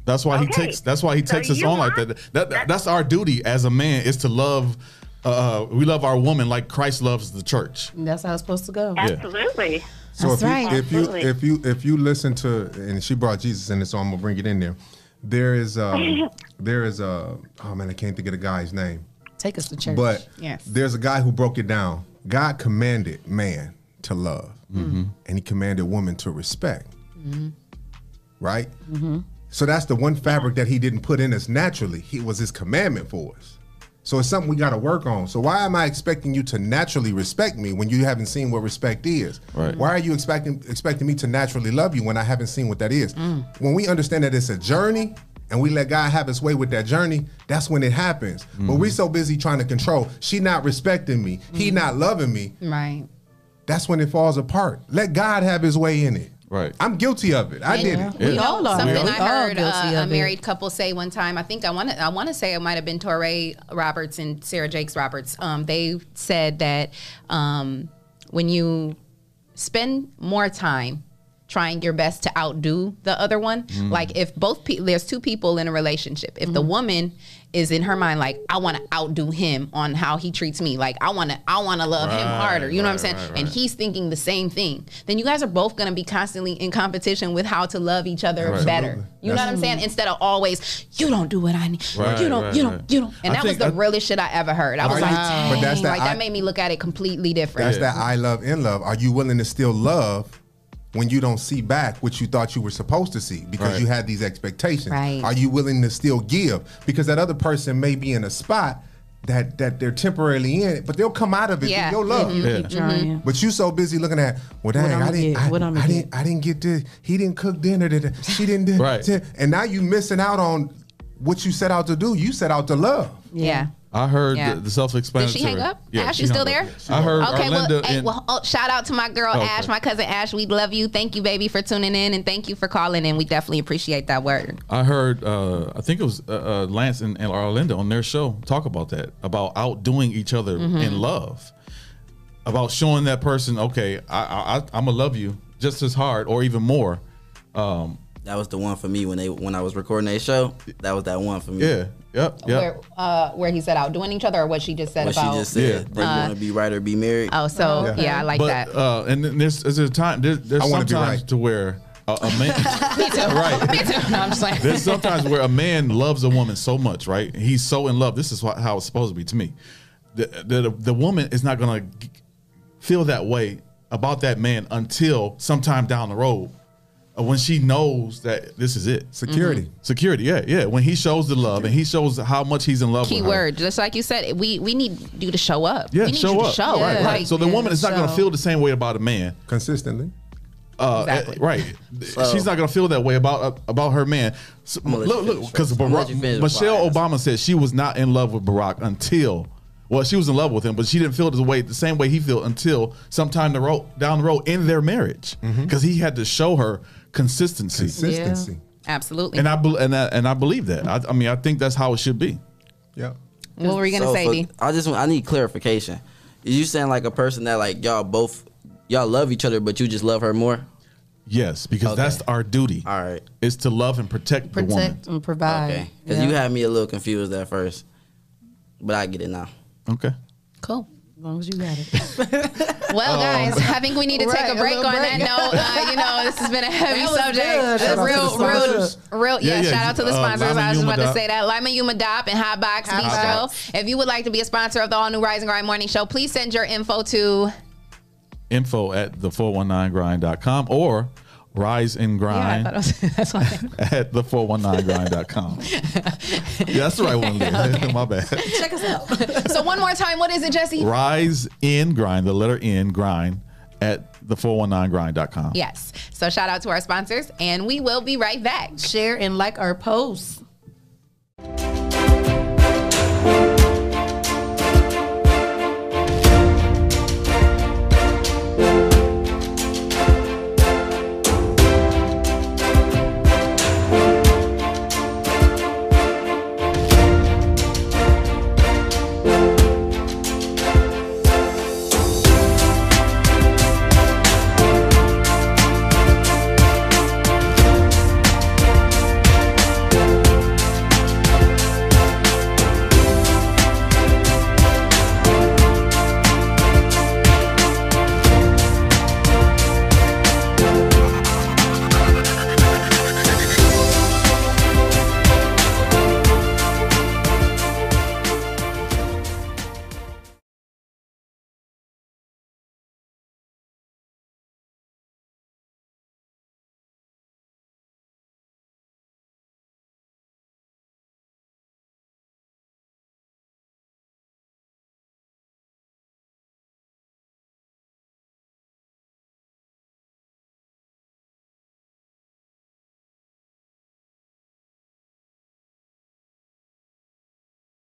Speaker 8: That's why he
Speaker 11: Okay.
Speaker 8: takes. That's why he
Speaker 11: So
Speaker 8: takes us
Speaker 11: you
Speaker 8: on like
Speaker 11: are-
Speaker 8: that. That, that. That's our duty as a man is to love. Uh, we love our woman like Christ loves the church.
Speaker 2: That's how it's supposed to go.
Speaker 11: Absolutely.
Speaker 9: So
Speaker 2: That's
Speaker 9: if
Speaker 2: right.
Speaker 9: you if you
Speaker 11: Absolutely.
Speaker 9: if you if you listen to and she brought Jesus in it, so I'm gonna bring it in there. There is um there is a oh man, I can't think of the guy's name.
Speaker 2: Take us to church.
Speaker 9: But
Speaker 1: Yes.
Speaker 9: there's a guy who broke it down. God commanded man to love, and he commanded woman to respect. Right? So that's the one fabric that he didn't put in us naturally. He was his commandment for us. So it's something we got to work on. So why am I expecting you to naturally respect me when you haven't seen what respect is?
Speaker 8: Right.
Speaker 9: Why are you expecting expecting me to naturally love you when I haven't seen what that is?
Speaker 2: Mm.
Speaker 9: When we understand that it's a journey and we let God have his way with that journey, that's when it happens. But
Speaker 1: Mm-hmm.
Speaker 9: we so busy trying to control, she not respecting me, he not loving me,
Speaker 1: right.
Speaker 9: that's when it falls apart. Let God have his way in it.
Speaker 8: Right.
Speaker 9: I'm guilty of it. I
Speaker 1: And
Speaker 9: did it.
Speaker 1: We
Speaker 8: Yeah.
Speaker 1: all
Speaker 2: We
Speaker 1: are. Something
Speaker 2: all
Speaker 1: I heard
Speaker 2: guilty
Speaker 1: uh, a
Speaker 2: of it.
Speaker 1: married couple say one time. I think I want to. I want to say it might have been Torrey Roberts and Sarah Jakes Roberts. Um, they said that um, when you spend more time trying your best to outdo the other one
Speaker 9: Mm.
Speaker 1: like if both people there's two people in a relationship if
Speaker 2: Mm-hmm.
Speaker 1: the woman is in her mind like i want to outdo him on how he treats me like i want to i want to love him
Speaker 8: Right,
Speaker 1: harder you know what i'm
Speaker 8: right,
Speaker 1: saying
Speaker 8: right,
Speaker 1: and
Speaker 8: right.
Speaker 1: he's thinking the same thing then you guys are both going to be constantly in competition with how to love each other
Speaker 8: Right.
Speaker 1: better you know what i'm saying instead of always you don't do what i need
Speaker 8: Right,
Speaker 1: you don't
Speaker 8: right,
Speaker 1: you don't
Speaker 8: right.
Speaker 1: you don't and
Speaker 8: I
Speaker 1: that was
Speaker 8: think-
Speaker 1: the
Speaker 8: I-
Speaker 1: realest shit i ever heard i was
Speaker 9: Are
Speaker 1: like
Speaker 9: you-
Speaker 1: dang
Speaker 9: but that's that
Speaker 1: like that
Speaker 9: I-
Speaker 1: made me look at it completely different
Speaker 9: That's that I love in love. Are you willing to still love when you don't see back what you thought you were supposed to see because
Speaker 8: Right.
Speaker 9: you had these expectations?
Speaker 1: Right.
Speaker 9: Are you willing to still give because that other person may be in a spot that that they're temporarily in it, but they'll come out of it through
Speaker 1: Yeah.
Speaker 9: your love.
Speaker 1: Mhm, keep Yeah. trying.
Speaker 9: But you so busy looking at, well, dang,
Speaker 2: I'ma
Speaker 9: I didn't,
Speaker 2: get?
Speaker 9: I,
Speaker 2: What I'ma
Speaker 9: I didn't, I didn't get this. He didn't cook dinner. Did she didn't? do-
Speaker 8: Right.
Speaker 9: t- And now you missing out on what you set out to do. You set out to love.
Speaker 1: Yeah.
Speaker 8: I heard
Speaker 1: Yeah.
Speaker 8: the, the self-explanatory.
Speaker 1: Did she hang up?
Speaker 8: Yeah,
Speaker 1: Ash,
Speaker 8: she
Speaker 1: you
Speaker 8: hung
Speaker 1: still
Speaker 8: up.
Speaker 1: there?
Speaker 8: I heard
Speaker 1: Okay,
Speaker 8: Arlinda
Speaker 1: well, hey,
Speaker 8: and-
Speaker 1: well, oh, shout out to my girl
Speaker 8: Oh,
Speaker 1: Ash,
Speaker 8: okay.
Speaker 1: my cousin Ash. We love you. Thank you, baby, for tuning in, and thank you for calling in. We definitely appreciate that word.
Speaker 8: I heard, uh, I think it was uh, uh, Lance and, and Arlinda on their show talk about that, about outdoing each other
Speaker 1: Mhm.
Speaker 8: in love, about showing that person, okay, I, I, I, I'm gonna love you just as hard or even more. Um,
Speaker 5: that was the one for me when they when I was recording that show. That was that one for me.
Speaker 8: Yeah. Yep.
Speaker 1: Where, uh, where he said outdoing each other, or what she just said
Speaker 5: What she
Speaker 1: about
Speaker 5: just said.
Speaker 8: Yeah.
Speaker 5: They
Speaker 1: Uh,
Speaker 5: want to be right or be married.
Speaker 1: Oh, so yeah, I like
Speaker 8: but,
Speaker 1: that.
Speaker 8: Uh, and then there's, there's a time, there's, there's
Speaker 9: I wanna be
Speaker 8: sometimes
Speaker 9: right.
Speaker 8: to where a, a man.
Speaker 1: Me too.
Speaker 8: Right.
Speaker 1: Mm-hmm. Me too. No, I'm just like.
Speaker 8: There's sometimes where a man loves a woman so much, right? He's so in love. This is wha- how it's supposed to be to me. The the, the, the woman is not gonna g- feel that way about that man until sometime down the road, uh, when she knows that this is it. Mm-hmm.
Speaker 9: Security.
Speaker 8: Security. Yeah, yeah. When he shows the love and he shows how much he's in love with her.
Speaker 1: Keyword, just like you said, we we need you to show up.
Speaker 8: Yeah,
Speaker 1: we need
Speaker 8: show
Speaker 1: you
Speaker 8: up.
Speaker 1: To show
Speaker 8: Right,
Speaker 1: Like,
Speaker 8: right. So the
Speaker 1: yeah,
Speaker 8: woman is not going to
Speaker 1: show.
Speaker 8: feel the same way about a man
Speaker 9: consistently.
Speaker 8: Uh,
Speaker 1: Exactly.
Speaker 8: uh, Right.
Speaker 5: So-
Speaker 8: She's not going to feel that way about uh, about her man. So,
Speaker 5: I'ma let
Speaker 8: look,
Speaker 5: you
Speaker 8: look,
Speaker 5: finish
Speaker 8: because
Speaker 5: first. I'ma let you finish
Speaker 8: Michelle
Speaker 5: before
Speaker 8: Obama said she was not in love with Barack until, well, she was in love with him, but she didn't feel the way the same way he felt until sometime the road down the road in their marriage,
Speaker 5: Mm-hmm.
Speaker 8: because he had to show her consistency.
Speaker 9: Consistency.
Speaker 1: Absolutely.
Speaker 8: And I bel and I, and I believe that. I, I mean, I think that's how it should be.
Speaker 9: Yeah.
Speaker 1: what were you gonna
Speaker 5: So,
Speaker 1: say,
Speaker 5: for-
Speaker 1: D?
Speaker 5: I just want- I need clarification. Is you saying like a person that like y'all both y'all love each other, but you just love her more?
Speaker 8: Yes, because that's our duty.
Speaker 5: All right.
Speaker 8: Is to love and protect, the woman.
Speaker 2: Protect and provide.
Speaker 5: Okay. Because
Speaker 2: Yeah.
Speaker 5: you had me a little confused at first, but I get it now.
Speaker 8: Okay.
Speaker 1: Cool.
Speaker 2: As long as you got it.
Speaker 8: Oh.
Speaker 1: Well, guys, I think we need to
Speaker 2: Right,
Speaker 1: take
Speaker 2: a
Speaker 1: a break on
Speaker 2: little
Speaker 1: that
Speaker 2: break.
Speaker 1: note. Uh, you know, this has been a heavy
Speaker 2: That was
Speaker 1: subject.
Speaker 2: good. Shout
Speaker 1: That's
Speaker 2: out to
Speaker 1: real,
Speaker 2: the
Speaker 1: real,
Speaker 2: sponsors.
Speaker 1: real. Yeah,
Speaker 8: Yeah, yeah,
Speaker 1: shout out to the
Speaker 8: uh,
Speaker 1: sponsors.
Speaker 8: Lyman
Speaker 1: I was just
Speaker 8: Yuma
Speaker 1: about to
Speaker 8: Dop.
Speaker 1: say that. Lyman Yuma Dop and Hot Box B Show. If you would like to be a sponsor of the All New Rise and Grind Morning Show, please send your info to
Speaker 8: Info at the419grind.com or rise and grind.
Speaker 1: I thought it was, that's why.
Speaker 8: at the419grind.com. yeah, that's the right one. there. My bad.
Speaker 2: Check us out.
Speaker 1: so one more time, what is it, Jesse?
Speaker 8: Rise in grind, the letter N grind at the419grind.com.
Speaker 1: Yes. So shout out to our sponsors, and we will be right back.
Speaker 2: Share and like our posts.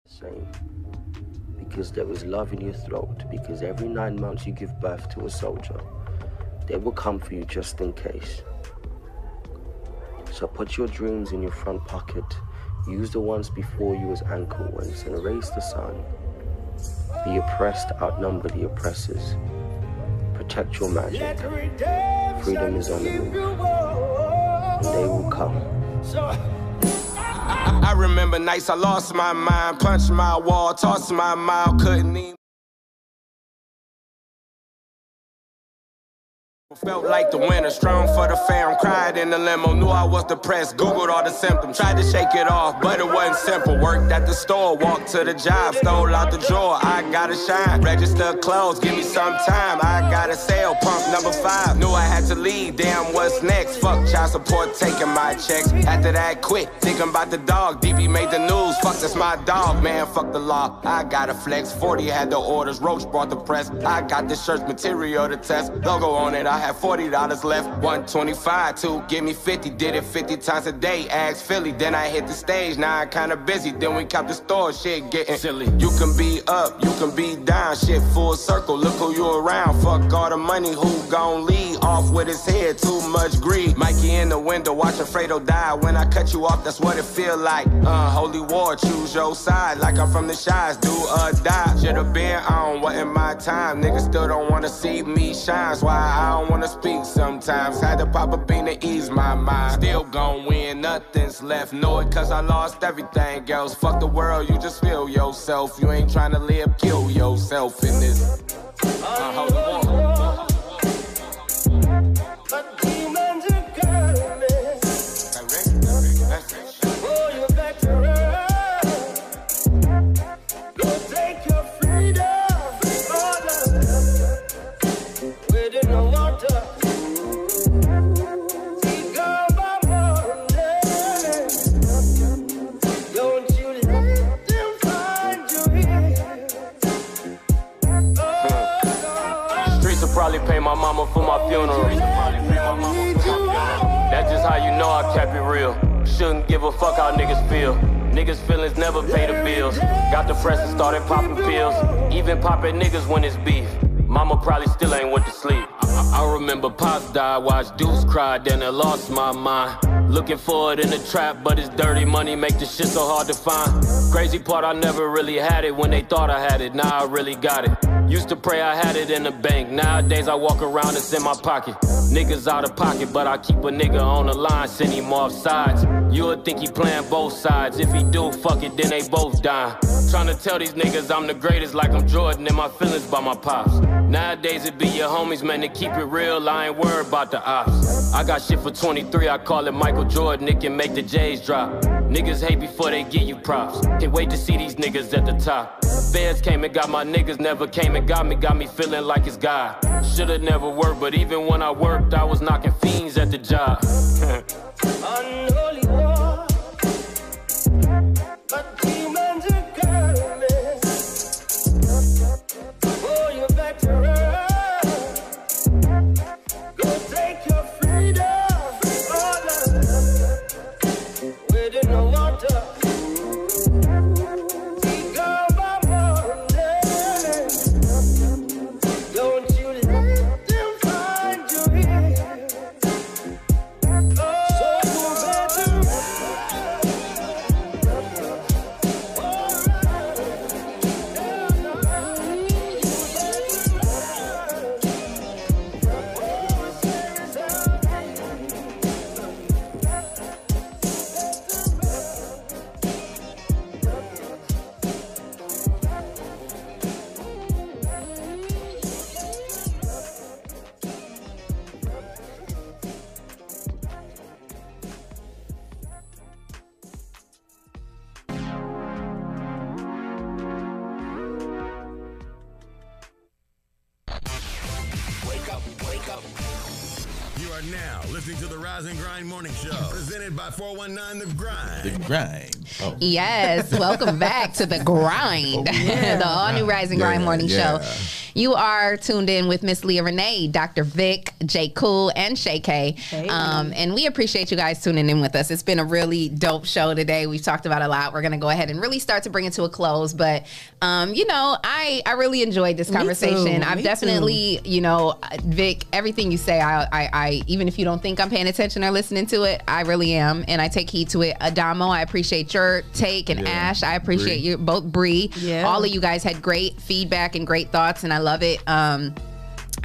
Speaker 12: Same. Because there is love in your throat, because every nine months you give birth to a soldier. They will come for you just in case. So put your dreams in your front pocket. Use the ones before you as anchor ones and raise the sun. The oppressed outnumber the oppressors. Protect your magic. Freedom is on the move. And they will come.
Speaker 6: I remember nights I lost my mind, punched my wall, tossed my mouth, couldn't even.
Speaker 13: Felt like the winner, strong for the fam. Cried in the limo, knew I was depressed. Googled all the symptoms, tried to shake it off, but it wasn't simple. Worked at the store, walked to the job, stole out the drawer. I gotta shine. Register clothes, give me some time. I gotta sell, pump number five. Knew I had to leave, damn, what's next? Fuck child support, taking my checks. After that, quit, thinking about the dog. DB made the news, fuck that's my dog, man, fuck the law. I gotta flex. 40 had the orders, Roach brought the press. I got the shirt's material to test. Logo on it, I had $40 left. 125, two, give me 50. Did it 50 times a day. Asked Philly, then I hit the stage. Now I'm kinda busy. Then we cop the store, shit getting silly. You can be up, you can be down. Shit full circle, look who you around. Fuck all the money, who gon' lead? Off with his head, too much greed. Mikey in the window, watching Fredo die. When I cut you off, that's what it feel like. Uh, holy war, choose your side. Like I'm from the shires, do or die. Should've been on, wasn't my time. Niggas still don't wanna see me shine. That's why I don't wanna speak sometimes. Had to pop a bean to ease my mind. Still gon' win, nothing's left. Know it cause I lost everything else. Fuck the world, you just feel yourself. You ain't tryna live, kill yourself in this. Uh, holy war. Streets will probably pay my mama for my funeral. That's just how you know I kept it real. Shouldn't give a fuck how niggas feel. Niggas' feelings never pay the bills. Got the press and started popping pills. Even popping niggas when it's beef. Mama probably still ain't went to sleep. I, I remember Pops died, watched Deuce cry, then I lost my mind. Looking for it in the trap, but it's dirty money, make the shit so hard to find. Crazy part, I never really had it when they thought I had it, now I really got it. Used to pray I had it in the bank, nowadays I walk around, it's in my pocket. Niggas out of pocket, but I keep a nigga on the line, send him off sides. You would think he playing both sides, if he do, fuck it, then they both dying. Trying to tell these niggas I'm the greatest, like I'm Jordan, and my feelings by my pops. Nowadays it be your homies, man, to keep it real, I ain't worried about the ops. I got shit for 23, I call it Michael Jordan, it can make the J's drop. Niggas hate before they give you props. Can't wait to see these niggas at the top. Fans came and got my niggas, never came and got me, got me feeling like it's God. Should've never worked, but even when I worked, I was knocking fiends at the job.
Speaker 7: Wake up, wake up. You are now listening to the Rise and Grind Morning Show, presented by 419 The Grind.
Speaker 2: E.
Speaker 8: The grind. Oh.
Speaker 1: Yes, welcome back to the grind, the all new Rise and Grind
Speaker 8: Yeah,
Speaker 1: morning
Speaker 8: yeah.
Speaker 1: show. You are tuned in with Miss Leah Renee, Dr. Vic, Jay Cool, and Shay K. Um, and we appreciate you guys tuning in with us. It's been a really dope show today. We've talked about a lot. We're going to go ahead and really start to bring it to a close. But, um, you know, I, I really enjoyed this
Speaker 2: Me
Speaker 1: conversation.
Speaker 2: too,
Speaker 1: I've
Speaker 2: me
Speaker 1: definitely, you know, Vic, everything you say, I, I, I, even if you don't think I'm paying attention or listening to it, I really am. And I take heed to it. Adamo, I appreciate your take. And
Speaker 2: Yeah.
Speaker 1: Ash, I appreciate
Speaker 2: Bree.
Speaker 1: you both, Bree.
Speaker 2: Yeah.
Speaker 1: All of you guys had great feedback and great thoughts. And I love it. Um,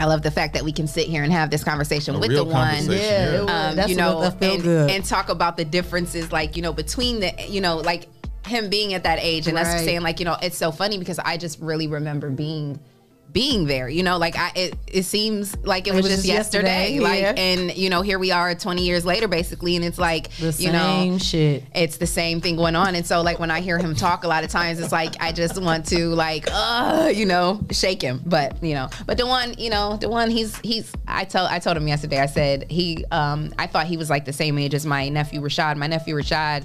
Speaker 1: I love the fact that we can sit here and have this conversation
Speaker 2: A
Speaker 1: with
Speaker 2: real
Speaker 1: the one,
Speaker 2: conversation, yeah.
Speaker 1: um,
Speaker 2: Yeah, that's
Speaker 1: you know,
Speaker 2: what- that felt
Speaker 1: and,
Speaker 2: good.
Speaker 1: and talk about the differences, like you know, between the, you know, like him being at that age and us
Speaker 2: Right.
Speaker 1: saying, like, you know, it's so funny because I just really remember being being there. You know, like I, it, it seems like it, was, just yesterday.
Speaker 2: yesterday,
Speaker 1: Like, and you know, here we are 20 years later, basically, and it's like,
Speaker 2: The
Speaker 1: you know,
Speaker 2: same shit.
Speaker 1: it's the same thing going on. And so, like, when I hear him talk, a lot of times it's like I just want to, like, uh, you know, shake him. But you know, but the one, you know, the one he's he's. I tell I told him yesterday. I said he, um, I thought he was like the same age as my nephew Rashad. My nephew Rashad,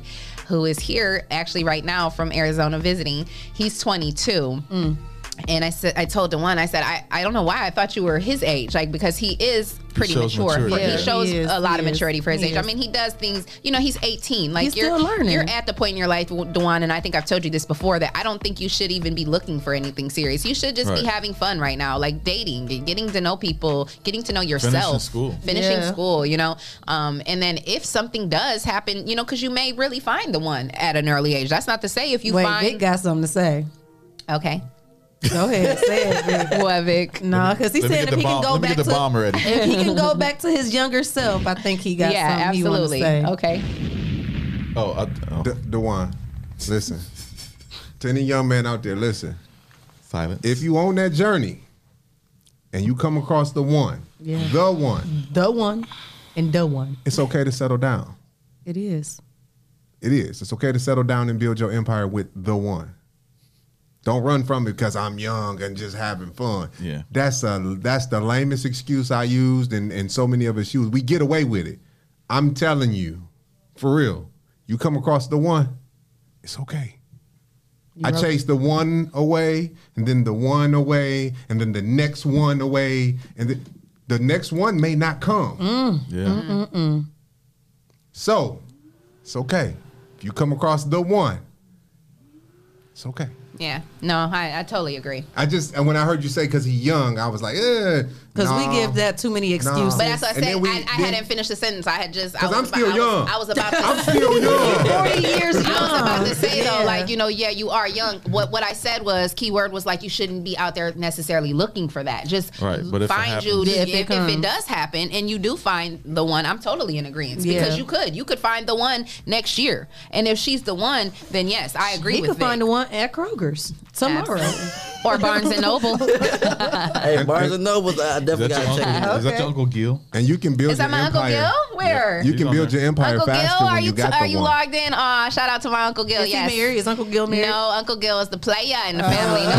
Speaker 1: who is here actually right now from Arizona visiting, he's 22.
Speaker 2: Mm.
Speaker 1: And I said, I told Dewan, I said, I, I don't know why I thought you were his age, like because he is pretty
Speaker 2: shows
Speaker 1: mature. for-
Speaker 2: maturity. Yeah,
Speaker 1: he shows
Speaker 2: he is,
Speaker 1: a lot
Speaker 2: he
Speaker 1: of
Speaker 2: is,
Speaker 1: maturity for his
Speaker 2: he
Speaker 1: age. I
Speaker 2: is.
Speaker 1: mean, he does things. You know, he's 18. Like
Speaker 2: He's
Speaker 1: you're
Speaker 2: still learning.
Speaker 1: You're at the point in your life, Dewan, and I think I've told you this before that I don't think you should even be looking for anything serious. You should just
Speaker 8: Right.
Speaker 1: be having fun right now, like dating, getting to know people, getting to know yourself,
Speaker 8: school.
Speaker 1: finishing
Speaker 8: Yeah.
Speaker 1: school. You know, um, and then if something does happen, you know, because you may really find the one at an early age. That's not to say if you
Speaker 2: Wait,
Speaker 1: find
Speaker 2: Vic got something to say.
Speaker 1: okay.
Speaker 2: Go ahead, say it. Vic.
Speaker 1: What, Vic?
Speaker 2: No, because he
Speaker 8: Let me
Speaker 2: said
Speaker 8: get
Speaker 2: if
Speaker 8: the
Speaker 2: he
Speaker 8: bomb-
Speaker 2: can go
Speaker 8: let me
Speaker 2: back
Speaker 8: get the
Speaker 2: to
Speaker 8: bomb ready.
Speaker 2: if he can go back to his younger self, I think he got
Speaker 1: Yeah,
Speaker 2: something
Speaker 1: absolutely.
Speaker 2: he want to say.
Speaker 1: Okay.
Speaker 8: Oh, I, oh.
Speaker 9: D- Dewan, listen. to any young man out there, listen.
Speaker 8: Silence.
Speaker 9: If you on that journey and you come across the one,
Speaker 2: Yeah.
Speaker 9: the one,
Speaker 2: The one and the one.
Speaker 9: it's okay to settle down.
Speaker 2: It is.
Speaker 9: It is. It's okay to settle down and build your empire with the one. Don't run from it because I'm young and just having fun.
Speaker 8: Yeah.
Speaker 9: That's a that's the lamest excuse I used and, and so many of us use. We get away with it. I'm telling you, for real. You come across the one, it's okay. I
Speaker 2: wrote-
Speaker 9: chased the one away, and then the one away, and then the next one away, and the, the next one may not come.
Speaker 8: Yeah.
Speaker 9: So, it's okay. If you come across the one, it's okay.
Speaker 1: Yeah. No, I, I totally agree.
Speaker 9: I just and when I heard you say because he's young, I was like, eh.
Speaker 2: Because we give that too many excuses.
Speaker 1: But that's what I
Speaker 9: And
Speaker 1: said.
Speaker 9: then we-
Speaker 1: I, I
Speaker 9: then-
Speaker 1: hadn't finished the sentence. I had just. I
Speaker 9: 'Cause
Speaker 1: was
Speaker 9: I'm still
Speaker 1: about,
Speaker 9: young.
Speaker 1: I was, I was about to.
Speaker 9: I'm still young.
Speaker 2: 40 years young.
Speaker 1: I was about to say though, like you know, yeah, you are young. What what I said was keyword was like you shouldn't be out there necessarily looking for that. Just
Speaker 8: Right, but if it
Speaker 1: find you
Speaker 8: happens-
Speaker 1: to-
Speaker 2: Yeah, if
Speaker 1: if,
Speaker 2: it
Speaker 1: if, it
Speaker 2: comes.
Speaker 1: does happen and you do find the one. I'm totally in agreement because
Speaker 2: Yeah.
Speaker 1: you could you could find the one next year, and if she's the one, then yes, I agree
Speaker 2: He
Speaker 1: with
Speaker 2: could
Speaker 1: Vic.
Speaker 2: find the one at Kroger's tomorrow.
Speaker 1: or Barnes and Noble.
Speaker 5: Hey, Barnes and Nobles, I
Speaker 8: Is
Speaker 5: definitely
Speaker 8: that,
Speaker 5: gotta
Speaker 8: your
Speaker 5: check it
Speaker 8: uncle,
Speaker 5: out.
Speaker 8: is that your Uncle Gil?
Speaker 9: And you can build
Speaker 1: Is
Speaker 9: your
Speaker 1: that my Uncle
Speaker 9: empire.
Speaker 1: Gil? Where?
Speaker 9: You
Speaker 8: He's
Speaker 9: can
Speaker 8: on
Speaker 9: build
Speaker 8: there.
Speaker 9: your empire
Speaker 1: Uncle
Speaker 9: faster
Speaker 1: Gil,
Speaker 9: when
Speaker 1: are
Speaker 9: you,
Speaker 1: you,
Speaker 9: got
Speaker 1: are
Speaker 9: the
Speaker 1: you
Speaker 9: one.
Speaker 1: logged in? Aw, shout out to my Uncle Gil.
Speaker 2: Is
Speaker 1: yes.
Speaker 2: he married? Is Uncle Gil married? Oh.
Speaker 1: No, Uncle Gil is the player in the family. No.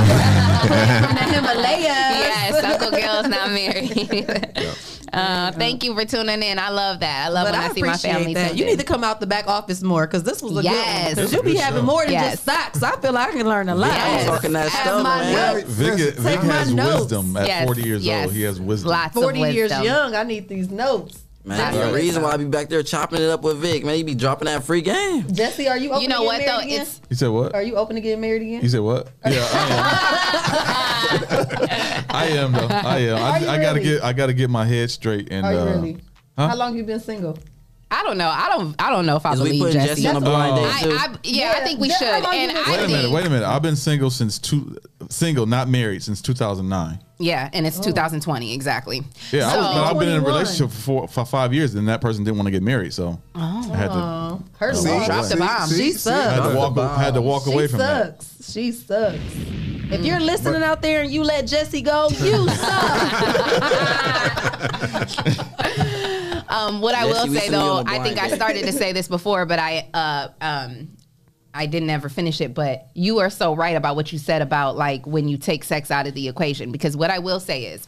Speaker 2: From the Himalayas.
Speaker 1: yes, Uncle Gil is not married. Uh, thank you for tuning in. I love that. I love
Speaker 2: But
Speaker 1: when I,
Speaker 2: I
Speaker 1: see my family.
Speaker 2: appreciate that.
Speaker 1: tuned
Speaker 2: You
Speaker 1: in.
Speaker 2: need to come out the back office more because this was a
Speaker 1: Yes.
Speaker 2: good one. Because you'll be
Speaker 8: Good
Speaker 2: having
Speaker 8: show.
Speaker 2: more than
Speaker 1: Yes.
Speaker 2: just socks. I feel like I can learn a lot.
Speaker 1: Yes.
Speaker 5: Talking that
Speaker 2: Have
Speaker 5: stuff,
Speaker 2: my
Speaker 5: man.
Speaker 2: notes.
Speaker 8: Vic, Vic
Speaker 2: Take my
Speaker 8: has
Speaker 2: notes.
Speaker 8: wisdom at
Speaker 1: Yes,
Speaker 8: 40 years
Speaker 1: yes.
Speaker 8: old. He has wisdom.
Speaker 1: Lots of
Speaker 2: 40 years
Speaker 1: wisdom.
Speaker 2: young. I need these notes.
Speaker 5: Man, the reason why I be back there chopping it up with Vic, man, you be dropping that free game.
Speaker 2: Jesse, are you open
Speaker 1: You know
Speaker 2: to get
Speaker 1: what
Speaker 2: married
Speaker 1: though?
Speaker 2: again?
Speaker 1: It's
Speaker 8: He said what?
Speaker 2: Are you open to getting married
Speaker 8: He
Speaker 2: again?
Speaker 8: said what? Yeah, I am. I am though. I am.
Speaker 2: Are you
Speaker 8: I, I gotta
Speaker 2: really?
Speaker 8: get. I gotta get my head straight. And
Speaker 2: Are you
Speaker 8: uh,
Speaker 2: really?
Speaker 8: huh?
Speaker 2: How long you been single?
Speaker 1: I don't know. I don't. I don't know if I
Speaker 5: Is we
Speaker 1: believe
Speaker 5: putting
Speaker 1: Jesse.
Speaker 5: Jesse on a blind
Speaker 8: Oh.
Speaker 5: date
Speaker 1: I,
Speaker 5: too?
Speaker 1: I, yeah, I
Speaker 2: Yeah,
Speaker 1: think we
Speaker 2: yeah,
Speaker 1: should.
Speaker 2: how long you
Speaker 1: And
Speaker 2: been
Speaker 1: I
Speaker 8: wait a
Speaker 1: think,
Speaker 8: minute. Wait a minute. I've been single since two. Single, not married, since 2009.
Speaker 1: yeah, and
Speaker 2: Oh.
Speaker 1: it's 2020 exactly.
Speaker 8: Yeah, I was,
Speaker 1: So-
Speaker 8: but I've been in a
Speaker 2: 21.
Speaker 8: relationship for, four, for five years, and that person didn't want to get married, so I had
Speaker 1: Oh.
Speaker 8: to,
Speaker 2: Oh,
Speaker 8: Oh,
Speaker 2: Her
Speaker 8: See?
Speaker 2: lord.
Speaker 1: Dropped the bomb.
Speaker 2: She
Speaker 8: I had
Speaker 2: sucks.
Speaker 8: to walk. I had to walk away
Speaker 2: She
Speaker 8: from that.
Speaker 2: sucks. She sucks.
Speaker 1: Mm.
Speaker 2: If you're listening out there and you let Jesse go, you suck.
Speaker 1: Um, what I
Speaker 5: Jesse,
Speaker 1: will
Speaker 5: we
Speaker 1: say
Speaker 5: send you
Speaker 1: though,
Speaker 5: on a
Speaker 1: I think I
Speaker 5: blind date.
Speaker 1: started to say this before, but I uh, um, I didn't ever finish it. But you are so right about what you said about like when you take sex out of the equation. Because what I will say is.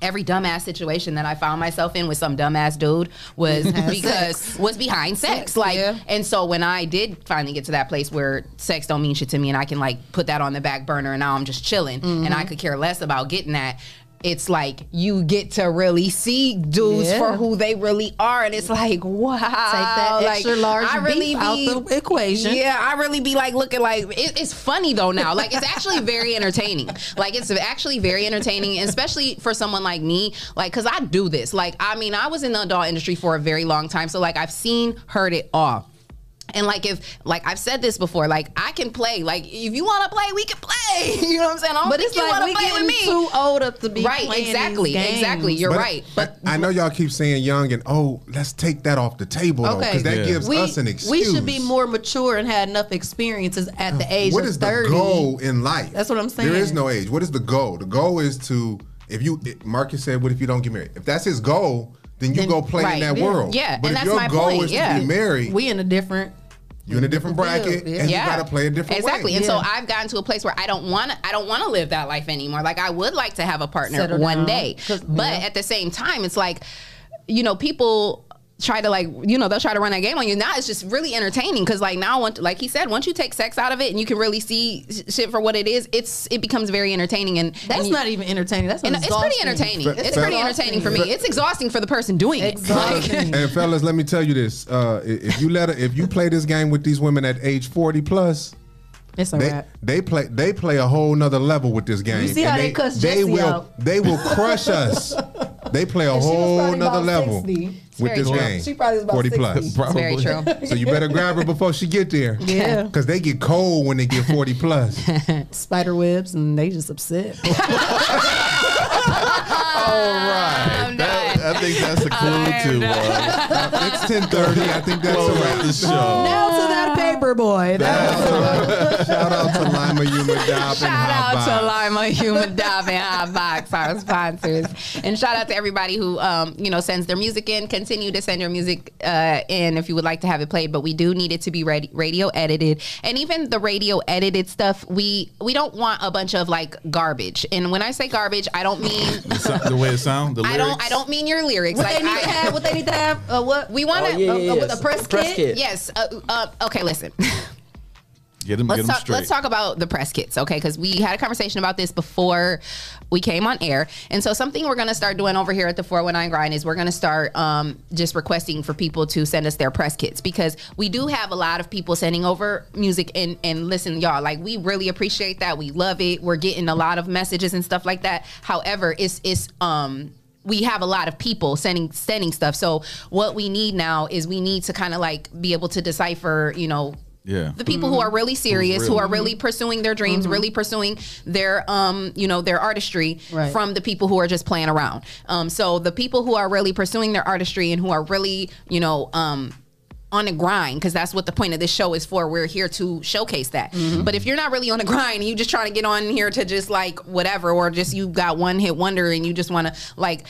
Speaker 1: Every dumbass situation that I found myself in with some dumbass dude was because was behind sex, like,
Speaker 2: yeah.
Speaker 1: and so when I did finally get to that place where sex don't mean shit to me, and I can like put that on the back burner, and now I'm just chilling, and I could care less about getting that. It's like you get to really see dudes
Speaker 2: Yeah.
Speaker 1: for who they really are, and it's like wow, take
Speaker 2: that extra large beef out the equation.
Speaker 1: Yeah, I really be like looking like it, it's funny though now. Like it's actually very entertaining. Like it's actually very entertaining, especially for someone like me. Like because I do this. Like I mean, I was in the adult industry for a very long time, so like I've seen, heard it all. And like if like I've said this before, like I can play. Like if you want to play, we can play. you know what I'm saying? I don't
Speaker 2: But
Speaker 1: think
Speaker 2: it's
Speaker 1: you
Speaker 2: like
Speaker 1: wanna
Speaker 2: we
Speaker 1: play with
Speaker 2: getting
Speaker 1: me.
Speaker 2: too old up to be
Speaker 1: right.
Speaker 2: playing these
Speaker 1: exactly, exactly.
Speaker 2: games.
Speaker 1: You're
Speaker 9: But
Speaker 1: right. But
Speaker 9: I, I know y'all keep saying young and oh, let's take that off the table though, because that gives us an excuse.
Speaker 2: We should be more mature and had enough experiences at the age
Speaker 9: What
Speaker 2: of
Speaker 9: is
Speaker 2: 30.
Speaker 9: the goal in life?
Speaker 2: That's what I'm saying.
Speaker 9: There is no age. What is the goal? The goal is to if you Marcus said, "What if you don't get married?" If that's his goal, then you go play in
Speaker 2: Right.
Speaker 9: that world. but if your goal is to be married,
Speaker 2: We in a different.
Speaker 9: you're in a different bracket, and you got to play a different
Speaker 1: exactly.
Speaker 9: way.
Speaker 1: And so I've gotten to a place where I don't want to. I don't want to live that life anymore. Like I would like to have a partner
Speaker 2: Settle
Speaker 1: one
Speaker 2: down.
Speaker 1: day, but at the same time, it's like, you know, people try to like you know they'll try to run that game on you now it's just really entertaining because like now once- like he said once you take sex out of it and you can really see sh- shit for what it is it's it becomes very entertaining and
Speaker 2: That's
Speaker 1: and you-
Speaker 2: not even entertaining. That's
Speaker 1: and it's pretty
Speaker 2: exhausting.
Speaker 1: entertaining
Speaker 9: Fe-
Speaker 1: it's
Speaker 9: fe-
Speaker 1: pretty entertaining for me it's exhausting for the person doing it
Speaker 9: and, fellas, let me tell you this: uh, i- if you let her, if you play this game with these women at age forty plus,
Speaker 2: it's
Speaker 9: they, they play they play a whole nother level with this game.
Speaker 2: You see how
Speaker 9: And
Speaker 2: they cuss
Speaker 9: they
Speaker 2: Jesse
Speaker 9: will
Speaker 2: out.
Speaker 9: they will crush us. They play a whole nother level with this game. forty plus.
Speaker 1: It's very true.
Speaker 9: So you better grab her before she get there.
Speaker 2: Yeah.
Speaker 9: Because they get cold when they get forty plus.
Speaker 2: Spider webs and they just upset.
Speaker 8: I think that's a clue to uh,
Speaker 9: it's ten thirty. I think that's all right.
Speaker 8: the show.
Speaker 2: Now to that paper boy. That
Speaker 9: Shout out to Lima Yuma Dob and
Speaker 1: Shout out
Speaker 9: Hot
Speaker 1: to
Speaker 9: Box.
Speaker 1: Lima Human Dive and Hot Box, our sponsors. And shout out to everybody who, um, you know, sends their music in. Continue to send your music uh, in if you would like to have it played. But we do need it to be radi- radio edited. And even the radio edited stuff, we we don't want a bunch of like garbage. And when I say garbage, I don't mean
Speaker 8: the, so- the way it sounds. The
Speaker 1: I
Speaker 8: lyrics.
Speaker 1: don't I don't mean your lyrics.
Speaker 2: What
Speaker 1: like
Speaker 2: they need
Speaker 1: I,
Speaker 2: to have, what they need to have, uh, what
Speaker 1: we want
Speaker 8: Oh, yeah, yeah, yeah.
Speaker 1: a press, kit. Yes. Uh, uh, okay, listen.
Speaker 8: Get them,
Speaker 1: Let's
Speaker 8: get them
Speaker 1: talk,
Speaker 8: straight.
Speaker 1: let's talk about the press kits, okay? Because we had a conversation about this before we came on air, and so something we're gonna start doing over here at the Four One Nine Grind is we're gonna start um, just requesting for people to send us their press kits because we do have a lot of people sending over music and and listen, y'all. Like we really appreciate that. We love it. We're getting a lot of messages and stuff like that. However, it's it's um we have a lot of people sending sending stuff. So what we need now is we need to kind of like be able to decipher, you know,
Speaker 8: Yeah.
Speaker 1: the people who are really
Speaker 8: Mm-hmm.
Speaker 1: serious,
Speaker 8: Who's Mm-hmm.
Speaker 1: who
Speaker 8: real.
Speaker 1: are really pursuing their dreams, really pursuing their um, you know, their artistry
Speaker 2: Right.
Speaker 1: from the people who are just playing around. Um, so the people who are really pursuing their artistry and who are really, you know, um on the grind because that's what the point of this show is for. We're here to showcase that.
Speaker 8: Mm-hmm.
Speaker 1: But if you're not really on the grind and you just trying to get on here to just like whatever, or just you got one hit wonder and you just want to like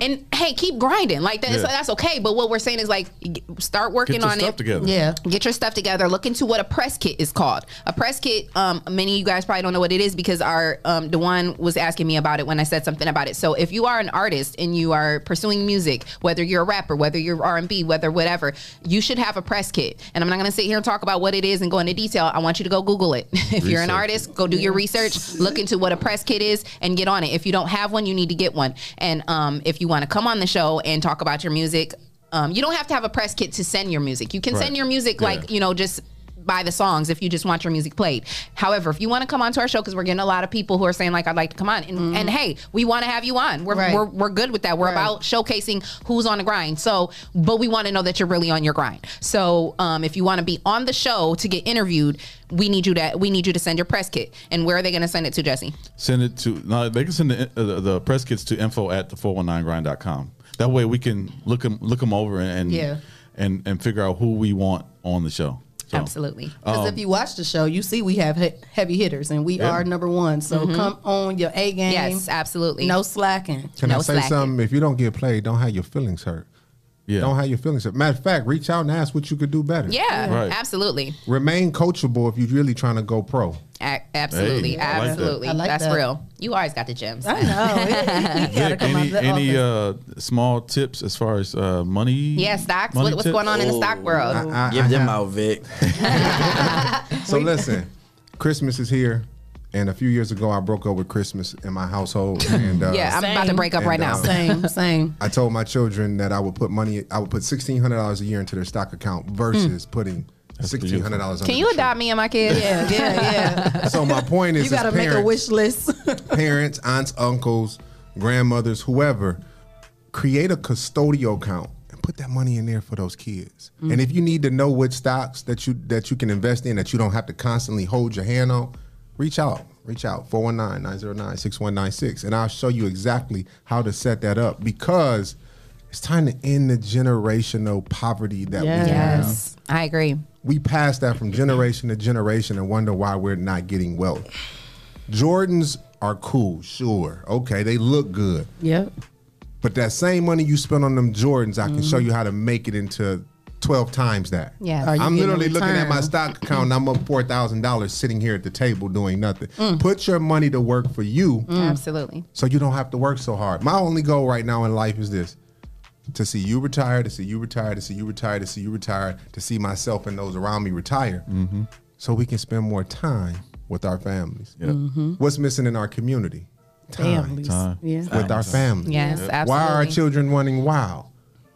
Speaker 1: and hey, keep grinding. Like that's
Speaker 8: Yeah.
Speaker 1: that's okay. But what we're saying is like, g- start working
Speaker 8: your
Speaker 1: on
Speaker 8: stuff
Speaker 1: it.
Speaker 8: together. Yeah.
Speaker 1: get your stuff together. Look into what a press kit is called. A press kit. Um, many of you guys probably don't know what it is because our um, Dewan was asking me about it when I said something about it. So if you are an artist and you are pursuing music, whether you're a rapper, whether you're R and B, whether whatever, you should have a press kit. And I'm not gonna sit here and talk about what it is and go into detail. I want you to go Google it. if you're an
Speaker 8: Research.
Speaker 1: artist go do your research look into what a press kit is and get on it if you don't have one you need to get one and um, if you want to come on the show and talk about your music um, you don't have to have a press kit to send your music you can
Speaker 8: Right.
Speaker 1: send your music
Speaker 8: Yeah.
Speaker 1: like you know just by the songs if you just want your music played however if you want to come on to our show because we're getting a lot of people who are saying like i'd like to come on and, and hey we want to have you on we're,
Speaker 2: Mm-hmm. Right.
Speaker 1: we're, we're good with that we're
Speaker 2: Right.
Speaker 1: about showcasing who's on the grind so but we want to know that you're really on your grind so um, if you want to be on the show to get interviewed we need you to we need you to send your press kit and where are they going to send it to jesse
Speaker 8: Send it to no, they can send the, uh, the- the press kits to info at the 419grind.com. That way we can look them look 'em over and
Speaker 2: Yeah.
Speaker 8: and and figure out who we want on the show. So,
Speaker 1: absolutely
Speaker 2: Because
Speaker 8: um,
Speaker 2: if you watch the show, you see we have he- heavy hitters and we
Speaker 8: Yeah.
Speaker 2: are number one. So
Speaker 1: Mhm.
Speaker 2: come on your A game.
Speaker 1: Yes, absolutely.
Speaker 2: No slacking.
Speaker 9: Can I say something? If you don't get played, don't have your feelings hurt.
Speaker 8: Yeah.
Speaker 9: Don't have your feelings hurt. Matter of fact, reach out and ask what you could do better.
Speaker 1: yeah absolutely
Speaker 9: Remain coachable if you're really trying to go pro.
Speaker 1: A- absolutely
Speaker 9: Hey, I like that.
Speaker 1: absolutely
Speaker 2: I like
Speaker 1: that's
Speaker 2: that.
Speaker 1: real you always got the gems
Speaker 2: I know. He- he gotta
Speaker 8: Vic,
Speaker 2: come out
Speaker 8: any
Speaker 2: the
Speaker 8: any
Speaker 2: office.
Speaker 8: uh, small tips as far as uh, money?
Speaker 1: yeah stocks
Speaker 8: money Oh,
Speaker 1: what, what's
Speaker 8: tips?
Speaker 1: going on in the stock world
Speaker 5: Give them out, Vic.
Speaker 9: So listen, Christmas is here. And a few years ago, I broke up with Christmas in my household. And, uh,
Speaker 1: yeah i'm about to
Speaker 2: Same.
Speaker 1: break up
Speaker 9: And,
Speaker 1: right now
Speaker 9: um,
Speaker 2: Same, same.
Speaker 9: I told my children that I would put money, I would put sixteen hundred dollars a year into their stock account versus putting sixteen hundred dollars.
Speaker 1: Hmm. can you adopt me and my kids
Speaker 2: Yeah, yeah, yeah.
Speaker 9: So my point is,
Speaker 2: you gotta
Speaker 9: as
Speaker 2: make a
Speaker 9: parents-
Speaker 2: wish list.
Speaker 9: parents, aunts, uncles, grandmothers, whoever, create a custodial account. put that money in there for those kids.
Speaker 2: Mhm.
Speaker 1: Mm.
Speaker 9: And if you need to know what stocks that you that you can invest in that you don't have to constantly hold your hand on, reach out. Reach out 419-909-6196 and I'll show you exactly how to set that up because it's time to end the generational poverty that we have.
Speaker 1: Yes, I agree.
Speaker 9: We pass that from generation to generation and wonder why we're not getting wealth. Jordans are cool, sure. Okay, they look good.
Speaker 2: Yep.
Speaker 9: But that same money you spent on them Jordans, I can show you how to make it into 12 times that.
Speaker 2: Mm-hmm. Yes. Are you
Speaker 9: I'm
Speaker 2: getting a
Speaker 9: literally looking at my
Speaker 2: return?
Speaker 9: stock account and I'm up $4,000 sitting here at the table doing nothing.
Speaker 2: Mm.
Speaker 9: Put your money to work for you
Speaker 1: Mm-hmm. Absolutely.
Speaker 9: so you don't have to work so hard. My only goal right now in life is this to see you retire, to see you retire, to see you retire, to see you retire, to see myself and those around me retire
Speaker 8: Mhm.
Speaker 9: so we can spend more time with our families.
Speaker 8: Yep. Mhm.
Speaker 9: What's missing in our community? Time.
Speaker 8: Families. Time. Yeah.
Speaker 9: With
Speaker 8: Time.
Speaker 9: our families.
Speaker 1: Yes, Yep.
Speaker 9: Why are our
Speaker 1: absolutely.
Speaker 9: children running wild?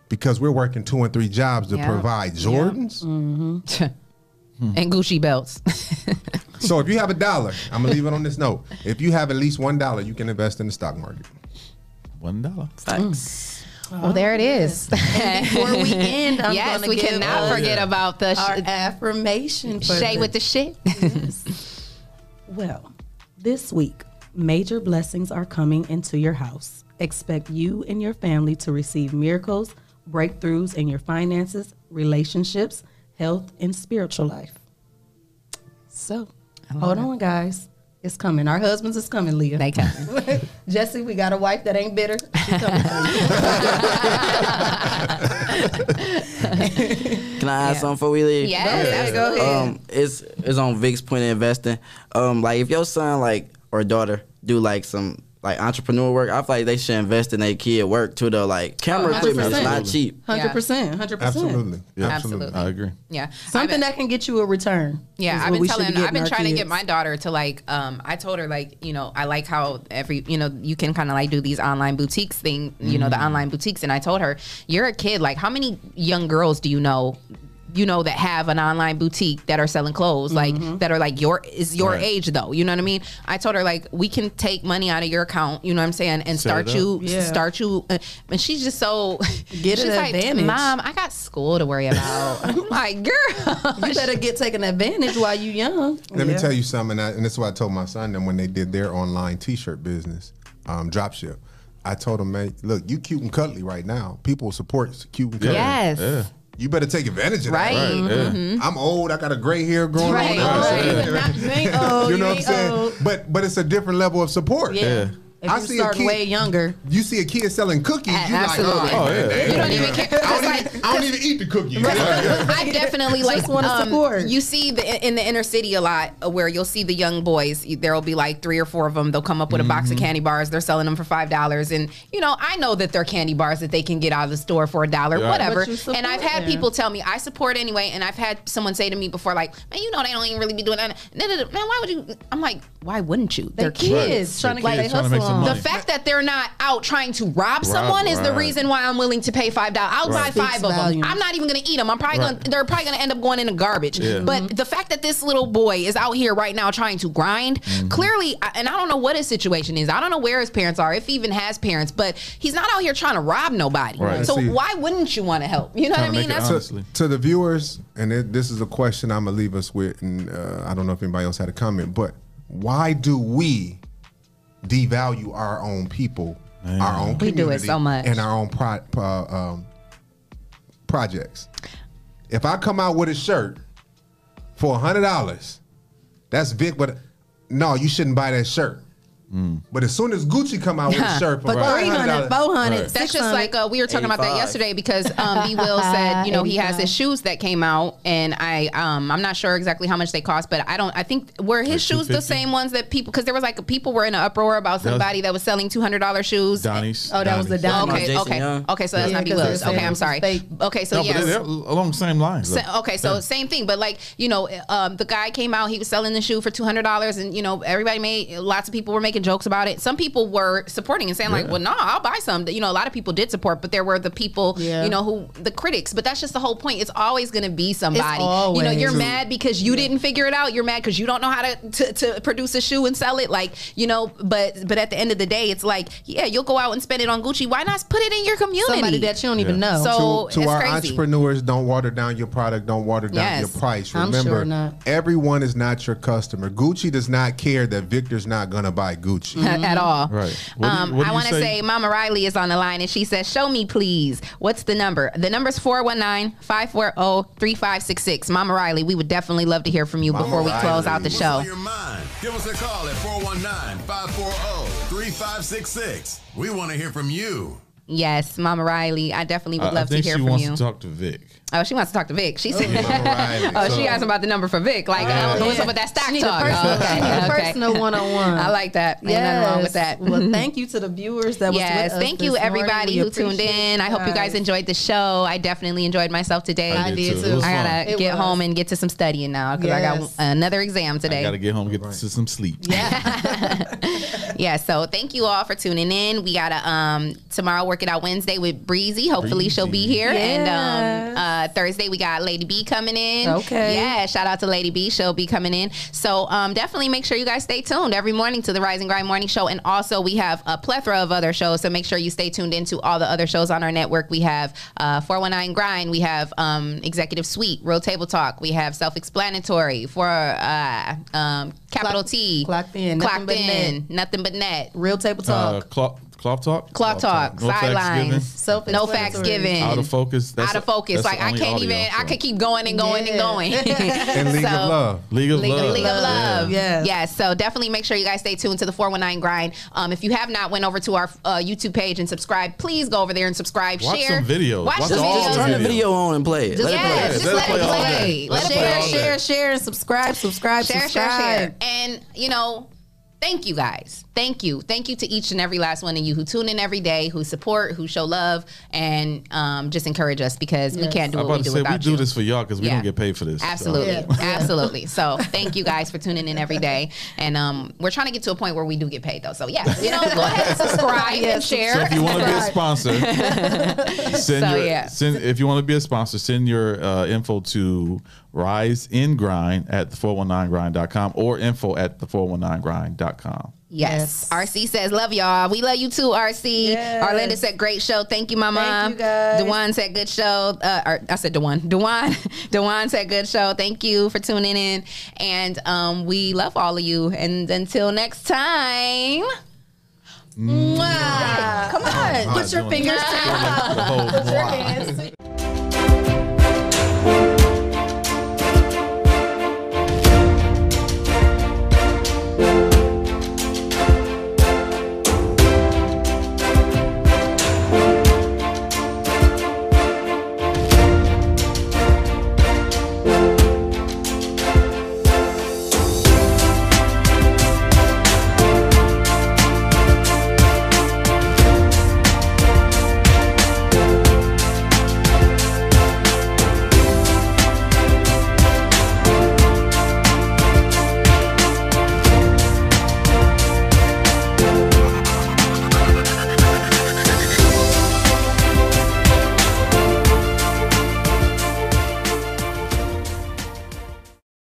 Speaker 9: Because we're working two and three jobs to
Speaker 1: Yep.
Speaker 9: provide
Speaker 1: Yep.
Speaker 9: Jordans.
Speaker 1: Mm-hmm. And Gucci belts.
Speaker 9: so if you have a dollar, I'm gonna leave it on this note. If you have at least one dollar, you can invest in the stock market. Mm.
Speaker 8: One dollar.
Speaker 5: Thanks.
Speaker 1: Well, there it is.
Speaker 2: Oh, Before we end, I'm
Speaker 1: yes,
Speaker 2: gonna
Speaker 1: we
Speaker 2: give
Speaker 1: cannot
Speaker 2: us
Speaker 1: forget about the
Speaker 2: our
Speaker 1: sh-
Speaker 2: affirmation. for
Speaker 1: Shay
Speaker 2: the-
Speaker 1: with the shit.
Speaker 2: Well, this week, major blessings are coming into your house. Expect you and your family to receive miracles, breakthroughs in your finances, relationships, health, and spiritual life. So, hold on, guys. It's coming. Our husbands is coming, Leah. They
Speaker 1: coming.
Speaker 2: Jesse, we got a wife that ain't bitter. She coming for you.
Speaker 5: Can I ask something before we leave?
Speaker 2: Yes, Go ahead, go ahead.
Speaker 5: Um, it's it's on Vic's point of investing. Um, like if your son like or daughter do like some like entrepreneur work, I feel like they should invest in their kid work too. Though like camera
Speaker 1: Oh,
Speaker 5: equipment is not cheap.
Speaker 2: 100%. 100%.
Speaker 8: I agree.
Speaker 1: Yeah.
Speaker 2: Something that can get you a return.
Speaker 1: Yeah,
Speaker 2: is
Speaker 1: I've
Speaker 2: what
Speaker 1: been
Speaker 2: we should be
Speaker 1: telling,
Speaker 2: getting
Speaker 1: I've been
Speaker 2: our
Speaker 1: trying to get
Speaker 2: kids.
Speaker 1: my daughter to like, um, I told her like, you know, I like how every, you know, you can kind of like do these online boutiques thing, you
Speaker 2: Mm-hmm.
Speaker 1: know, the online boutiques. And I told her, you're a kid. Like, how many young girls do you know? You know that have an online boutique that are selling clothes
Speaker 2: Mm-hmm.
Speaker 1: like that are like your is your
Speaker 11: Right.
Speaker 1: age though you know what I mean I told her like we can take money out of your account you know what I'm saying and
Speaker 11: Set
Speaker 1: start
Speaker 11: it up.
Speaker 1: you
Speaker 11: Yeah.
Speaker 1: start you uh, and she's just so
Speaker 2: Get
Speaker 1: she's
Speaker 2: an
Speaker 1: like,
Speaker 2: advantage.
Speaker 1: mom I got school to worry about I'm like girl
Speaker 2: you better get taken advantage while you young.
Speaker 9: Let me tell you something, and, I, and this is what I told my son them when they did their online T-shirt business, um, dropship. I told him, man, look, you cute and cuddly right now. People support cute and cuddly.
Speaker 1: Yeah, Yes. yeah.
Speaker 9: You better take advantage of
Speaker 1: Right.
Speaker 9: that.
Speaker 1: Right, yeah. Mhm.
Speaker 9: I'm old. I got a gray hair growing
Speaker 1: Right,
Speaker 9: on. I'm
Speaker 1: right.
Speaker 9: saying.
Speaker 2: You ain't old,
Speaker 9: you know
Speaker 2: you
Speaker 9: what I'm
Speaker 2: ain't
Speaker 9: saying?
Speaker 2: old.
Speaker 9: But but it's a different level of support.
Speaker 2: Yeah. Yeah. If
Speaker 9: I
Speaker 2: you
Speaker 9: see
Speaker 2: start
Speaker 9: a kid,
Speaker 2: way younger.
Speaker 9: You see a kid selling cookies.
Speaker 1: A-
Speaker 9: you like, oh,
Speaker 1: absolutely. Oh, yeah.
Speaker 9: man,
Speaker 1: You don't even
Speaker 9: yeah.
Speaker 1: care.
Speaker 9: I don't
Speaker 1: It's
Speaker 9: even- I don't even eat the cookies.
Speaker 1: I definitely
Speaker 2: Just
Speaker 1: like
Speaker 2: wanna
Speaker 1: um,
Speaker 2: support.
Speaker 1: You see the in the inner city a lot uh, where you'll see the young boys. There will be like three or four of them. They'll come up with a box of candy bars. They're selling them for five dollars, and you know Oh, I know that they're candy bars that they can get out of the store for a dollar,
Speaker 11: Right.
Speaker 1: whatever.
Speaker 11: But you support
Speaker 1: And I've had
Speaker 11: them.
Speaker 1: people tell me I support anyway, and I've had someone say to me before like, man, you know they don't even really be doing that. No, no, no. Man, why would you? I'm like, why wouldn't you?
Speaker 2: They're kids trying to get their hustle on.
Speaker 1: The fact that they're not out trying to rob,
Speaker 2: Rob,
Speaker 1: someone is the
Speaker 2: right.
Speaker 1: reason why I'm willing to pay five dollars. I'll
Speaker 2: Right.
Speaker 1: buy
Speaker 2: Speaks
Speaker 1: five of them.
Speaker 2: volumes.
Speaker 1: I'm not even gonna eat them. I'm probably
Speaker 2: Right.
Speaker 1: gonna they're probably gonna end up going in the garbage.
Speaker 2: Yeah.
Speaker 1: But the fact that this little boy is out here right now trying to grind,
Speaker 2: Mm-hmm.
Speaker 1: clearly, I- and I don't know what his situation is. I don't know where his parents are, if he even has parents. But he's not out here trying to rob nobody.
Speaker 9: Right.
Speaker 1: So
Speaker 9: See-
Speaker 1: why wouldn't you want to help? You know what I mean? That's
Speaker 9: to, to the viewers, and it, this is a question I'm gonna leave us with, and uh, I don't know if anybody else had a comment, but why do we devalue our own people, our own
Speaker 1: We
Speaker 9: community,
Speaker 1: do it so much.
Speaker 9: and our own pro, pro- um, projects? If I come out with a shirt for hundred dollars, that's big, but no, you shouldn't buy that shirt. But as soon as Gucci come out with a shirt for
Speaker 1: But
Speaker 9: $500,
Speaker 1: 300,
Speaker 9: Right.
Speaker 1: That's just like uh, we were talking about that
Speaker 9: 85.
Speaker 1: yesterday because um, B. Will said you know he has his
Speaker 2: 85.
Speaker 1: shoes that came out and I um, I'm not sure exactly how much they cost but I don't I think were his shoes the
Speaker 8: 250?
Speaker 1: same ones that people because there was like people were in an uproar about
Speaker 8: That was-
Speaker 1: somebody that was selling two hundred dollar shoes.
Speaker 8: Donnie's.
Speaker 1: Oh, that was the
Speaker 8: Donnie's.
Speaker 1: Donnie's.
Speaker 8: Donnie's.
Speaker 1: Okay,
Speaker 8: Jason
Speaker 1: okay,
Speaker 8: Young.
Speaker 1: okay. So that's
Speaker 8: Yeah,
Speaker 1: not B.
Speaker 8: 'cause
Speaker 1: Will's.
Speaker 8: they're
Speaker 1: Okay, I'm sorry.
Speaker 8: saying
Speaker 1: Okay, so
Speaker 8: no, but
Speaker 1: yes.
Speaker 8: they're along the same lines. though.
Speaker 1: Sa- okay, so
Speaker 8: Yeah.
Speaker 1: same thing, but like you know, um, the guy came out. He was selling the shoe for two hundred dollars, and you know, everybody made lots of people were making making jokes about it. Some people were supporting and saying like,
Speaker 14: Yeah.
Speaker 1: "Well, no, I'll buy some." You know, a lot of people did support, but there were the people,
Speaker 14: Yeah.
Speaker 1: you know, who the critics. But that's just the whole point. It's always going to be somebody. You know,
Speaker 14: always.
Speaker 1: you're
Speaker 14: True.
Speaker 1: mad because you didn't figure it out. You're mad because you don't know how to, to to produce a shoe and sell it. Like, you know, but but at the end of the day, it's like, yeah, you'll go out and spend it on Gucci. Why not put it in your community?
Speaker 14: Somebody that you don't even
Speaker 9: Yeah.
Speaker 1: So
Speaker 9: to, to
Speaker 1: it's
Speaker 9: our
Speaker 1: crazy.
Speaker 9: entrepreneurs, don't water down your product. Don't water down
Speaker 1: Yes.
Speaker 9: your price.
Speaker 1: I'm sure
Speaker 9: Remember,
Speaker 1: not.
Speaker 9: everyone is not your customer. Gucci does not care that Victor's not gonna buy Gucci
Speaker 1: At all.
Speaker 9: Right.
Speaker 1: um, I want to say? Mama Riley is on the line and she says, Show me, please. What's the number? The number's 419 540 3566. Mama Riley, we would definitely love to hear from you
Speaker 7: Mama
Speaker 1: before we close
Speaker 7: Riley.
Speaker 1: out the
Speaker 7: What's
Speaker 1: show.
Speaker 7: on your mind? Give us a call at oh, 419-540-3566. We want to hear from you.
Speaker 1: Yes, Mama Riley, I definitely would
Speaker 8: I- I
Speaker 1: love to
Speaker 8: think
Speaker 1: hear
Speaker 8: she
Speaker 1: from
Speaker 8: wants
Speaker 1: you.
Speaker 8: to talk to Vic.
Speaker 1: Oh, she wants to talk to Vic. She said,
Speaker 8: Riley,
Speaker 1: "Oh, she
Speaker 8: so-
Speaker 1: asking about the number for Vic. Like, I don't know what's up with that stock
Speaker 2: She need a
Speaker 1: talk.
Speaker 2: personal-
Speaker 1: Oh, okay,
Speaker 2: she need a
Speaker 1: okay.
Speaker 2: personal one-on-one.
Speaker 1: I like that. Ain't nothing wrong with
Speaker 2: Yes.
Speaker 1: that.
Speaker 2: Well, thank you to the viewers that was with
Speaker 1: yes,
Speaker 2: us
Speaker 1: thank
Speaker 2: this
Speaker 1: you everybody
Speaker 2: morning. We
Speaker 1: who tuned
Speaker 2: appreciate
Speaker 1: in. I hope you guys enjoyed the show. I definitely enjoyed myself today.
Speaker 8: I did I did too. too. It was
Speaker 1: I
Speaker 8: fun.
Speaker 1: gotta
Speaker 8: It
Speaker 1: get
Speaker 8: was.
Speaker 1: home and get to some studying now because
Speaker 8: Yes.
Speaker 1: I got another exam
Speaker 8: I
Speaker 1: today.
Speaker 8: gotta get home, and get to some sleep.
Speaker 1: yeah, so thank you all for tuning in. We got to um tomorrow work it out Wednesday with Breezy. Hopefully she'll be here. And um uh Thursday we got Lady B coming in.
Speaker 2: Okay.
Speaker 1: Yeah, shout out to Lady B. She'll be coming in. So um definitely make sure you guys stay tuned every morning to the Rise and Grind morning show. And also we have a plethora of other shows. So make sure you stay tuned into all the other shows on our network. We have uh 419 Grind, we have um Executive Suite, Real Table Talk, we have Self Explanatory for uh um Capital T. Clocked in.
Speaker 2: Nothing
Speaker 1: Clocked
Speaker 2: But
Speaker 1: in. Nothing but net.
Speaker 2: Real table
Speaker 8: Uh, cloth, cloth talk.
Speaker 1: Clock talk,
Speaker 8: No Thanksgiving.
Speaker 1: sidelines, no facts given,
Speaker 8: Out of focus. That's
Speaker 1: out of
Speaker 8: a-
Speaker 1: focus.
Speaker 8: that's
Speaker 1: Like
Speaker 8: the
Speaker 1: I
Speaker 8: only
Speaker 1: can't
Speaker 8: audio,
Speaker 1: even. I
Speaker 8: so.
Speaker 1: could keep going and going and going.
Speaker 8: And League of Love. League of Love.
Speaker 1: League of Love.
Speaker 8: Yeah.
Speaker 1: Yes. So definitely make sure you guys stay tuned to the 419 grind. Um, if you have not went over to our uh, YouTube page and subscribe, please go over there and subscribe.
Speaker 5: Watch
Speaker 1: share.
Speaker 5: some videos.
Speaker 1: Watch,
Speaker 5: Watch
Speaker 1: some
Speaker 5: all
Speaker 1: videos.
Speaker 5: the Turn the videos. video on and play it.
Speaker 1: Just,
Speaker 5: Let it play.
Speaker 1: yes, just let, it play. Let it
Speaker 2: Share,
Speaker 1: play.
Speaker 2: share, share, and subscribe, subscribe,
Speaker 1: share, share,
Speaker 2: subscribe.
Speaker 1: share. And you know, thank you guys. Thank you. Thank you to each and every last one of you who tune in every day, who support, who show love, and um, just encourage us because we
Speaker 8: Yes.
Speaker 1: can't do
Speaker 8: I'm
Speaker 1: what
Speaker 8: about
Speaker 1: we
Speaker 8: to
Speaker 1: do
Speaker 8: say we
Speaker 1: without
Speaker 8: do
Speaker 1: you.
Speaker 8: this for y'all because we
Speaker 1: Yeah.
Speaker 8: don't get paid for this. so.
Speaker 1: Absolutely, absolutely. So thank you guys for tuning in every day, and um, we're trying to get to a point where we do get paid though. So yeah, you know, go ahead and subscribe and share.
Speaker 8: So if you want to be a sponsor, send
Speaker 1: So,
Speaker 8: your
Speaker 1: yeah.
Speaker 8: send, if you want to be a sponsor, send your uh, info to rise in grind at the 419grind.com or info at the 419grind.com.
Speaker 1: Yes. RC says, love y'all. We love you too, RC. Orlando said, great show. Thank you, mama.
Speaker 2: Thank you, guys.
Speaker 1: Dewan said, good show. Uh, or, I said Dewan. Dewan. Dewan said, good show. Thank you for tuning in. And um, we love all of you. And until next time. Mwah. Come on.
Speaker 2: Put your fingers
Speaker 1: Mwah.
Speaker 2: to your mouth. Put your hands to your